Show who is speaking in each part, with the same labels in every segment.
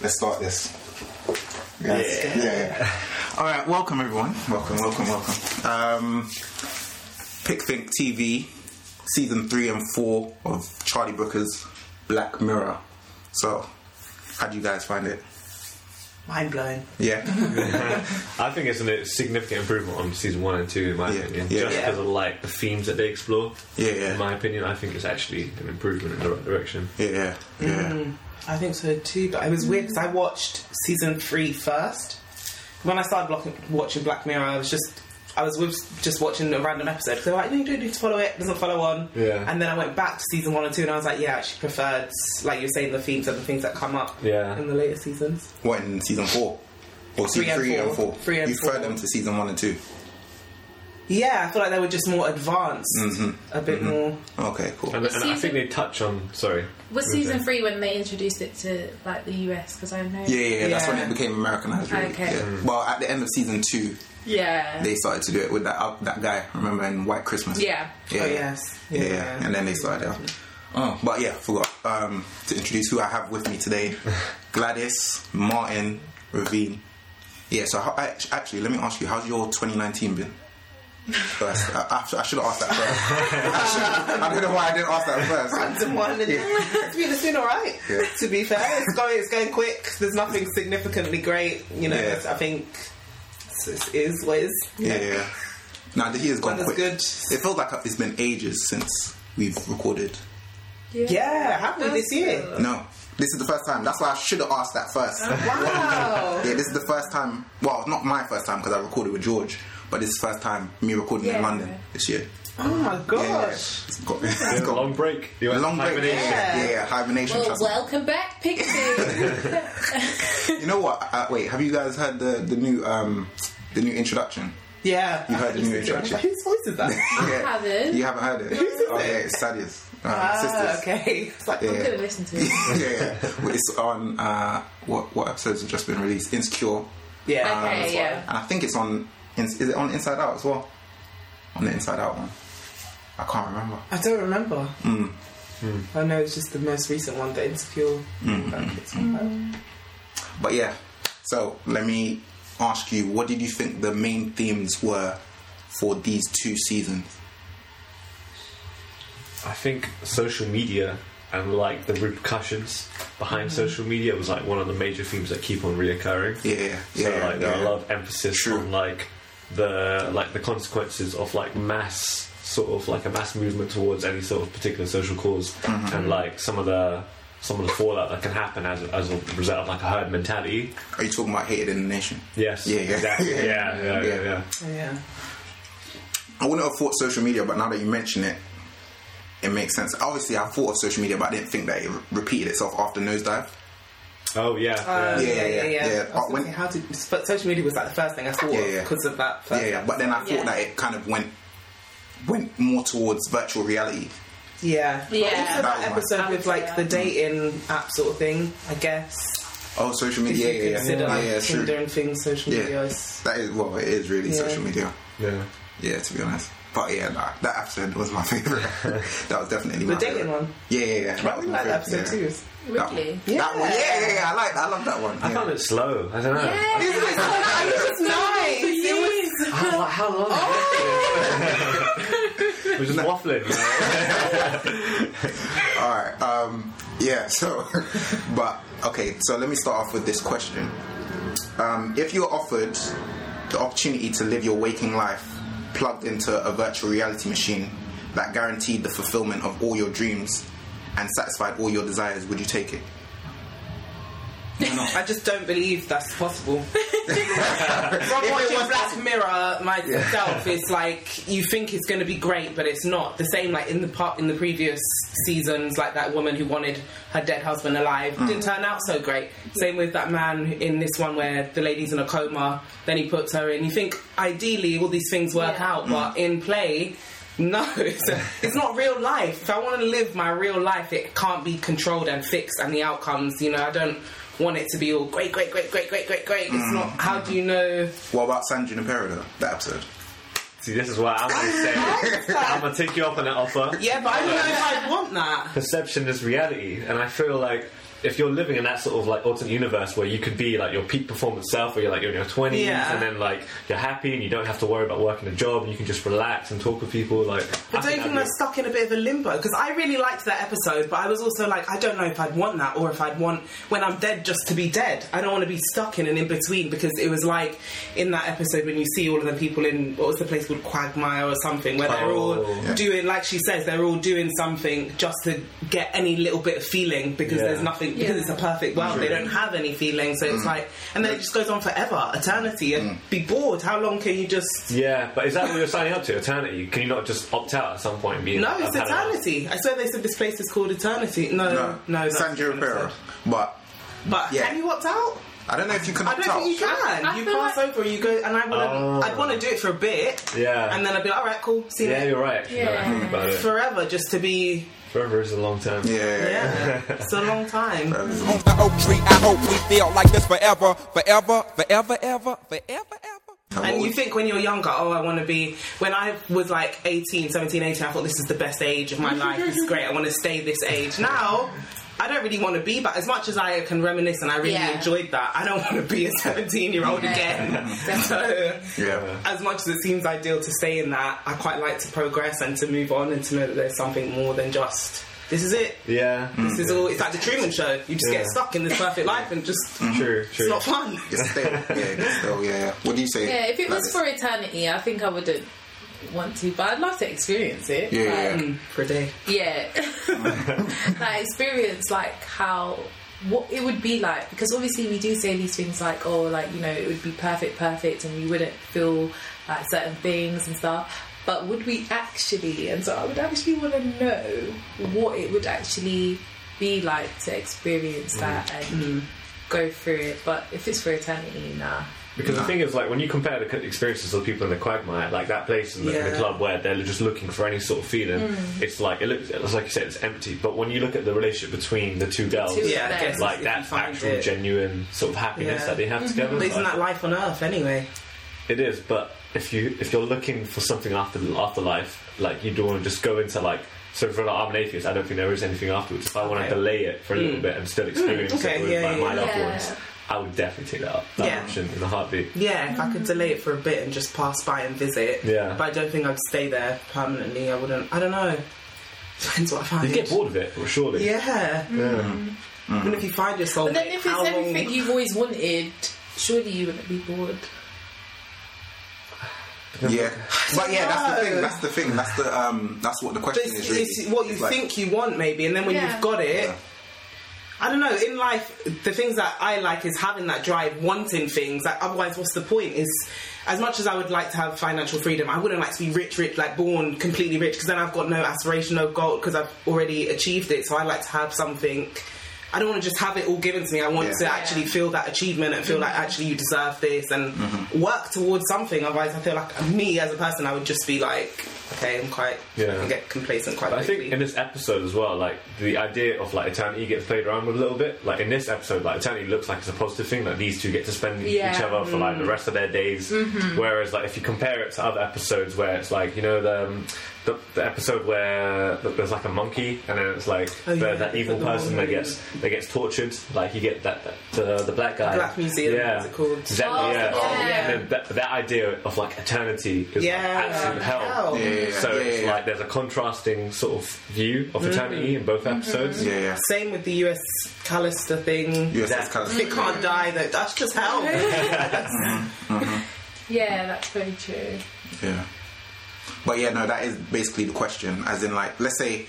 Speaker 1: Let's start this. Yes. Yeah. yeah. All right. Welcome, everyone. Welcome, welcome, welcome. Um, PickThink TV, season three and four of Charlie Brooker's Black Mirror. So, how do you guys find it?
Speaker 2: Mind blowing.
Speaker 1: Yeah.
Speaker 3: I think it's a significant improvement on season one and two, in my
Speaker 1: Yeah,
Speaker 3: opinion.
Speaker 1: yeah.
Speaker 3: Just
Speaker 2: Yeah.
Speaker 3: because of like the themes that they explore.
Speaker 1: Yeah, yeah.
Speaker 3: In my opinion, I think it's actually an improvement in the right direction.
Speaker 1: Yeah. Yeah.
Speaker 2: Mm-hmm. I think so too, but it was
Speaker 3: Mm.
Speaker 2: weird because I watched season three first. When I started blocking, watching Black Mirror, I was just. I was with, just watching a random episode. So like, no, you don't need to follow it. Doesn't follow on.
Speaker 3: Yeah.
Speaker 2: And then I went back to season one and two, and I was like, yeah, I actually preferred, like you're saying, the themes and the things that come up
Speaker 3: Yeah.
Speaker 2: in the later seasons.
Speaker 1: What in season four? Or
Speaker 2: Three
Speaker 1: season
Speaker 2: and
Speaker 1: three and
Speaker 2: four.
Speaker 1: four.
Speaker 2: Three and
Speaker 1: you referred
Speaker 2: four.
Speaker 1: them to season one and two.
Speaker 2: Yeah, I feel like they were just more advanced,
Speaker 3: Mm-hmm.
Speaker 2: a bit more.
Speaker 1: Okay. Cool.
Speaker 3: And, and I think
Speaker 4: Season-
Speaker 3: they touch on. Sorry.
Speaker 4: Was
Speaker 3: Okay.
Speaker 4: season three when they introduced it to like the US? Because I know.
Speaker 1: Yeah, yeah, yeah, that's when
Speaker 2: Yeah.
Speaker 1: it became Americanized. Really.
Speaker 4: Okay.
Speaker 1: Yeah. Well, at the end of season two,
Speaker 4: Yeah.
Speaker 1: they started to do it with that uh, that guy. Remember in White Christmas?
Speaker 4: Yeah.
Speaker 1: Yeah.
Speaker 2: Oh, yes.
Speaker 1: Yeah, yeah.
Speaker 2: Yeah.
Speaker 1: and then they started out. Oh, but yeah, forgot um, to introduce who I have with me today: Gladys, Martin, Ravine. Yeah. So how, act- actually, let me ask you: How's your 2019 been? First, I, I, I should have asked that first. I, should, I don't know why I didn't ask that first.
Speaker 2: Random one, and it's been, it's been all right.
Speaker 1: Yeah.
Speaker 2: To be fair, it's going it's going quick. There's nothing significantly great. You know,
Speaker 1: Yeah.
Speaker 2: it's- I think it's, it's, it is what it is.
Speaker 1: Yeah, yeah. yeah. Nah, the year's gone
Speaker 2: Weather's
Speaker 1: quick.
Speaker 2: good.
Speaker 1: It feels like it's been ages since we've recorded.
Speaker 2: Yeah, have we this year?
Speaker 1: No, this is the first time. That's why I should have asked that first.
Speaker 2: Wow.
Speaker 1: Yeah, this is the first time. Well, not my first time because I recorded with George, but this is the first time me recording in
Speaker 4: Yeah.
Speaker 1: London this year.
Speaker 2: Oh my
Speaker 1: Yeah,
Speaker 2: gosh.
Speaker 1: it's got, it's
Speaker 3: Yeah,
Speaker 1: got
Speaker 3: long break. You
Speaker 1: a
Speaker 3: went
Speaker 1: long break.
Speaker 3: hibernation.
Speaker 1: Yeah, yeah, yeah, hibernation.
Speaker 4: Well,
Speaker 1: trust me.
Speaker 4: welcome back, Pixie.
Speaker 1: You know what? Uh, wait, have you guys heard the the new um the new introduction?
Speaker 2: Yeah.
Speaker 1: You heard the new introduction.
Speaker 2: Whose voice is that?
Speaker 1: I
Speaker 4: haven't.
Speaker 1: You haven't heard it. oh, yeah, it's Sadia's uh,
Speaker 2: ah,
Speaker 1: sisters.
Speaker 2: okay. It's like,
Speaker 4: I'm
Speaker 1: Yeah.
Speaker 4: gonna listen to it.
Speaker 1: yeah, yeah. Well, It's on uh, what what episodes have just been released? Insecure,
Speaker 2: yeah.
Speaker 4: Okay,
Speaker 1: Um,
Speaker 4: yeah.
Speaker 1: and I think it's on. In, is it on Inside Out as well? On the Inside Out one, I can't remember.
Speaker 2: I don't remember.
Speaker 1: Hmm.
Speaker 2: I know it's just the most recent one, the Insecure.
Speaker 1: Hmm. But yeah, so let me ask you, what did you think the main themes were for these two seasons?
Speaker 3: I think social media and like the repercussions behind
Speaker 4: Mm-hmm.
Speaker 3: social media was like one of the major themes that keep on reoccurring.
Speaker 1: Yeah, yeah,
Speaker 3: So like there are a
Speaker 1: yeah.
Speaker 3: lot of emphasis
Speaker 1: True.
Speaker 3: on like the like the consequences of like mass sort of like a mass movement towards any sort of particular social because
Speaker 1: Mm-hmm.
Speaker 3: and like some of the some of the fallout that can happen as as a result of like a herd mentality.
Speaker 1: Are you talking about hated in the nation?
Speaker 3: Yes.
Speaker 1: Yeah, yeah.
Speaker 3: Exactly. Yeah. Yeah. Yeah.
Speaker 1: Yeah.
Speaker 3: yeah,
Speaker 4: Hmm.
Speaker 2: Yeah.
Speaker 1: I wouldn't have thought social media, but now that you mention it, it makes sense. Obviously, I thought of social media, but I didn't think that it re- repeated itself after Nosedive.
Speaker 3: Oh yeah.
Speaker 2: Um,
Speaker 3: yeah.
Speaker 1: Yeah, yeah, yeah.
Speaker 2: I was
Speaker 1: But
Speaker 2: gonna
Speaker 1: when-
Speaker 2: say, how did but social media was like the first thing I thought
Speaker 1: Yeah,
Speaker 2: of
Speaker 1: yeah.
Speaker 2: because of that.
Speaker 1: Yeah,
Speaker 2: First
Speaker 1: yeah. But then I thought
Speaker 4: Yeah.
Speaker 1: that it kind of went went more towards virtual reality.
Speaker 2: yeah,
Speaker 4: Yeah.
Speaker 2: But Also
Speaker 1: That
Speaker 2: that,
Speaker 1: was
Speaker 2: episode
Speaker 4: mine.
Speaker 2: with like the dating app sort of thing, I guess.
Speaker 1: Oh, social
Speaker 2: If you
Speaker 1: media. Yeah, yeah,
Speaker 2: consider
Speaker 1: yeah.
Speaker 2: like
Speaker 1: yeah, yeah true.
Speaker 2: Tinder and things, social
Speaker 1: Yeah.
Speaker 2: media is
Speaker 1: That is well, it is really
Speaker 2: Yeah.
Speaker 1: social media.
Speaker 3: yeah.
Speaker 1: Yeah, to be honest. But yeah, nah, that episode was my favorite. that was definitely
Speaker 2: the
Speaker 1: my
Speaker 2: dating
Speaker 1: favorite.
Speaker 2: one.
Speaker 1: Yeah, yeah, yeah.
Speaker 2: I really
Speaker 1: my
Speaker 2: like that
Speaker 1: favourite,
Speaker 2: episode
Speaker 1: yeah.
Speaker 2: too.
Speaker 1: That one.
Speaker 4: Really?
Speaker 1: That one. Yeah, yeah, yeah. I like. I love that one.
Speaker 3: I
Speaker 1: yeah.
Speaker 3: found it slow. I don't know.
Speaker 4: Yeah.
Speaker 2: It was nice. It was
Speaker 3: How, like, how long? We're just waffling. man.
Speaker 1: All right. Um, yeah. So, but okay. So let me start off with this question. Um, if you're offered the opportunity to live your waking life plugged into a virtual reality machine that guaranteed the fulfillment of all your dreams and satisfied all your desires, would you take it?
Speaker 2: I just don't believe that's possible. From
Speaker 1: it
Speaker 2: watching
Speaker 1: was
Speaker 2: Black Mirror myself, it's like you think it's going to be great, but it's not. The same like in the part in the previous seasons, like that woman who wanted her dead husband alive didn't turn out so great. Same with that man in this one where the lady's in a coma, then he puts her in. You think ideally all these things work
Speaker 4: Yeah.
Speaker 2: out, but in play. No, it's, it's not real life. If I want to live my real life, it can't be controlled and fixed, and the outcomes, you know, I don't want it to be all great, great, great, great, great, great, great. It's not. How do you know?
Speaker 1: What about San Junipero though? That episode.
Speaker 3: See, this is why I'm gonna say I'm gonna take you up on that offer.
Speaker 2: Yeah, but I don't know if I want that.
Speaker 3: Perception is reality, and I feel like if you're living in that sort of like alternate universe where you could be like your peak performance self, where you're like you're in your twenties
Speaker 2: Yeah.
Speaker 3: and then like you're happy and you don't have to worry about working a job and you can just relax and talk with people, like
Speaker 2: I don't think I'm stuck in a bit of a limbo because I really liked that episode, but I was also like, I don't know if I'd want that or if I'd want when I'm dead just to be dead. I don't want to be stuck in an in between because it was like in that episode when you see all of the people in what was the place called Quagmire or something where they're all
Speaker 3: Oh.
Speaker 1: Yeah.
Speaker 2: doing, like she says, they're all doing something just to get any little bit of feeling because
Speaker 3: Yeah. Mm.
Speaker 2: there's nothing because
Speaker 4: Yeah.
Speaker 2: it's a perfect world. They don't have any feeling, so it's like, and then it just goes on forever, eternity, and be bored. How long can you just?
Speaker 3: Yeah, but is that what you're signing up to? Eternity? Can you not just opt out at some point? And be
Speaker 2: No,
Speaker 3: like,
Speaker 2: it's
Speaker 3: "I've had enough"?
Speaker 2: Eternity. I swear they said this place is called Eternity. No,
Speaker 1: No,
Speaker 2: no, no that's
Speaker 1: Sanji
Speaker 2: what they
Speaker 1: Rivera.
Speaker 2: said.
Speaker 1: But
Speaker 2: But
Speaker 1: Yeah.
Speaker 2: can you opt out?
Speaker 1: I don't know if you can
Speaker 2: I
Speaker 1: opt
Speaker 2: don't
Speaker 1: out.
Speaker 2: think you can.
Speaker 4: I
Speaker 2: you
Speaker 4: feel
Speaker 2: pass
Speaker 4: like-
Speaker 2: over, you go, and I wouldn't.
Speaker 3: Oh.
Speaker 2: I'd want to do it for a bit,
Speaker 3: Yeah.
Speaker 2: and then I'd be like, all right, cool, see you
Speaker 3: yeah,
Speaker 2: later.
Speaker 3: you're right. Actually, yeah. I think
Speaker 4: Yeah.
Speaker 3: about it.
Speaker 2: forever, just to be.
Speaker 3: Forever is a long time.
Speaker 1: Yeah.
Speaker 2: Yeah, it's a long time.
Speaker 5: on the oak tree. I hope we feel like this forever, forever, forever, ever, forever, ever.
Speaker 2: And you think when you're younger, oh, I want to be. When I was like 18, 17, 18, I thought this is the best age of my life. It's great. I want to stay this age. Now, I don't really want to be that. As much as I can reminisce and I really
Speaker 4: Yeah.
Speaker 2: enjoyed that, I don't want to be a 17 year old
Speaker 4: Yeah.
Speaker 2: again. so,
Speaker 1: Yeah.
Speaker 2: as much as it seems ideal to stay in that, I quite like to progress and to move on and to know that there's something more than just this is it.
Speaker 3: Yeah.
Speaker 2: This is all. It's like the Truman Show. You just
Speaker 3: Yeah.
Speaker 2: get stuck in this perfect life and just
Speaker 3: True,
Speaker 2: it's
Speaker 3: true.
Speaker 2: not fun.
Speaker 1: It's still, yeah, it's still, yeah, yeah. What do you say?
Speaker 4: Yeah, if it
Speaker 1: Like
Speaker 4: was
Speaker 1: this?
Speaker 4: for eternity, I think I wouldn't want to, but I'd love to experience it.
Speaker 1: Yeah, yeah, yeah.
Speaker 4: Like,
Speaker 2: Mm, For a day.
Speaker 4: yeah. like experience like how what it would be like because obviously we do say these things like oh like you know it would be perfect perfect and we wouldn't feel like certain things and stuff but would we actually and so i would actually want to know what it would actually be like to experience that and go through it but if it's for eternity nah
Speaker 3: Because the thing is, like, when you compare the c- experiences of people in the quagmire, like that place in the, in the
Speaker 2: Yeah. Mm.
Speaker 3: club where they're just looking for any sort of feeling, it's like it looks, it's like you said, it's empty. But when you look at the relationship between the two girls,
Speaker 4: two,
Speaker 2: Yeah, I guess
Speaker 3: like
Speaker 2: if
Speaker 3: that's
Speaker 2: you find
Speaker 3: actual
Speaker 2: it.
Speaker 3: genuine sort of happiness
Speaker 2: Yeah.
Speaker 3: that they have together.
Speaker 2: But isn't
Speaker 3: like-
Speaker 2: that life on Earth anyway?
Speaker 3: It is, but if you if you're looking for something after the afterlife, like you don't want to just go into like. So for like, I'm an atheist. I don't think there is anything afterwards. If I want
Speaker 2: Okay. Mm.
Speaker 3: to delay it for a little bit and still experience
Speaker 2: okay,
Speaker 3: it with
Speaker 2: yeah,
Speaker 3: my,
Speaker 2: yeah,
Speaker 3: my
Speaker 2: yeah.
Speaker 3: loved
Speaker 4: Yeah.
Speaker 3: ones, I would definitely take that up that
Speaker 2: Yeah.
Speaker 3: option in a heartbeat.
Speaker 2: Yeah, if I could delay it for a bit and just pass by and visit.
Speaker 3: Yeah.
Speaker 2: But I don't think I'd stay there permanently. I wouldn't. I don't know. Depends what I find.
Speaker 3: You get bored of it, surely.
Speaker 2: Yeah. Even Mm. if you find yourself.
Speaker 4: but then if it's everything you've always wanted surely you wouldn't be bored
Speaker 1: Yeah, but yeah, that's the
Speaker 2: No.
Speaker 1: thing. That's the thing. That's the um. That's what the question
Speaker 2: It's,
Speaker 1: is really.
Speaker 2: it's what you
Speaker 1: It's like-
Speaker 2: think you want, maybe, and then when
Speaker 4: Yeah.
Speaker 2: you've got it,
Speaker 1: Yeah.
Speaker 2: I don't know. In life, the things that I like is having that drive, wanting things. Like otherwise, what's the point? Is as much as I would like to have financial freedom, I wouldn't like to be rich, rich, like born completely rich, because then I've got no aspiration, no goal, because I've already achieved it. So I like to have something. I don't want to just have it all given to me. I want
Speaker 1: Yeah.
Speaker 2: to actually feel that achievement and feel like actually you deserve this and
Speaker 1: Mm-hmm.
Speaker 2: work towards something. Otherwise, I feel like me as a person, I would just be like, okay, I'm quite,
Speaker 3: Yeah.
Speaker 2: I can get complacent quite
Speaker 3: But I
Speaker 2: quickly.
Speaker 3: think in this episode as well, like the idea of like eternity gets played around with a little bit. Like in this episode, like eternity looks like it's a positive thing. Like these two get to spend
Speaker 4: Yeah.
Speaker 3: each other for
Speaker 2: Mm.
Speaker 3: like the rest of their days.
Speaker 2: Mm-hmm.
Speaker 3: Whereas like if you compare it to other episodes where it's like you know the um, the, the episode where th- there's like a monkey and then it's like
Speaker 2: Oh,
Speaker 3: the,
Speaker 2: yeah,
Speaker 3: that
Speaker 2: the
Speaker 3: evil
Speaker 2: one
Speaker 3: person that
Speaker 2: who-
Speaker 3: gets that gets tortured. Like you get that, that the, the black guy.
Speaker 2: Black Museum,
Speaker 3: Yeah.
Speaker 2: is it called?
Speaker 3: Exactly.
Speaker 4: Oh,
Speaker 3: yeah.
Speaker 4: yeah.
Speaker 3: And then that, that idea of like eternity is
Speaker 2: Yeah.
Speaker 3: like, absolute hell.
Speaker 2: Hell.
Speaker 1: Yeah, yeah, yeah.
Speaker 3: So
Speaker 1: yeah,
Speaker 3: it's
Speaker 1: yeah,
Speaker 3: like there's a contrasting sort of view of eternity in both episodes.
Speaker 1: yeah, yeah.
Speaker 2: Same with the US Callister thing.
Speaker 1: US
Speaker 3: That-
Speaker 1: kind
Speaker 2: It can't die. That that's just hell.
Speaker 4: yeah that's very true
Speaker 1: Yeah. But yeah, no, that is basically the question. As in, like, let's say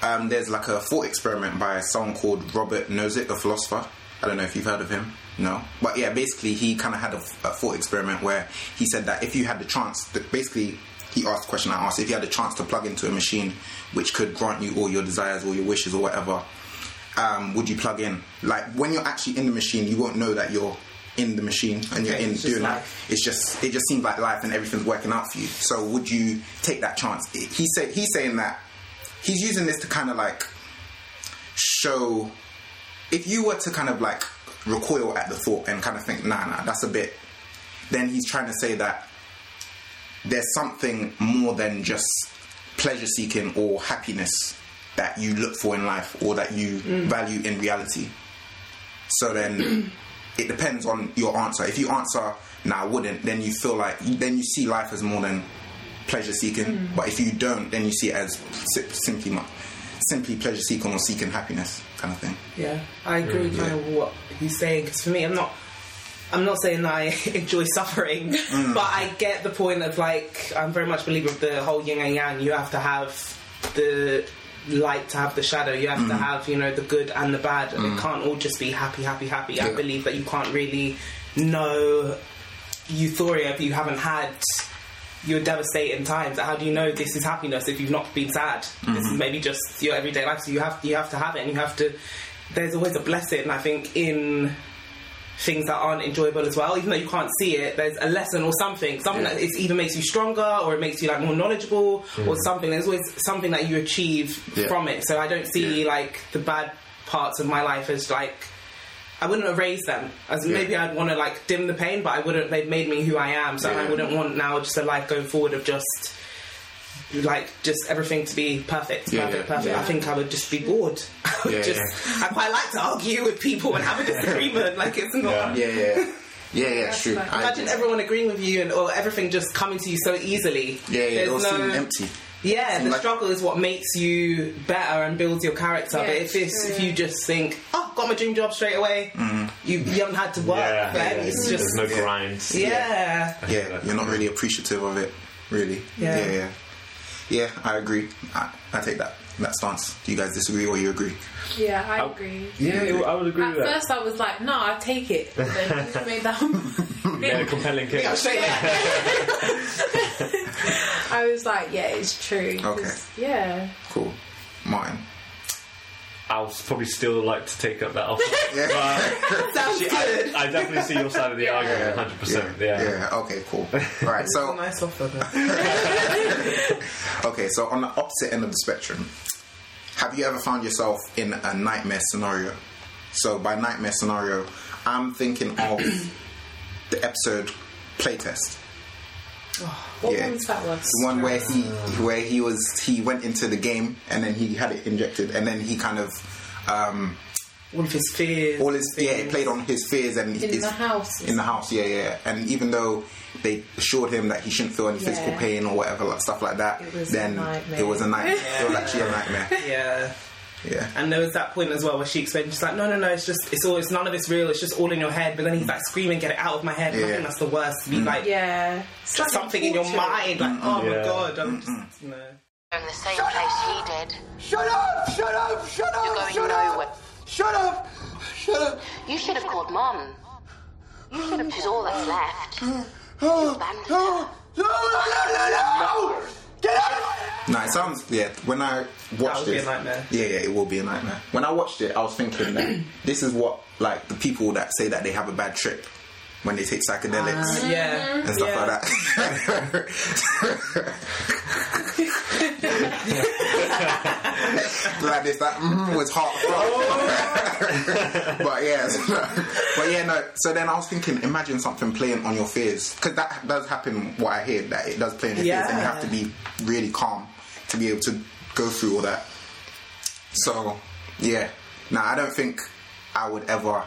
Speaker 1: um, there's like a thought experiment by someone called Robert Nozick, a philosopher. I don't know if you've heard of him. No. But yeah, basically, he kind of had a, a thought experiment where he said that if you had the chance, that basically, he asked the question I asked, if you had the chance to plug into a machine which could grant you all your desires or your wishes or whatever, um, would you plug in? Like, when you're actually in the machine, you won't know that you're in the machine and you're
Speaker 2: Okay,
Speaker 1: in
Speaker 2: it's just
Speaker 1: doing that
Speaker 2: life.
Speaker 1: it's just it just seems like life and everything's working out for you. So would you take that chance? He said he's saying that he's using this to kind of like show if you were to kind of like recoil at the thought and kind of think, nah, nah, that's a bit. Then he's trying to say that there's something more than just pleasure seeking or happiness that you look for in life or that you value in reality. So then it depends on your answer. If you answer, nah, I wouldn't, then you feel like, then you see life as more than pleasure seeking.
Speaker 2: Hmm.
Speaker 1: But if you don't, then you see it as si- simply, mu- simply pleasure seeking or seeking happiness kind of thing.
Speaker 2: Yeah, I agree with kind of what he's saying because for me, I'm not. I'm not saying that I enjoy suffering, but I get the point of like I'm very much a believer of the whole yin and yang. You have to have the light to have the shadow. You have to have you know the good and the bad, and it can't all just be happy, happy, happy. I
Speaker 1: Yeah.
Speaker 2: believe that you can't really know euphoria if you haven't had your devastating times. How do you know this is happiness if you've not been sad? This
Speaker 1: Mm-hmm.
Speaker 2: is maybe just your everyday life. So you have you have to have it, and you have to. There's always a blessing, I think, in things that aren't enjoyable as well. Even though you can't see it, there's a lesson or something. Something
Speaker 1: Yeah. Mm-hmm.
Speaker 2: that is either makes you stronger or it makes you like more knowledgeable or something. There's always something that you achieve
Speaker 1: Yeah.
Speaker 2: from it. So I don't see like the bad parts of my life as like I wouldn't erase them. As maybe I'd want to like dim the pain, but I wouldn't. They've made me who I am, so
Speaker 1: Yeah.
Speaker 2: I wouldn't want now just a life going forward of just like just everything to be perfect,
Speaker 1: Yeah,
Speaker 2: perfect,
Speaker 1: yeah,
Speaker 2: perfect.
Speaker 1: yeah.
Speaker 2: I think I would just be bored. I would
Speaker 1: Yeah,
Speaker 2: just I quite like to argue with people and have a disagreement. like it's not.
Speaker 3: Yeah.
Speaker 1: Yeah, yeah. Yeah, yeah, it's true.
Speaker 4: fine.
Speaker 1: I
Speaker 2: Imagine
Speaker 1: agree.
Speaker 2: everyone agreeing with you and or everything just coming to you so easily.
Speaker 1: Yeah, yeah, it all
Speaker 2: There's
Speaker 1: seem
Speaker 2: no-
Speaker 1: empty.
Speaker 2: yeah, the
Speaker 1: like-
Speaker 2: struggle is what makes you better and builds your character.
Speaker 4: Yeah,
Speaker 2: but if it's,
Speaker 4: true.
Speaker 2: if you just think, oh, got my dream job straight away, you, you haven't had to work.
Speaker 3: Mm-hmm. Yeah,
Speaker 2: then
Speaker 3: yeah,
Speaker 2: it's
Speaker 3: yeah.
Speaker 2: just
Speaker 3: there's no grind.
Speaker 2: yeah.
Speaker 1: Yeah, you're not really appreciative of it, really.
Speaker 2: Yeah.
Speaker 1: yeah, yeah. Yeah, I agree. I, I take that that stance. Do you guys disagree or you agree?
Speaker 4: Yeah, I agree.
Speaker 3: Yeah, it- I would agree
Speaker 4: At
Speaker 3: with that.
Speaker 4: first, I was like, "No, I take it." But then you made that.
Speaker 3: Yeah, compelling case.
Speaker 2: Yeah, straight up.
Speaker 4: I was like, "Yeah, it's true." 'Cause, Yeah.
Speaker 1: Cool, Martin.
Speaker 3: I'll s- probably still like to take up that offer. But
Speaker 2: Sounds good.
Speaker 3: I definitely see your side of the argument, 100%. Yeah.
Speaker 1: Yeah. Okay. Cool. All right. So
Speaker 2: nice offer. though.
Speaker 1: Okay, so on the opposite end of the spectrum, have you ever found yourself in a nightmare scenario? So by nightmare scenario, I'm thinking of the episode playtest.
Speaker 4: What
Speaker 1: Yeah.
Speaker 4: one was that one?
Speaker 1: The one where he where he was he went into the game and then he had it injected and then he kind of um,
Speaker 2: All of his fears.
Speaker 1: all his yeah it played on his fears and
Speaker 4: In
Speaker 1: his,
Speaker 4: the house.
Speaker 1: in the house yeah yeah and even though they assured him that he shouldn't feel any physical
Speaker 4: Yeah.
Speaker 1: pain or whatever like stuff like that
Speaker 4: It was a
Speaker 1: then
Speaker 4: nightmare.
Speaker 1: it was a nightmare it was actually a nightmare
Speaker 2: Yeah.
Speaker 1: yeah
Speaker 2: And there was that point as well where she explained, she's like, no, no, no, it's just, it's all, it's none of it's real, it's just all in your head. But then he's like screaming, get it out of my head. And I
Speaker 1: Yeah.
Speaker 2: think that's the worst to be
Speaker 3: Mm.
Speaker 2: like,
Speaker 4: Yeah. It's like
Speaker 2: something in your
Speaker 4: torture.
Speaker 2: mind, like, oh my
Speaker 3: Yeah.
Speaker 2: god, I'm just, no.
Speaker 6: in the same place he did.
Speaker 7: Shut up! Shut up! Shut up!
Speaker 6: You're going
Speaker 7: shut
Speaker 6: nowhere.
Speaker 7: up! Shut up! Shut up!
Speaker 6: You should have called Mum. You should have. She's all that's left. You abandoned her.
Speaker 7: No! No! No! No! no! Get out of my
Speaker 1: No, it sounds yeah. When I watched
Speaker 2: would be
Speaker 1: it,
Speaker 2: a nightmare.
Speaker 1: yeah, yeah, it will be a nightmare. When I watched it, I was thinking that this is what like the people that say that they have a bad trip when they take psychedelics
Speaker 4: Ah.
Speaker 2: Yeah.
Speaker 1: and stuff
Speaker 2: yeah.
Speaker 1: like that. like this, that mm, was heartfelt.
Speaker 3: Oh.
Speaker 1: but yeah, so- but yeah, no. So then I was thinking, imagine something playing on your fears because that does happen. What I hear that it does play on your fears, and you
Speaker 2: Yeah.
Speaker 1: have to be really calm to be able to go through all that. So yeah, now I don't think I would ever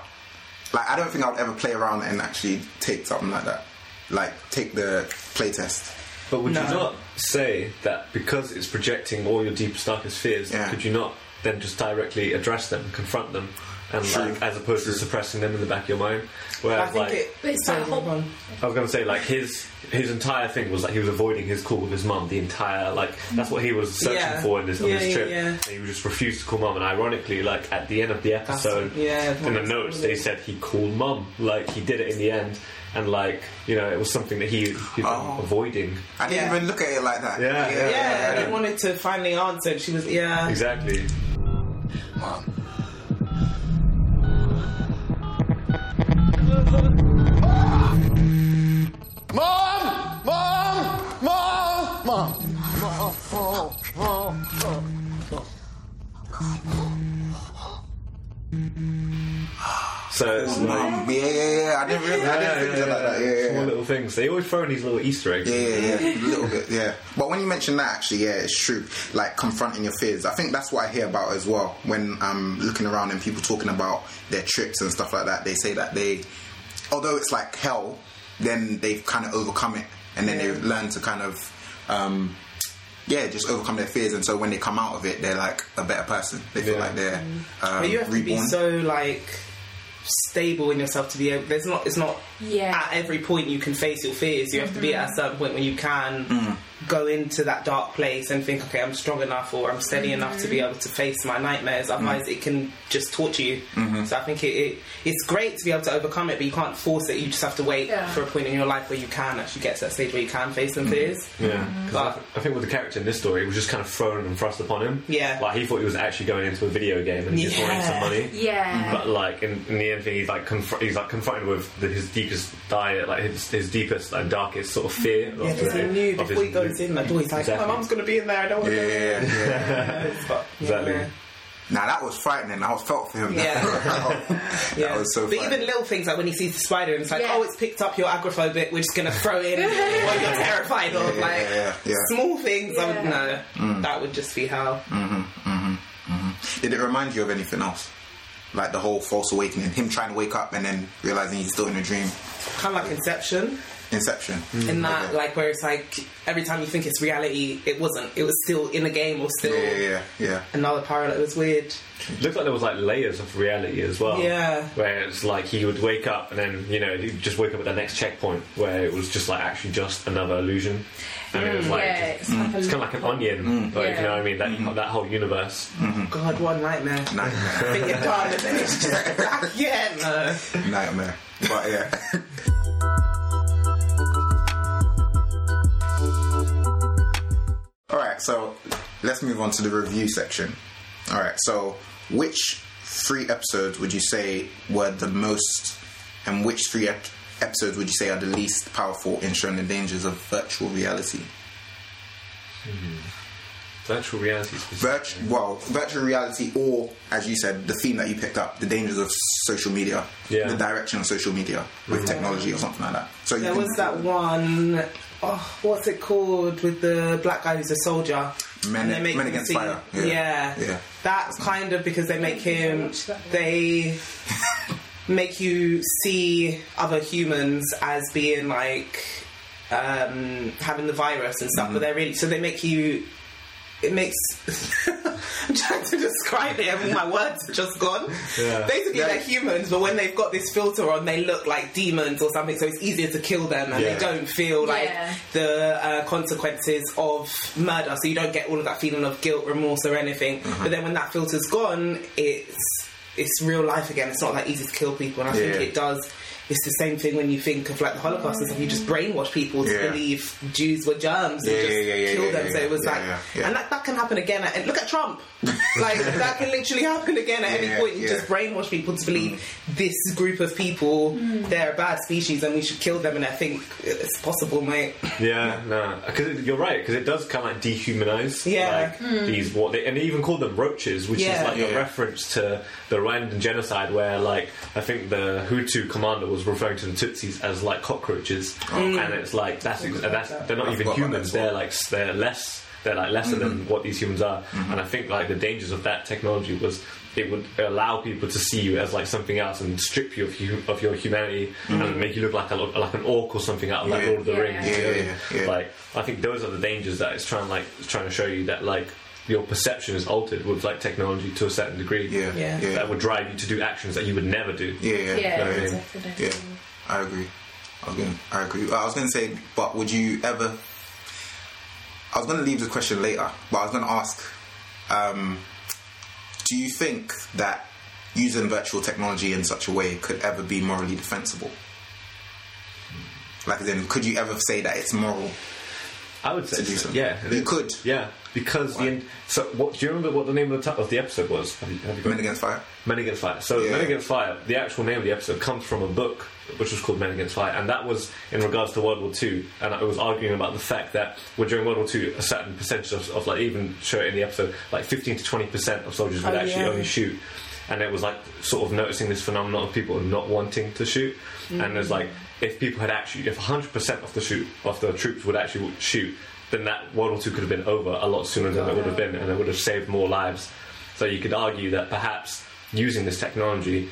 Speaker 1: like I don't think I would ever play around and actually take something like that, like take the playtest.
Speaker 3: But would
Speaker 2: No.
Speaker 3: you not say that because it's projecting all your deepest, darkest fears,
Speaker 1: Yeah.
Speaker 3: could you not then just directly address them, confront them, and
Speaker 1: True.
Speaker 3: like as opposed to suppressing them in the back of your mind?
Speaker 2: I
Speaker 3: Whereas,
Speaker 2: think
Speaker 3: like,
Speaker 2: it.
Speaker 4: But it's that whole-
Speaker 2: one.
Speaker 3: I was going to say, like his his entire thing was like he was avoiding his call with his mum the entire like that's what he was searching
Speaker 2: Yeah.
Speaker 3: for in this on
Speaker 2: Yeah,
Speaker 3: this
Speaker 2: yeah,
Speaker 3: trip.
Speaker 2: yeah.
Speaker 3: And he just refused to call mum. And ironically, like at the end of the episode,
Speaker 2: yeah,
Speaker 3: in the
Speaker 2: that's
Speaker 3: notes they said he called mum. Like he did it in the end, and like you know it was something that he he'd been
Speaker 1: Oh.
Speaker 3: avoiding.
Speaker 1: I didn't
Speaker 2: Yeah.
Speaker 1: even look at it like that.
Speaker 3: Yeah, yeah.
Speaker 2: Yeah, and he wanted to finally answer. And she was, yeah.
Speaker 3: Exactly.
Speaker 7: Mom! Mom! Mom! Mom!
Speaker 3: So it's like.
Speaker 1: Um, yeah, yeah, yeah. I didn't, really, I didn't think of it like that. Yeah, yeah,
Speaker 3: Small
Speaker 1: yeah.
Speaker 3: little things. They always throw in these little Easter eggs.
Speaker 1: Yeah, yeah, yeah, a little bit, yeah. But when you mention that, actually, yeah, it's true. Like confronting your fears. I think that's what I hear about as well when I'm looking around and people talking about their trips and stuff like that. They say that they, although it's like hell, then they've kind of overcome it and then they've learned to kind of, um, yeah, just overcome their fears. And so when they come out of it, they're like a better person. They feel
Speaker 3: Yeah.
Speaker 1: like they're um,
Speaker 2: Mm. But you have to be
Speaker 1: reborn.
Speaker 2: so like stable in yourself to be able. There's not. It's not.
Speaker 4: Yeah. Mm-hmm.
Speaker 2: At every point you can face your fears. You have to be at a certain point when you can
Speaker 3: Mm.
Speaker 2: go into that dark place and think, okay, I'm strong enough or I'm steady
Speaker 4: Mm-hmm.
Speaker 2: enough to be able to face my nightmares.
Speaker 3: Mm.
Speaker 2: Otherwise, it can just torture you.
Speaker 3: Mm-hmm.
Speaker 2: So I think it, it it's great to be able to overcome it, but you can't force it. You just have to wait
Speaker 4: Yeah.
Speaker 2: for a point in your life where you can actually get to that stage where you can face them fears.
Speaker 3: Mm. Yeah, 'Cause I,
Speaker 2: But-
Speaker 3: I think with the character in this story, it was just kind of thrown and thrust upon him.
Speaker 2: Yeah.
Speaker 3: like he thought he was actually going into a video game and he just wanted
Speaker 2: Yeah.
Speaker 3: some money.
Speaker 4: Yeah.
Speaker 3: but like in, in the end, thing, he's like conf- he's like confronted with the, his deepest diet, like his, his deepest and darkest sort of fear. of
Speaker 2: Yeah, because
Speaker 3: the-
Speaker 2: I knew
Speaker 3: of
Speaker 2: before
Speaker 3: his-
Speaker 2: he goes in, like, oh, he's like,
Speaker 3: Exactly.
Speaker 2: my mum's going to be in there. I don't want
Speaker 1: yeah,
Speaker 2: to go
Speaker 1: yeah, yeah.
Speaker 2: But,
Speaker 3: Exactly.
Speaker 2: yeah.
Speaker 1: Now that was frightening. I felt for him.
Speaker 2: Yeah.
Speaker 1: that
Speaker 2: Yeah.
Speaker 1: was so.
Speaker 2: but
Speaker 1: frightening.
Speaker 2: even little things like when he sees the spider and it's like,
Speaker 4: Yeah.
Speaker 2: oh, it's picked up your agrophobic, we're just going to throw in what you're terrified of.
Speaker 1: Yeah,
Speaker 2: like,
Speaker 1: yeah, yeah, yeah. Mm.
Speaker 2: small things. I would,
Speaker 4: Yeah.
Speaker 2: no, that would just be hell.
Speaker 1: Did it remind you of anything else? Like the whole false awakening, him trying to wake up and then realizing he's still in a dream.
Speaker 2: Kind of like Inception,
Speaker 1: Inception.
Speaker 2: in that, like, where it's like every time you think it's reality, it wasn't. It was still in a game or still
Speaker 1: Yeah, yeah, yeah.
Speaker 2: another parallel. It was weird.
Speaker 3: Looked like there was like layers of reality as well.
Speaker 2: Yeah.
Speaker 3: where it's like he would wake up and then you know he'd just wake up at the next checkpoint where it was just like actually just another illusion. And it was like
Speaker 4: Mm. yeah,
Speaker 3: just-
Speaker 4: it's
Speaker 1: mm.
Speaker 4: like a
Speaker 3: it's kind of like an onion, like,
Speaker 4: Yeah. Mm-hmm. Mm.
Speaker 3: you know what I mean? That that whole universe.
Speaker 2: God, one nightmare.
Speaker 1: Mm. Nightmare.
Speaker 2: Think you're done, and then it's just back again. No.
Speaker 1: Nightmare. But yeah. All right, so let's move on to the review section. All right, so which three episodes would you say were the most, and which three ep- episodes would you say are the least powerful in showing the dangers of virtual reality?
Speaker 3: Virtual reality. specifically.
Speaker 1: Virtu- well, virtual reality, or as you said, the theme that you picked up, the dangers of social media,
Speaker 3: Yeah.
Speaker 1: the direction of social media with technology or something like that. So you
Speaker 2: There
Speaker 1: can-
Speaker 2: was that one oh, what's it called with the black guy who's a soldier?
Speaker 1: Men-
Speaker 2: And they make
Speaker 1: Men
Speaker 2: him
Speaker 1: Against
Speaker 2: see-
Speaker 1: Fire, yeah.
Speaker 2: yeah,
Speaker 1: Yeah.
Speaker 2: That's kind of because they make him.
Speaker 4: watch that one.
Speaker 2: They make you see other humans as being like um, having the virus and stuff, but
Speaker 3: Mm-hmm.
Speaker 2: they're really so they make you. It makes. I'm trying to describe it. and my words have just gone.
Speaker 3: Yeah.
Speaker 2: Basically,
Speaker 1: Yeah.
Speaker 2: they're humans, but when they've got this filter on, they look like demons or something. So it's easier to kill them, and
Speaker 3: Yeah.
Speaker 2: they don't feel like
Speaker 4: Yeah.
Speaker 2: the uh, consequences of murder. So you don't get all of that feeling of guilt, remorse, or anything.
Speaker 1: Mm-hmm.
Speaker 2: But then when that filter's gone, it's it's real life again. It's not that easy to kill people, and I
Speaker 1: Yeah.
Speaker 2: think it does. It's the same thing when you think of like the Holocaust and stuff. You just brainwash people to
Speaker 1: Yeah.
Speaker 2: believe Jews were germs
Speaker 1: Yeah,
Speaker 2: and just
Speaker 1: yeah, yeah, yeah,
Speaker 2: kill
Speaker 1: yeah,
Speaker 2: them.
Speaker 1: yeah,
Speaker 2: so it was
Speaker 1: yeah,
Speaker 2: like,
Speaker 1: yeah, yeah.
Speaker 2: and that, that can happen again. At, and look at Trump. like that can literally happen again at
Speaker 1: Yeah,
Speaker 2: any point. You
Speaker 1: yeah. Mm.
Speaker 2: just brainwash people to believe this group of people they're a bad species and we should kill them. And I think it's possible, mate.
Speaker 3: Yeah, no, because you're right. Because it does kind of like dehumanize.
Speaker 2: Yeah. Hmm.
Speaker 3: like, these what they and they even call them roaches, which
Speaker 2: Yeah.
Speaker 3: is like
Speaker 1: Yeah.
Speaker 3: a reference to the Rwandan genocide, where like I think the Hutu commander was referring to the Tutsis as like cockroaches,
Speaker 2: Hmm.
Speaker 3: and it's like that's ex- that's they're not
Speaker 1: I
Speaker 3: even
Speaker 1: forgot about
Speaker 3: humans.
Speaker 1: that as
Speaker 3: They're like s- they're less they're like lesser
Speaker 2: Hmm.
Speaker 3: than what these humans are.
Speaker 1: Mm-hmm.
Speaker 3: And I think like the dangers of that technology was. It would allow people to see you as like something else and strip you of, hu- of your humanity
Speaker 2: Hmm.
Speaker 3: and make you look like a, like an orc or something out of like
Speaker 1: Yeah.
Speaker 3: Lord of the
Speaker 4: Yeah.
Speaker 3: Rings.
Speaker 1: Yeah,
Speaker 3: you know?
Speaker 1: yeah, yeah.
Speaker 3: Like I think those are the dangers that it's trying like it's trying to show you that like your perception is altered with like technology to a certain degree.
Speaker 1: Yeah, yeah,
Speaker 2: Yeah.
Speaker 1: yeah,
Speaker 3: That would drive you to do actions that you would never do.
Speaker 1: yeah,
Speaker 4: Yeah,
Speaker 1: yeah, yeah.
Speaker 4: definitely.
Speaker 1: I agree. I was going. I agree. I was going to say, but would you ever? I was going to leave the question later, but I was going to ask: um, Do you think that using virtual technology in such a way could ever be morally defensible? Like, then, could you ever say that it's moral?
Speaker 3: I would say
Speaker 1: To do so.
Speaker 3: yeah. it
Speaker 1: You
Speaker 3: is.
Speaker 1: could.
Speaker 3: Yeah. Because the end, so what do you remember what the name of the, t- of the episode was? Have you, have you got
Speaker 1: Men against fire.
Speaker 3: Men Against Fire. So
Speaker 1: Yeah.
Speaker 3: Men Against Fire, the actual name of the episode comes from a book which was called Men Against Fire, and that was in regards to World War Two, and it was arguing about the fact that well, during World War Two, a certain percentage of, of like even show it in the episode, like fifteen to twenty percent of soldiers would actually
Speaker 2: yeah.
Speaker 3: only shoot. and it was like sort of noticing this phenomenon of people not wanting to shoot, and there's like if people had actually, if 100% of the shoot of the troops would actually shoot, then that World War Two could have been over a lot sooner than it would have been, and it would have saved more lives. So you could argue that perhaps using this technology,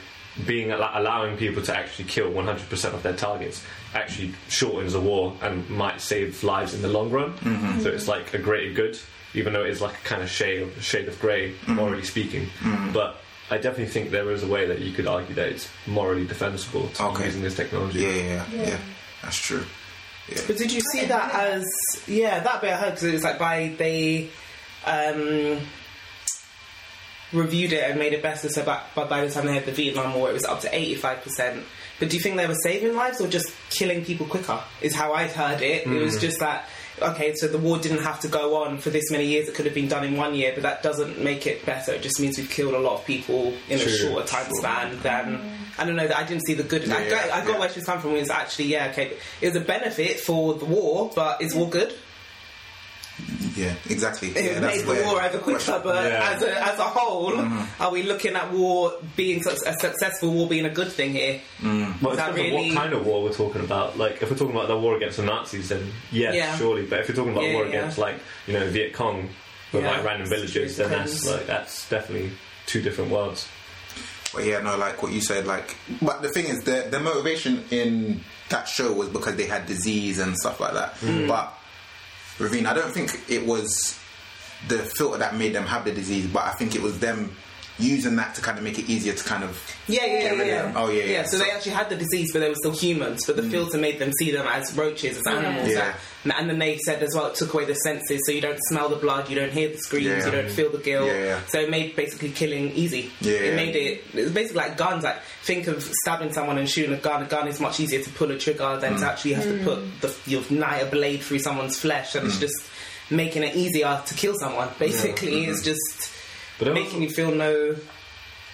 Speaker 3: being al- allowing people to actually kill 100% of their targets, actually shortens the war and might save lives in the long run.
Speaker 1: Mm-hmm.
Speaker 3: So it's like a greater good, even though it is like a kind of shade of, shade of gray
Speaker 1: Mm-hmm.
Speaker 3: morally speaking. But I definitely think there is a way that you could argue that it's morally defensible to
Speaker 1: Okay.
Speaker 3: be using this technology.
Speaker 1: Yeah, yeah, yeah, yeah. That's true.
Speaker 2: But did you see that as yeah that bit I heard because it was like by they um, reviewed it and made it better so by, by by the time they had the Vietnam War it was up to eighty five percent. But do you think they were saving lives or just killing people quicker? Is how I heard it. It
Speaker 3: Mm.
Speaker 2: was just that okay, so the war didn't have to go on for this many years. It could have been done in one year, but that doesn't make it better. It just means we've killed a lot of people in a
Speaker 3: True.
Speaker 2: shorter time span than. I don't know. I didn't see the good. I got, I got
Speaker 1: yeah.
Speaker 2: where she was coming from. It was actually yeah, okay. It was a benefit for the war, but is war good?
Speaker 1: Yeah, exactly.
Speaker 2: It
Speaker 1: yeah,
Speaker 2: made the
Speaker 1: where-
Speaker 2: war over quicker,
Speaker 1: question- Mm.
Speaker 2: but
Speaker 3: Yeah.
Speaker 2: as a as a whole, are we looking at war being suc a successful war being a good thing here?
Speaker 3: Well, it
Speaker 2: That
Speaker 3: depends on
Speaker 2: really-
Speaker 3: what kind of war we're talking about. Like, if we're talking about the war against the Nazis, then yes,
Speaker 2: Yeah.
Speaker 3: surely. But if you're talking about
Speaker 2: Yeah,
Speaker 3: war
Speaker 2: yeah.
Speaker 3: against, like, you know, Viet Cong with
Speaker 2: Yeah.
Speaker 3: like random villages, then that's like that's definitely two different worlds.
Speaker 1: But yeah, no, like what you said, like. But the thing is, the the motivation in that show was because they had disease and stuff like that. But Ravine, I don't think it was the filter that made them have the disease, but I think it was them using that to kind of make it easier to kind of
Speaker 2: Yeah, yeah, yeah,
Speaker 1: get rid
Speaker 2: yeah.
Speaker 1: of them. Oh yeah, yeah.
Speaker 2: So, they actually had the disease, but they were still humans. But the filter made them see them as roaches, as animals.
Speaker 1: Yeah.
Speaker 2: And- And then they said as well, it took away the senses, so you don't smell the blood, you don't hear the screams,
Speaker 1: Yeah.
Speaker 2: you don't feel the guilt.
Speaker 1: Yeah, yeah.
Speaker 2: So it made basically killing easy.
Speaker 1: Yeah,
Speaker 2: It
Speaker 1: yeah.
Speaker 2: made it. It was basically like guns. Like think of stabbing someone and shooting a gun. A gun is much easier to pull a trigger than
Speaker 1: Mm.
Speaker 2: to actually have to put the, your knife, a blade through someone's flesh, and it's
Speaker 1: Mm.
Speaker 2: just making it easier to kill someone. Basically,
Speaker 1: Mm-hmm.
Speaker 2: it's just.
Speaker 3: But it
Speaker 2: making
Speaker 3: also-
Speaker 2: you feel no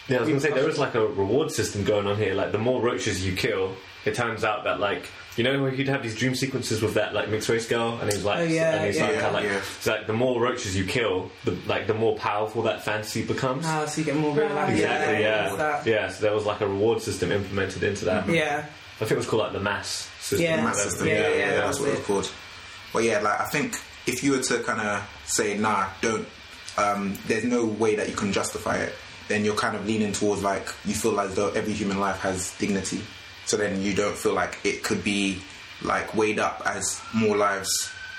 Speaker 3: Yeah, I was gonna say there is like a reward system going on here. Like, the more roaches you kill, it turns out that like. You know, where he'd have these dream sequences with that like mixed race girl, and he's like,
Speaker 2: Oh, yeah,
Speaker 3: and he's like,
Speaker 1: yeah.
Speaker 3: kinda like,
Speaker 1: Yeah.
Speaker 3: it's like the more roaches you kill, the like the more powerful that fantasy becomes.
Speaker 2: Ah, so you get more real life.
Speaker 3: Exactly.
Speaker 2: it's
Speaker 3: Yeah.
Speaker 2: that.
Speaker 3: Yeah. So there was like a reward system implemented into that.
Speaker 2: Yeah.
Speaker 3: I think it was called like the mass system.
Speaker 2: Yeah.
Speaker 1: mass system.
Speaker 2: Yeah,
Speaker 1: Yeah,
Speaker 2: yeah,
Speaker 1: yeah,
Speaker 2: yeah, that
Speaker 1: that's
Speaker 2: was
Speaker 1: what it's
Speaker 2: it.
Speaker 1: called. But yeah, like I think if you were to kind of say, nah, don't, um, there's no way that you can justify it, then you're kind of leaning towards like you feel as though every human life has dignity. So then you don't feel like it could be like weighed up as more lives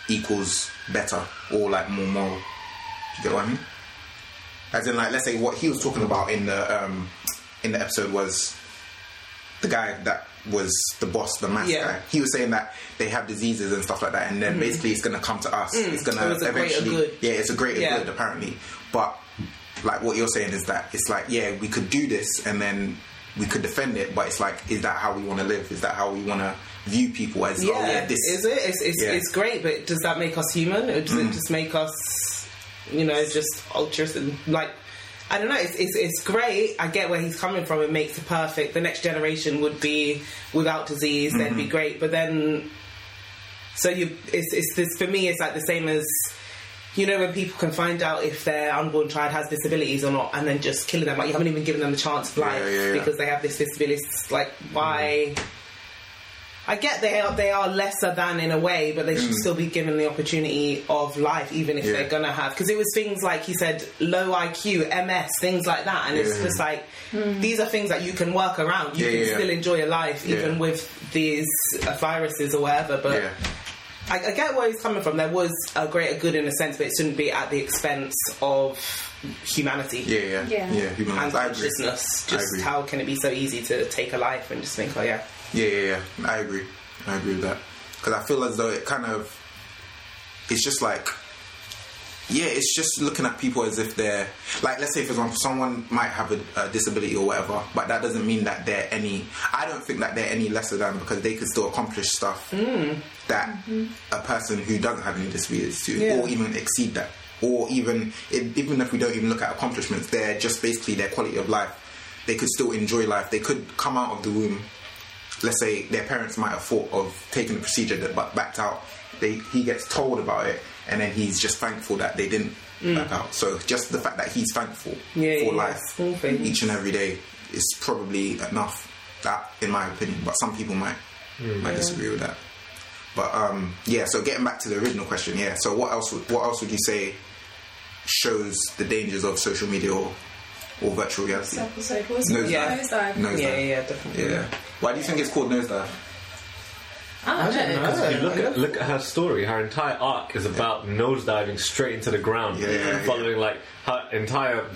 Speaker 1: equals better or like more moral. Do you get what I mean? As in, like, let's say what he was talking about in the um, in the episode was the guy that was the boss, the mass
Speaker 2: Yeah. Mm-hmm.
Speaker 1: guy. He was saying that they have diseases and stuff like that, and then basically it's going to come to us. It's going
Speaker 2: It
Speaker 1: to
Speaker 2: was Mm. a greater
Speaker 1: eventually,
Speaker 2: good.
Speaker 1: yeah, it's a greater
Speaker 2: Yeah.
Speaker 1: good apparently. But like what you're saying is that it's like, yeah, we could do this, and then we could defend it, but it's like, is that how we want to live? Is that how we want to view people? As oh, yeah, this
Speaker 2: is it? It's, it's,
Speaker 1: Yeah. Mm.
Speaker 2: it's great, but does that make us human? Or does it just make us, you know, just altruistic? and, Like, I don't know. It's, it's, it's great. I get where he's coming from. It makes it perfect. The next generation would be without disease. They'd
Speaker 1: Mm-hmm.
Speaker 2: be great. But then, so you, it's, it's this for me. It's like the same as. You know when people can find out if their unborn child has disabilities or not, and then just killing them. Like you haven't even given them the chance of life
Speaker 1: yeah, yeah.
Speaker 2: because they have this disability. It's Like why? I get they are they are lesser than in a way, but they should still be given the opportunity of life, even if
Speaker 1: Mm. Yeah.
Speaker 2: they're gonna have. Because it was things like he said, low IQ, MS, things like that, and it's
Speaker 1: Yeah.
Speaker 2: just like these are things that you can work around. You
Speaker 1: Yeah,
Speaker 2: can
Speaker 1: yeah, yeah.
Speaker 2: still enjoy your life, even
Speaker 1: Yeah.
Speaker 2: with these uh, viruses or whatever. But
Speaker 1: yeah.
Speaker 2: I, I get where he's coming from. There was a greater good in a sense, but it shouldn't be at the expense of humanity.
Speaker 1: Yeah, yeah,
Speaker 4: Yeah.
Speaker 1: yeah, yeah. Human
Speaker 2: And
Speaker 1: rights. I agree.
Speaker 2: consciousness.
Speaker 1: I
Speaker 2: Just
Speaker 1: agree.
Speaker 2: how can it be so easy to take a life and just think, oh yeah,
Speaker 1: Yeah, yeah, yeah. I agree. I agree with that because I feel as though it kind of it's just like yeah, it's just looking at people as if they're like let's say for example someone might have a, a disability or whatever, but that doesn't mean that they're any. I don't think that they're any lesser than because they could still accomplish stuff that a person who doesn't have any disabilities to,
Speaker 2: Yeah.
Speaker 1: or even exceed that, or even if, even if we don't even look at accomplishments, they're just basically their quality of life. They could still enjoy life. They could come out of the womb let's say their parents might have thought of taking the procedure that but backed out they he gets told about it and then he's just thankful that they didn't back out. So just the fact that he's thankful
Speaker 2: Yeah,
Speaker 1: for
Speaker 2: yeah,
Speaker 1: life
Speaker 2: small things.
Speaker 1: each and every day is probably enough. That, in my opinion, but some people might might disagree with that. But um, yeah, so getting back to the original question, yeah. So what else? Would, what else would you say shows the dangers of social media or, or virtual reality?
Speaker 4: This episode was
Speaker 1: Nosedive.
Speaker 2: Yeah.
Speaker 4: Nosedive.
Speaker 1: Nosedive.
Speaker 2: Yeah, yeah, definitely.
Speaker 1: Yeah. Why do you think it's called nosedive?
Speaker 4: I don't know.
Speaker 3: If you look at, look at her story, her entire arc is about nosediving straight into the ground,
Speaker 1: Yeah, yeah, yeah.
Speaker 3: following like her entire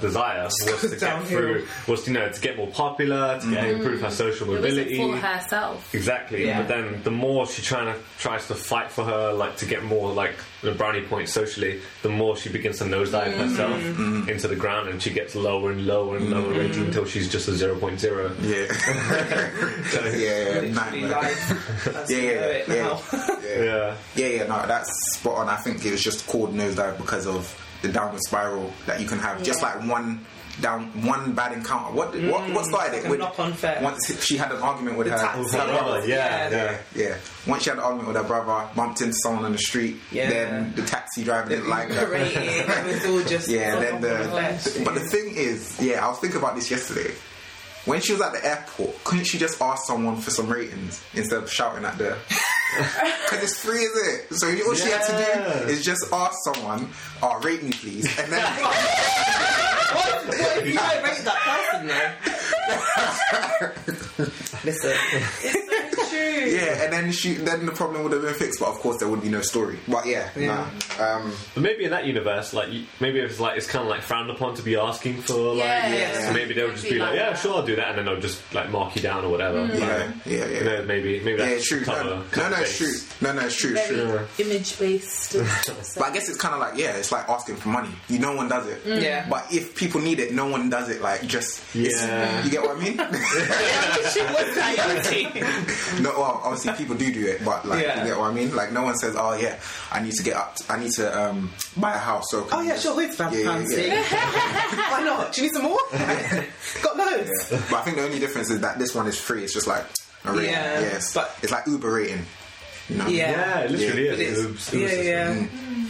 Speaker 3: desire was to get
Speaker 2: Downhill.
Speaker 3: through, was you know to get more popular, to
Speaker 1: Mm-hmm.
Speaker 3: get, improve her social
Speaker 4: It wasn't
Speaker 3: mobility.
Speaker 4: for herself.
Speaker 3: Exactly,
Speaker 2: Yeah.
Speaker 3: but then the more she trying to tries to fight for her, like to get more like the brownie point socially, the more she begins to nosedive
Speaker 1: Mm-hmm.
Speaker 3: herself into the ground, and she gets lower and lower and
Speaker 1: Mm-hmm.
Speaker 3: lower rating until she's just a 0.0.
Speaker 1: Yeah. yeah, yeah, yeah.
Speaker 2: Literally,
Speaker 1: nightmare.
Speaker 2: like, that's
Speaker 1: Yeah, yeah,
Speaker 2: it
Speaker 1: yeah.
Speaker 2: now.
Speaker 1: yeah,
Speaker 3: Yeah,
Speaker 1: yeah, yeah. No, that's spot on. I think it was just called nosedive because of the downward spiral that you can have. Just like one down, one bad encounter. What what, what
Speaker 2: Mm,
Speaker 1: started
Speaker 2: like
Speaker 1: it?
Speaker 2: a
Speaker 1: With-
Speaker 2: knock-on effect.
Speaker 1: Once she had an argument with
Speaker 2: The
Speaker 1: her,
Speaker 2: taxi.
Speaker 1: her brother.
Speaker 3: brother, yeah,
Speaker 2: Yeah.
Speaker 1: Yeah, yeah. Once she had an argument with her brother, bumped into someone on the street.
Speaker 2: Yeah.
Speaker 1: Then the taxi driver didn't like her.
Speaker 2: Great, it was all just
Speaker 1: Yeah, then
Speaker 2: Flesh.
Speaker 1: the. But the thing is, yeah, I was thinking about this yesterday. When she was at the airport, couldn't she just ask someone for some ratings instead of shouting at the? Because it's free, is it? So all she had to
Speaker 3: Yeah.
Speaker 1: do is just ask someone, "Oh, rate me, please," and then.
Speaker 2: What, what if you don't rate that person though? Listen,
Speaker 4: It's true.
Speaker 1: Yeah, and then she then the problem would have been fixed, but of course there would be no story. But yeah,
Speaker 2: Yeah.
Speaker 1: nah. Um,
Speaker 3: but maybe in that universe, like you- maybe it's like it's kind of like frowned upon to be asking for like.
Speaker 4: Yeah,
Speaker 2: yeah.
Speaker 3: So maybe they'll just be like, yeah, sure, I'll do that, and then they'll just like mark you down or
Speaker 2: Mm.
Speaker 3: whatever.
Speaker 1: yeah,
Speaker 3: Like,
Speaker 1: yeah, yeah.
Speaker 3: you know, maybe maybe
Speaker 1: yeah,
Speaker 3: that's
Speaker 1: it's true.
Speaker 3: cover.
Speaker 1: No, no,
Speaker 3: cover
Speaker 1: no, it's true.
Speaker 3: base.
Speaker 1: No, no, it's true. It's
Speaker 4: Very
Speaker 1: true.
Speaker 4: image based.
Speaker 1: But I guess it's kind of like yeah, it's like asking for money. You, no one does it.
Speaker 2: Mm. Yeah.
Speaker 1: But if people need it, no one does it. Like just it's-
Speaker 3: Yeah.
Speaker 1: you get what I mean?
Speaker 2: she was diabetic.
Speaker 1: no, well, obviously people do do it, but like
Speaker 2: Yeah.
Speaker 1: you get what I mean. Like no one says, oh yeah, I need to get up, I need to um buy a house. So
Speaker 2: Oh yeah, sure, here's Van
Speaker 1: Yeah, yeah,
Speaker 2: Fancy. Why not? Do you need some more? Got loads.
Speaker 1: But I think the only difference is that this one is free. It's just like a rating.
Speaker 2: Yeah,
Speaker 1: yes,
Speaker 2: but-
Speaker 1: it's like Uber rating. You know?
Speaker 2: Yeah.
Speaker 3: Yeah, it literally
Speaker 1: Yeah.
Speaker 3: is.
Speaker 2: It is.
Speaker 3: It was- it
Speaker 2: yeah,
Speaker 3: was just-
Speaker 2: yeah.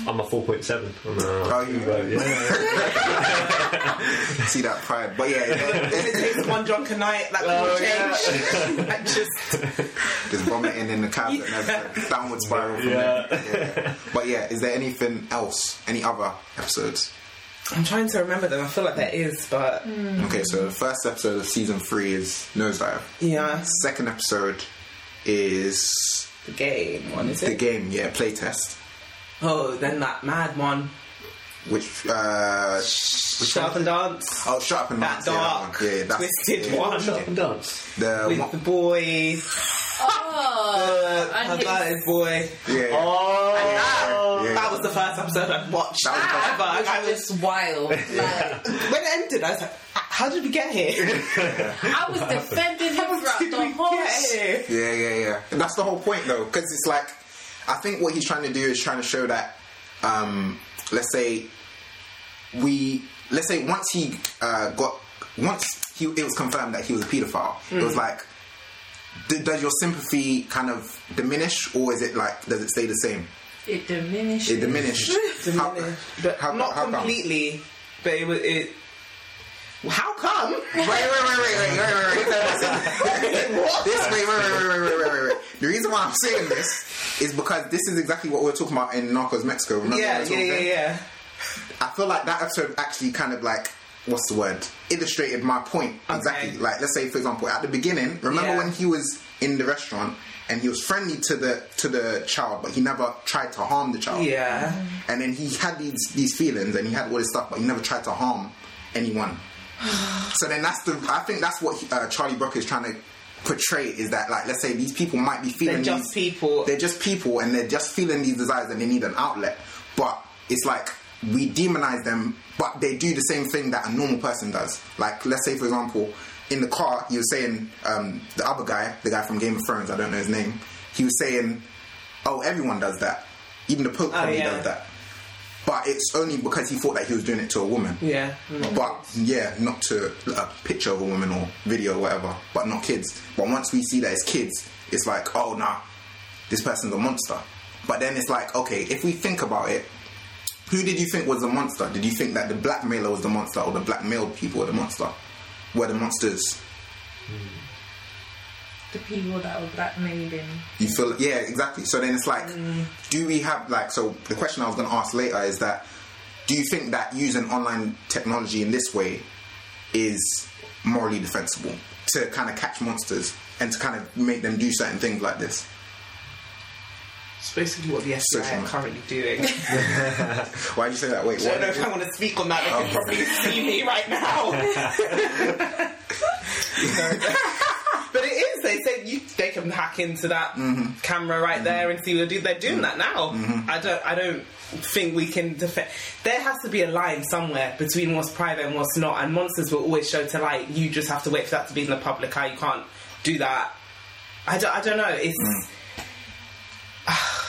Speaker 3: I'm a 4.7. I'm a,
Speaker 1: Oh, you-
Speaker 3: Right, yeah.
Speaker 1: See that pride, but yeah,
Speaker 2: It
Speaker 1: it-
Speaker 2: takes one drunk a night, that
Speaker 3: Oh,
Speaker 2: can change. I just
Speaker 1: Just vomiting in the cab and everything. Downward spiral from
Speaker 3: Yeah.
Speaker 1: there. Yeah. But yeah, is there anything else? Any other episodes?
Speaker 2: I'm trying to remember them. I feel like there is, but
Speaker 1: Okay, so the first episode of season three is Nosedive.
Speaker 2: yeah,
Speaker 1: Second episode is
Speaker 2: the game one is
Speaker 1: the
Speaker 2: it?
Speaker 1: game, yeah, playtest.
Speaker 2: Oh, then that mad one,
Speaker 1: Which uh
Speaker 2: Sharp and Dance,
Speaker 1: Oh Shut Up and
Speaker 2: that
Speaker 1: Dance, yeah,
Speaker 2: dark,
Speaker 1: one. Yeah, that's
Speaker 2: twisted
Speaker 1: yeah.
Speaker 2: one
Speaker 3: Shut up and dance.
Speaker 1: The
Speaker 2: with the
Speaker 1: one,
Speaker 2: boy,
Speaker 4: oh,
Speaker 1: uh,
Speaker 2: the
Speaker 4: and his,
Speaker 2: perverted boy.
Speaker 1: yeah.
Speaker 2: Oh,
Speaker 1: Yeah.
Speaker 2: that was the first episode I watched.
Speaker 1: That was the first-
Speaker 2: ever.
Speaker 4: which
Speaker 2: I
Speaker 4: was
Speaker 2: was
Speaker 4: just wild. Like,
Speaker 2: when it ended, I was like, "How did we get here?
Speaker 4: I was defending him throughout
Speaker 2: Did
Speaker 4: the
Speaker 2: we
Speaker 4: whole
Speaker 2: get here?"
Speaker 1: Yeah, yeah, yeah. And that's the whole point, though, because it's like I think what he's trying to do is trying to show that, um, let's say, we let's say once he uh, got once he it was confirmed that he was a paedophile, it
Speaker 2: Mm.
Speaker 1: was like. D- does your sympathy kind of diminish, or is it like does it stay the same?
Speaker 4: It diminished.
Speaker 1: It diminished. How-
Speaker 2: Diminished, but
Speaker 1: how-
Speaker 2: not
Speaker 1: how come?
Speaker 2: completely. But it was it. How come?
Speaker 1: Wait, wait, wait, wait, wait, wait, wait, wait. this wait, wait, wait, wait, wait, wait, wait, wait. The reason why I'm saying this is because this is exactly what we were talking about in Narcos Mexico. Remember
Speaker 2: yeah,
Speaker 1: we were
Speaker 2: yeah,
Speaker 1: talking
Speaker 2: yeah,
Speaker 1: then?
Speaker 2: yeah.
Speaker 1: I feel like that episode actually kind of like what's the word illustrated my point exactly. Like let's say for example at the beginning, remember
Speaker 2: Yeah.
Speaker 1: when he was in the restaurant and he was friendly to the to the child, but he never tried to harm the child.
Speaker 2: Yeah.
Speaker 1: And then he had these these feelings and he had all this stuff, but he never tried to harm anyone. so then that's the I think that's what he, uh, Charlie Brooker is trying to portray is that like let's say these people might be feeling
Speaker 2: They're just
Speaker 1: these-
Speaker 2: people.
Speaker 1: They're just people and they're just feeling these desires and they need an outlet. But it's like we demonize them, but they do the same thing that a normal person does. Like, let's say, for example, in the car, you were saying um, the other guy, the guy from Game of Thrones, I don't know his name, he was saying, oh, everyone does that. Even the Pope probably
Speaker 2: Oh, yeah.
Speaker 1: does that. But it's only because he thought that he was doing it to a woman.
Speaker 2: Yeah. Mm.
Speaker 1: But yeah, not to a picture of a woman or video or whatever, but not kids. But once we see that it's kids, it's like, oh nah, this person's a monster. But then it's like, okay, if we think about it, Who did you think was the monster? Did you think that the blackmailer was the monster, or the blackmailed people were the monster? Were the monsters?
Speaker 4: The people that were blackmailing.
Speaker 1: You feel yeah, exactly. So then it's like, do we have like? So the question I was going to ask later is that, do you think that using online technology in this way is morally defensible to kind of catch monsters and to kind of make them do certain things like this?
Speaker 2: It's basically what the
Speaker 1: Social
Speaker 2: FBI are
Speaker 1: media.
Speaker 2: currently doing.
Speaker 1: Why do you say that? Wait,
Speaker 2: I don't know
Speaker 1: what?
Speaker 2: if I want to speak on that. They can
Speaker 1: Oh.
Speaker 2: probably see me right now. but it is. They said you, they can hack into that camera right there and see what they do. They're doing that now. I don't. I don't think we can defend. There has to be a line somewhere between what's private and what's not. And monsters will always show to light. You just have to wait for that to be in the public eye. You can't do that. I don't. I don't know. It's.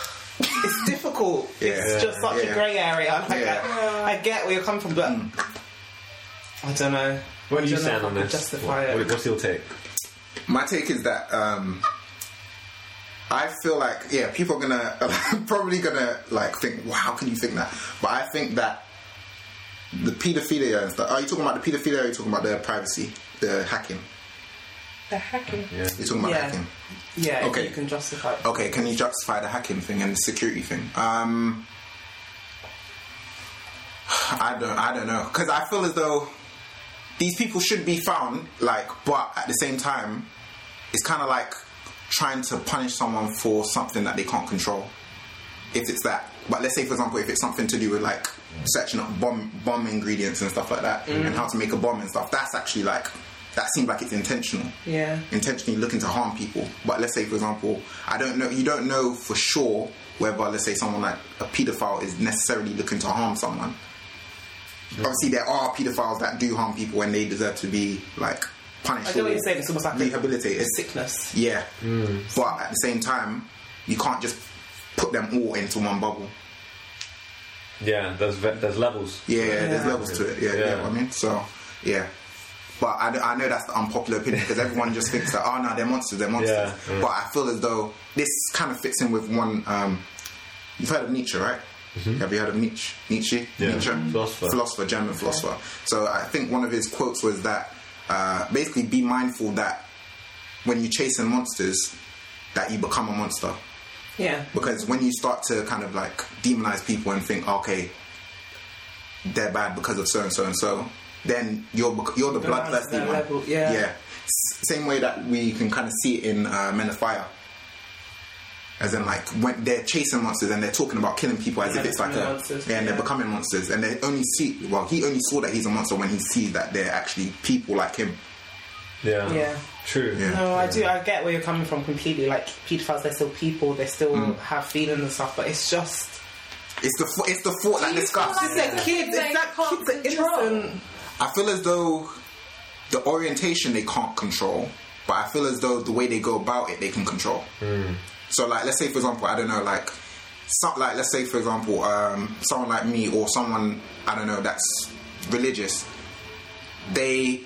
Speaker 2: It's difficult.
Speaker 1: Yeah.
Speaker 2: It's just such
Speaker 1: Yeah.
Speaker 2: a grey area. Like,
Speaker 1: Yeah.
Speaker 2: I, I get where you're coming from, but I don't know.
Speaker 3: Where
Speaker 2: I
Speaker 3: do you
Speaker 2: don't know
Speaker 3: stand
Speaker 2: if I
Speaker 3: on
Speaker 2: could
Speaker 3: this?
Speaker 2: Justify
Speaker 3: What-
Speaker 2: it.
Speaker 3: what's your take?
Speaker 1: My take is that um, I feel like yeah, people are gonna probably gonna like think, wow, how can you think that? But I think that the pedophilia and stuff. Are you talking about the pedophilia? Or are you talking about the privacy, the hacking?
Speaker 4: The hacking.
Speaker 3: Yeah.
Speaker 1: You're talking about
Speaker 2: Yeah.
Speaker 1: hacking.
Speaker 2: Yeah, if
Speaker 1: Okay.
Speaker 2: you can justify it.
Speaker 1: Okay, can you justify the hacking thing and the security thing? Um, I don't, I don't know, because I feel as though these people should be found, like, but at the same time, it's kind of like trying to punish someone for something that they can't control. If it's that, but let's say, for example, if it's something to do with like searching up bomb bomb ingredients and stuff like that, and how to make a bomb and stuff, that's actually like that seems like it's intentional
Speaker 2: Yeah.
Speaker 1: intentionally looking to harm people. But let's say, for example, I don't know, you don't know for sure whether, let's say, someone like a paedophile is necessarily looking to harm someone. Obviously, there are paedophiles that do harm people and they deserve to be like punished.
Speaker 2: I get what
Speaker 1: or
Speaker 2: you're saying. It's almost like a-
Speaker 1: rehabilitated.
Speaker 2: Sickness.
Speaker 1: Yeah, but at the same time, you can't just put them all into one bubble.
Speaker 3: Yeah, there's ve- there's levels.
Speaker 1: Yeah, yeah, there's levels to it. Yeah, yeah.
Speaker 3: Yeah.
Speaker 1: what I mean, so yeah. But I, I know that's the unpopular opinion because everyone just thinks that oh no, they're monsters, they're monsters.
Speaker 3: Yeah, mm.
Speaker 1: But I feel as though this kind of fits in with one. Um, you've heard of Nietzsche, right? Have you heard of Nietzsche? Nietzsche,
Speaker 3: Mm-hmm. Yeah,
Speaker 1: Nietzsche,
Speaker 3: philosopher.
Speaker 1: German philosopher. So I think one of his quotes was that uh, basically be mindful that when you're chasing monsters, that you become a monster
Speaker 2: Yeah.
Speaker 1: because when you start to kind of like demonize people and think okay they're bad because of so and so and so then you're bec- you're the
Speaker 2: Reminds
Speaker 1: bloodthirsty
Speaker 2: that
Speaker 1: one
Speaker 2: level, yeah.
Speaker 1: S- same way that we can kind of see it in uh, men of fire as in like when they're chasing monsters and they're talking about killing people as
Speaker 2: Yeah,
Speaker 1: if it's like a
Speaker 2: becoming monsters,
Speaker 1: yeah, and they're
Speaker 2: yeah.
Speaker 1: becoming monsters and they only see well he only saw that he's a monster when he sees that they're actually people like him
Speaker 3: Yeah.
Speaker 2: Yeah.
Speaker 3: True.
Speaker 1: Yeah.
Speaker 2: No, I do. I get where you're coming from completely. Like pedophiles, they're still people. They still
Speaker 3: Hmm.
Speaker 2: have feelings and stuff. But it's just
Speaker 1: it's the fo- it's the thought that
Speaker 4: you
Speaker 1: disgusts
Speaker 4: feel like
Speaker 2: it's a kid. It's
Speaker 4: They
Speaker 2: that
Speaker 4: can't
Speaker 2: kid's an
Speaker 4: control.
Speaker 2: innocent.
Speaker 1: I feel as though the orientation they can't control, but I feel as though the way they go about it they can control. So, like, let's say for example, I don't know, like, some, like let's say for example, um, someone like me or someone I don't know that's religious, they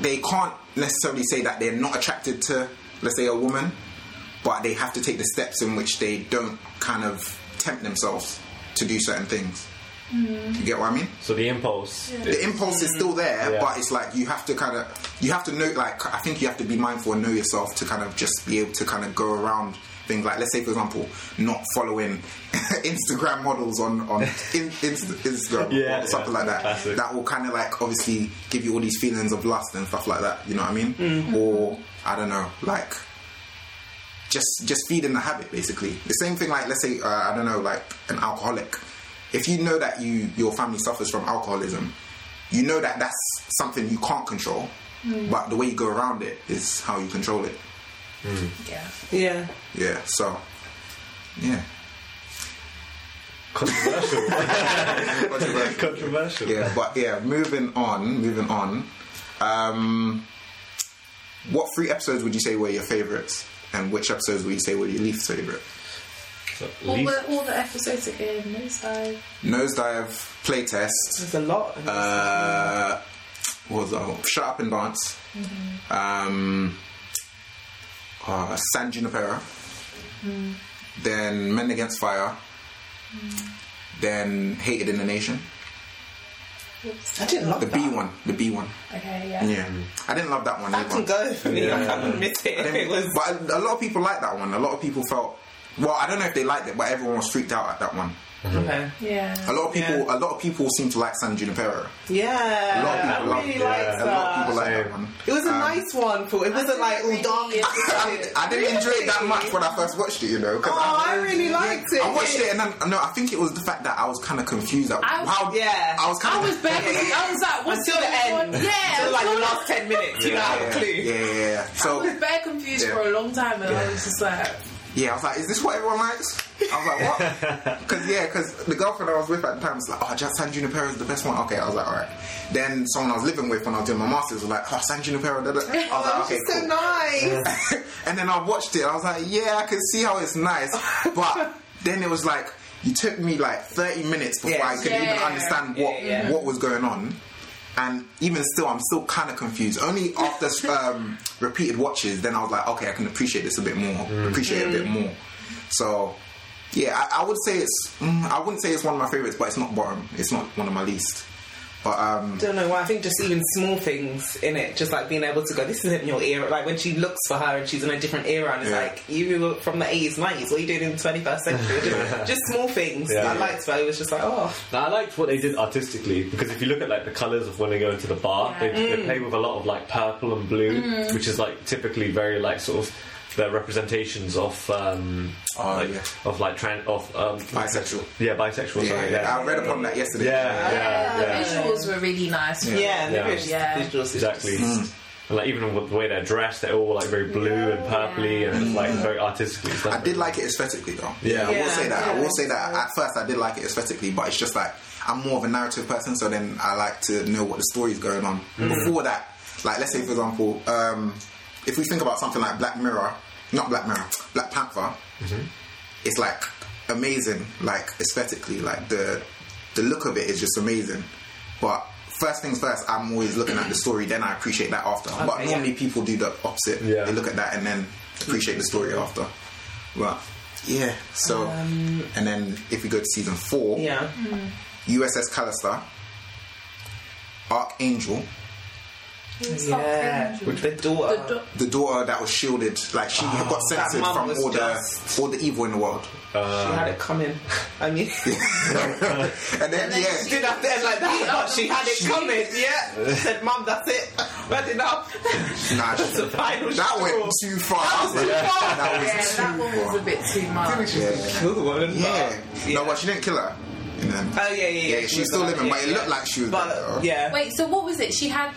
Speaker 1: they can't necessarily say that they're not attracted to, let's say, a woman, but they have to take the steps in which they don't kind of tempt themselves to do certain things. You get what I mean?
Speaker 3: So the impulse.
Speaker 1: the impulse is still there,
Speaker 3: Yeah.
Speaker 1: but it's like you have to kind of you have to know. Like I think you have to be mindful and know yourself to kind of just be able to kind of go around things. Like let's say, for example, not following Instagram models on on in, Inst- Instagram
Speaker 3: Yeah,
Speaker 1: or something
Speaker 3: yeah.
Speaker 1: like that.
Speaker 3: Classic.
Speaker 1: That will kind of like obviously give you all these feelings of lust and stuff like that. You know what I mean?
Speaker 3: Mm.
Speaker 1: Or I don't know, like just just feeding the habit basically the same thing like let's say uh, i don't know like an alcoholic if you know that you your family suffers from alcoholism you know that that's something you can't control
Speaker 3: Mm.
Speaker 1: but the way you go around it is how you control it
Speaker 4: Yeah.
Speaker 2: Yeah.
Speaker 1: yeah so yeah
Speaker 3: Controversial.
Speaker 1: Controversial.
Speaker 3: Controversial.
Speaker 1: yeah but yeah moving on moving on um what three episodes would you say were your favorites and which episodes would you say were your least favorite
Speaker 3: So
Speaker 4: What
Speaker 3: least-
Speaker 4: were all the episodes again? Nosedive.
Speaker 1: nosedive playtest
Speaker 2: There's a lot. of
Speaker 1: Uh, what was that? one? Shut up and dance. Um, uh, Mm-hmm. San Junipero. Then Men Against Fire. then Hated in the Nation.
Speaker 4: Oops.
Speaker 8: I didn't love
Speaker 1: The
Speaker 8: that.
Speaker 1: B one. The B one.
Speaker 4: Okay, yeah.
Speaker 1: Yeah. I didn't love that one
Speaker 8: That can
Speaker 1: either.
Speaker 8: go for me. I
Speaker 1: Yeah.
Speaker 8: can admit it.
Speaker 1: I
Speaker 8: If
Speaker 1: didn't-
Speaker 8: it was.
Speaker 1: But a lot of people liked that one. A lot of people felt. Well, I don't know if they liked it, but everyone was freaked out at that one.
Speaker 2: Okay.
Speaker 1: A
Speaker 4: Yeah.
Speaker 1: lot of people,
Speaker 8: Yeah.
Speaker 1: a lot of people seem to like San Junipero.
Speaker 8: Yeah,
Speaker 1: A lot of
Speaker 8: I
Speaker 1: people
Speaker 8: really
Speaker 1: love-
Speaker 8: liked
Speaker 1: A
Speaker 3: yeah.
Speaker 1: lot of
Speaker 8: that.
Speaker 1: people like that
Speaker 3: Same.
Speaker 1: one.
Speaker 8: it was a
Speaker 1: Um,
Speaker 8: nice one, Paul. It wasn't like all dark. and
Speaker 1: I, I didn't enjoy it that much when I first watched it, you know. 'cause
Speaker 8: Oh, I really liked it.
Speaker 1: I watched it and then no, I think it was the fact that I was kind of confused. At
Speaker 4: I-
Speaker 1: how,
Speaker 8: Yeah.
Speaker 1: I was kind
Speaker 4: I
Speaker 1: of
Speaker 4: was barely. I was like, what's
Speaker 8: until the
Speaker 4: going on?
Speaker 8: end.
Speaker 4: Yeah.
Speaker 8: until like
Speaker 4: I
Speaker 8: the
Speaker 4: was
Speaker 8: last ten minutes. You don't
Speaker 1: yeah,
Speaker 8: have a clue.
Speaker 1: yeah, yeah, yeah.
Speaker 4: I was
Speaker 1: So
Speaker 4: very confused
Speaker 1: Yeah.
Speaker 4: for a long time, and I was just like, uh,
Speaker 1: yeah, I was like, is this what everyone likes? I was like, what? Because yeah, because the girlfriend I was with at the time was like, oh, just San Junipero is the best one. Okay, I was like, all right. Then someone I was living with when I was doing my masters was like, oh, San Junipero. Da, da. I was
Speaker 8: Oh,
Speaker 1: like, okay,
Speaker 8: she's
Speaker 1: cool.
Speaker 8: so nice.
Speaker 1: and then I watched it. I was like, yeah, I can see how it's nice, but then it was like you took me like 30 minutes before
Speaker 8: Yeah.
Speaker 1: I could even
Speaker 4: Yeah.
Speaker 1: understand what
Speaker 8: Yeah, yeah.
Speaker 1: what was going on. And even still, I'm still kind of confused. Only after um, repeated watches, then I was like, okay, I can appreciate this a bit more,
Speaker 3: Mm.
Speaker 1: appreciate it a bit
Speaker 8: Mm.
Speaker 1: more. So, yeah, I, I would say it's. Mm, I wouldn't say it's one of my favorites, but it's not bottom. It's not one of my least. But um,
Speaker 2: don't know why. I think just even small things in it, just like being able to go, this isn't your era. Like when she looks for her and she's in a different era, and it's
Speaker 1: Yeah.
Speaker 2: like you were from the eighties, nineties. What are you doing in the twenty first century? Just- Just small things
Speaker 3: Yeah.
Speaker 2: I liked, but it was just like, oh,
Speaker 3: Now, I liked what they did artistically because if you look at like the colours of when they go into the bar,
Speaker 4: Yeah.
Speaker 3: they, they play with a lot of like purple and blue, which is like typically very like sort of their representations of um,
Speaker 1: Oh,
Speaker 3: like,
Speaker 1: yeah.
Speaker 3: of like trans of um,
Speaker 1: Bisexual.
Speaker 3: yeah, bisexual.
Speaker 1: yeah,
Speaker 3: sorry, yeah.
Speaker 1: I read upon that yesterday.
Speaker 3: yeah, yeah,
Speaker 4: yeah,
Speaker 3: yeah.
Speaker 4: the visuals were really nice.
Speaker 1: Yeah.
Speaker 8: Yeah, maybe
Speaker 3: Yeah.
Speaker 8: it's just
Speaker 4: Yeah.
Speaker 8: the visuals. It's
Speaker 3: exactly.
Speaker 8: just-
Speaker 1: Mm.
Speaker 3: And like even with the way they're dressed, they're all like very blue and purpley, and it's like very artistically. Stuff.
Speaker 1: Mm. I did like it aesthetically though.
Speaker 3: Yeah.
Speaker 1: I
Speaker 8: Yeah.
Speaker 1: will say that. I
Speaker 8: Yeah.
Speaker 1: will say that at first I did like it aesthetically, but it's just like I'm more of a narrative person, so then I like to know what the story's going on. Before that, like let's say for example, um, if we think about something like Black Mirror, not Black Mirror, Black Panther,
Speaker 3: Mm-hmm.
Speaker 1: it's like amazing, like aesthetically, like the the look of it is just amazing. But first things first, I'm always looking at the story, then I appreciate that after. but
Speaker 2: Okay, yeah.
Speaker 1: normally people do the opposite.
Speaker 3: Yeah.
Speaker 1: They look at that and then appreciate the story after. Well, yeah. So, and then if we go to season four,
Speaker 2: Um, yeah,
Speaker 8: Mm,
Speaker 1: USS Callister, Archangel,
Speaker 4: It's not
Speaker 2: yeah.
Speaker 4: cringe.
Speaker 2: The daughter.
Speaker 4: The do-
Speaker 1: the daughter that was shielded, like she got censored
Speaker 2: Oh, mum
Speaker 1: from
Speaker 2: was
Speaker 1: all
Speaker 2: just-
Speaker 1: the all the evil in the world.
Speaker 2: she had it coming. I mean,
Speaker 1: And then,
Speaker 4: then
Speaker 1: yeah,
Speaker 4: she-
Speaker 2: did have to end like that. Oh, she had it coming. Yeah, said, "Mum, that's it. That's enough."
Speaker 1: nah, she-
Speaker 2: the final
Speaker 1: that
Speaker 2: straw.
Speaker 1: went too far. I was like, That was
Speaker 4: Yeah, that
Speaker 1: too
Speaker 4: one was a
Speaker 1: far.
Speaker 4: bit too much.
Speaker 1: Yeah.
Speaker 2: Another one, but-
Speaker 1: Yeah. no, but she didn't kill her. And then-
Speaker 2: Oh yeah, yeah, yeah.
Speaker 1: Yeah,
Speaker 2: she
Speaker 1: she's
Speaker 2: was
Speaker 1: still
Speaker 2: alive,
Speaker 1: living,
Speaker 2: yeah,
Speaker 1: but it
Speaker 2: yeah.
Speaker 1: looked like she was
Speaker 2: But
Speaker 1: dead, though.
Speaker 2: yeah,
Speaker 4: Wait, so what was it? She had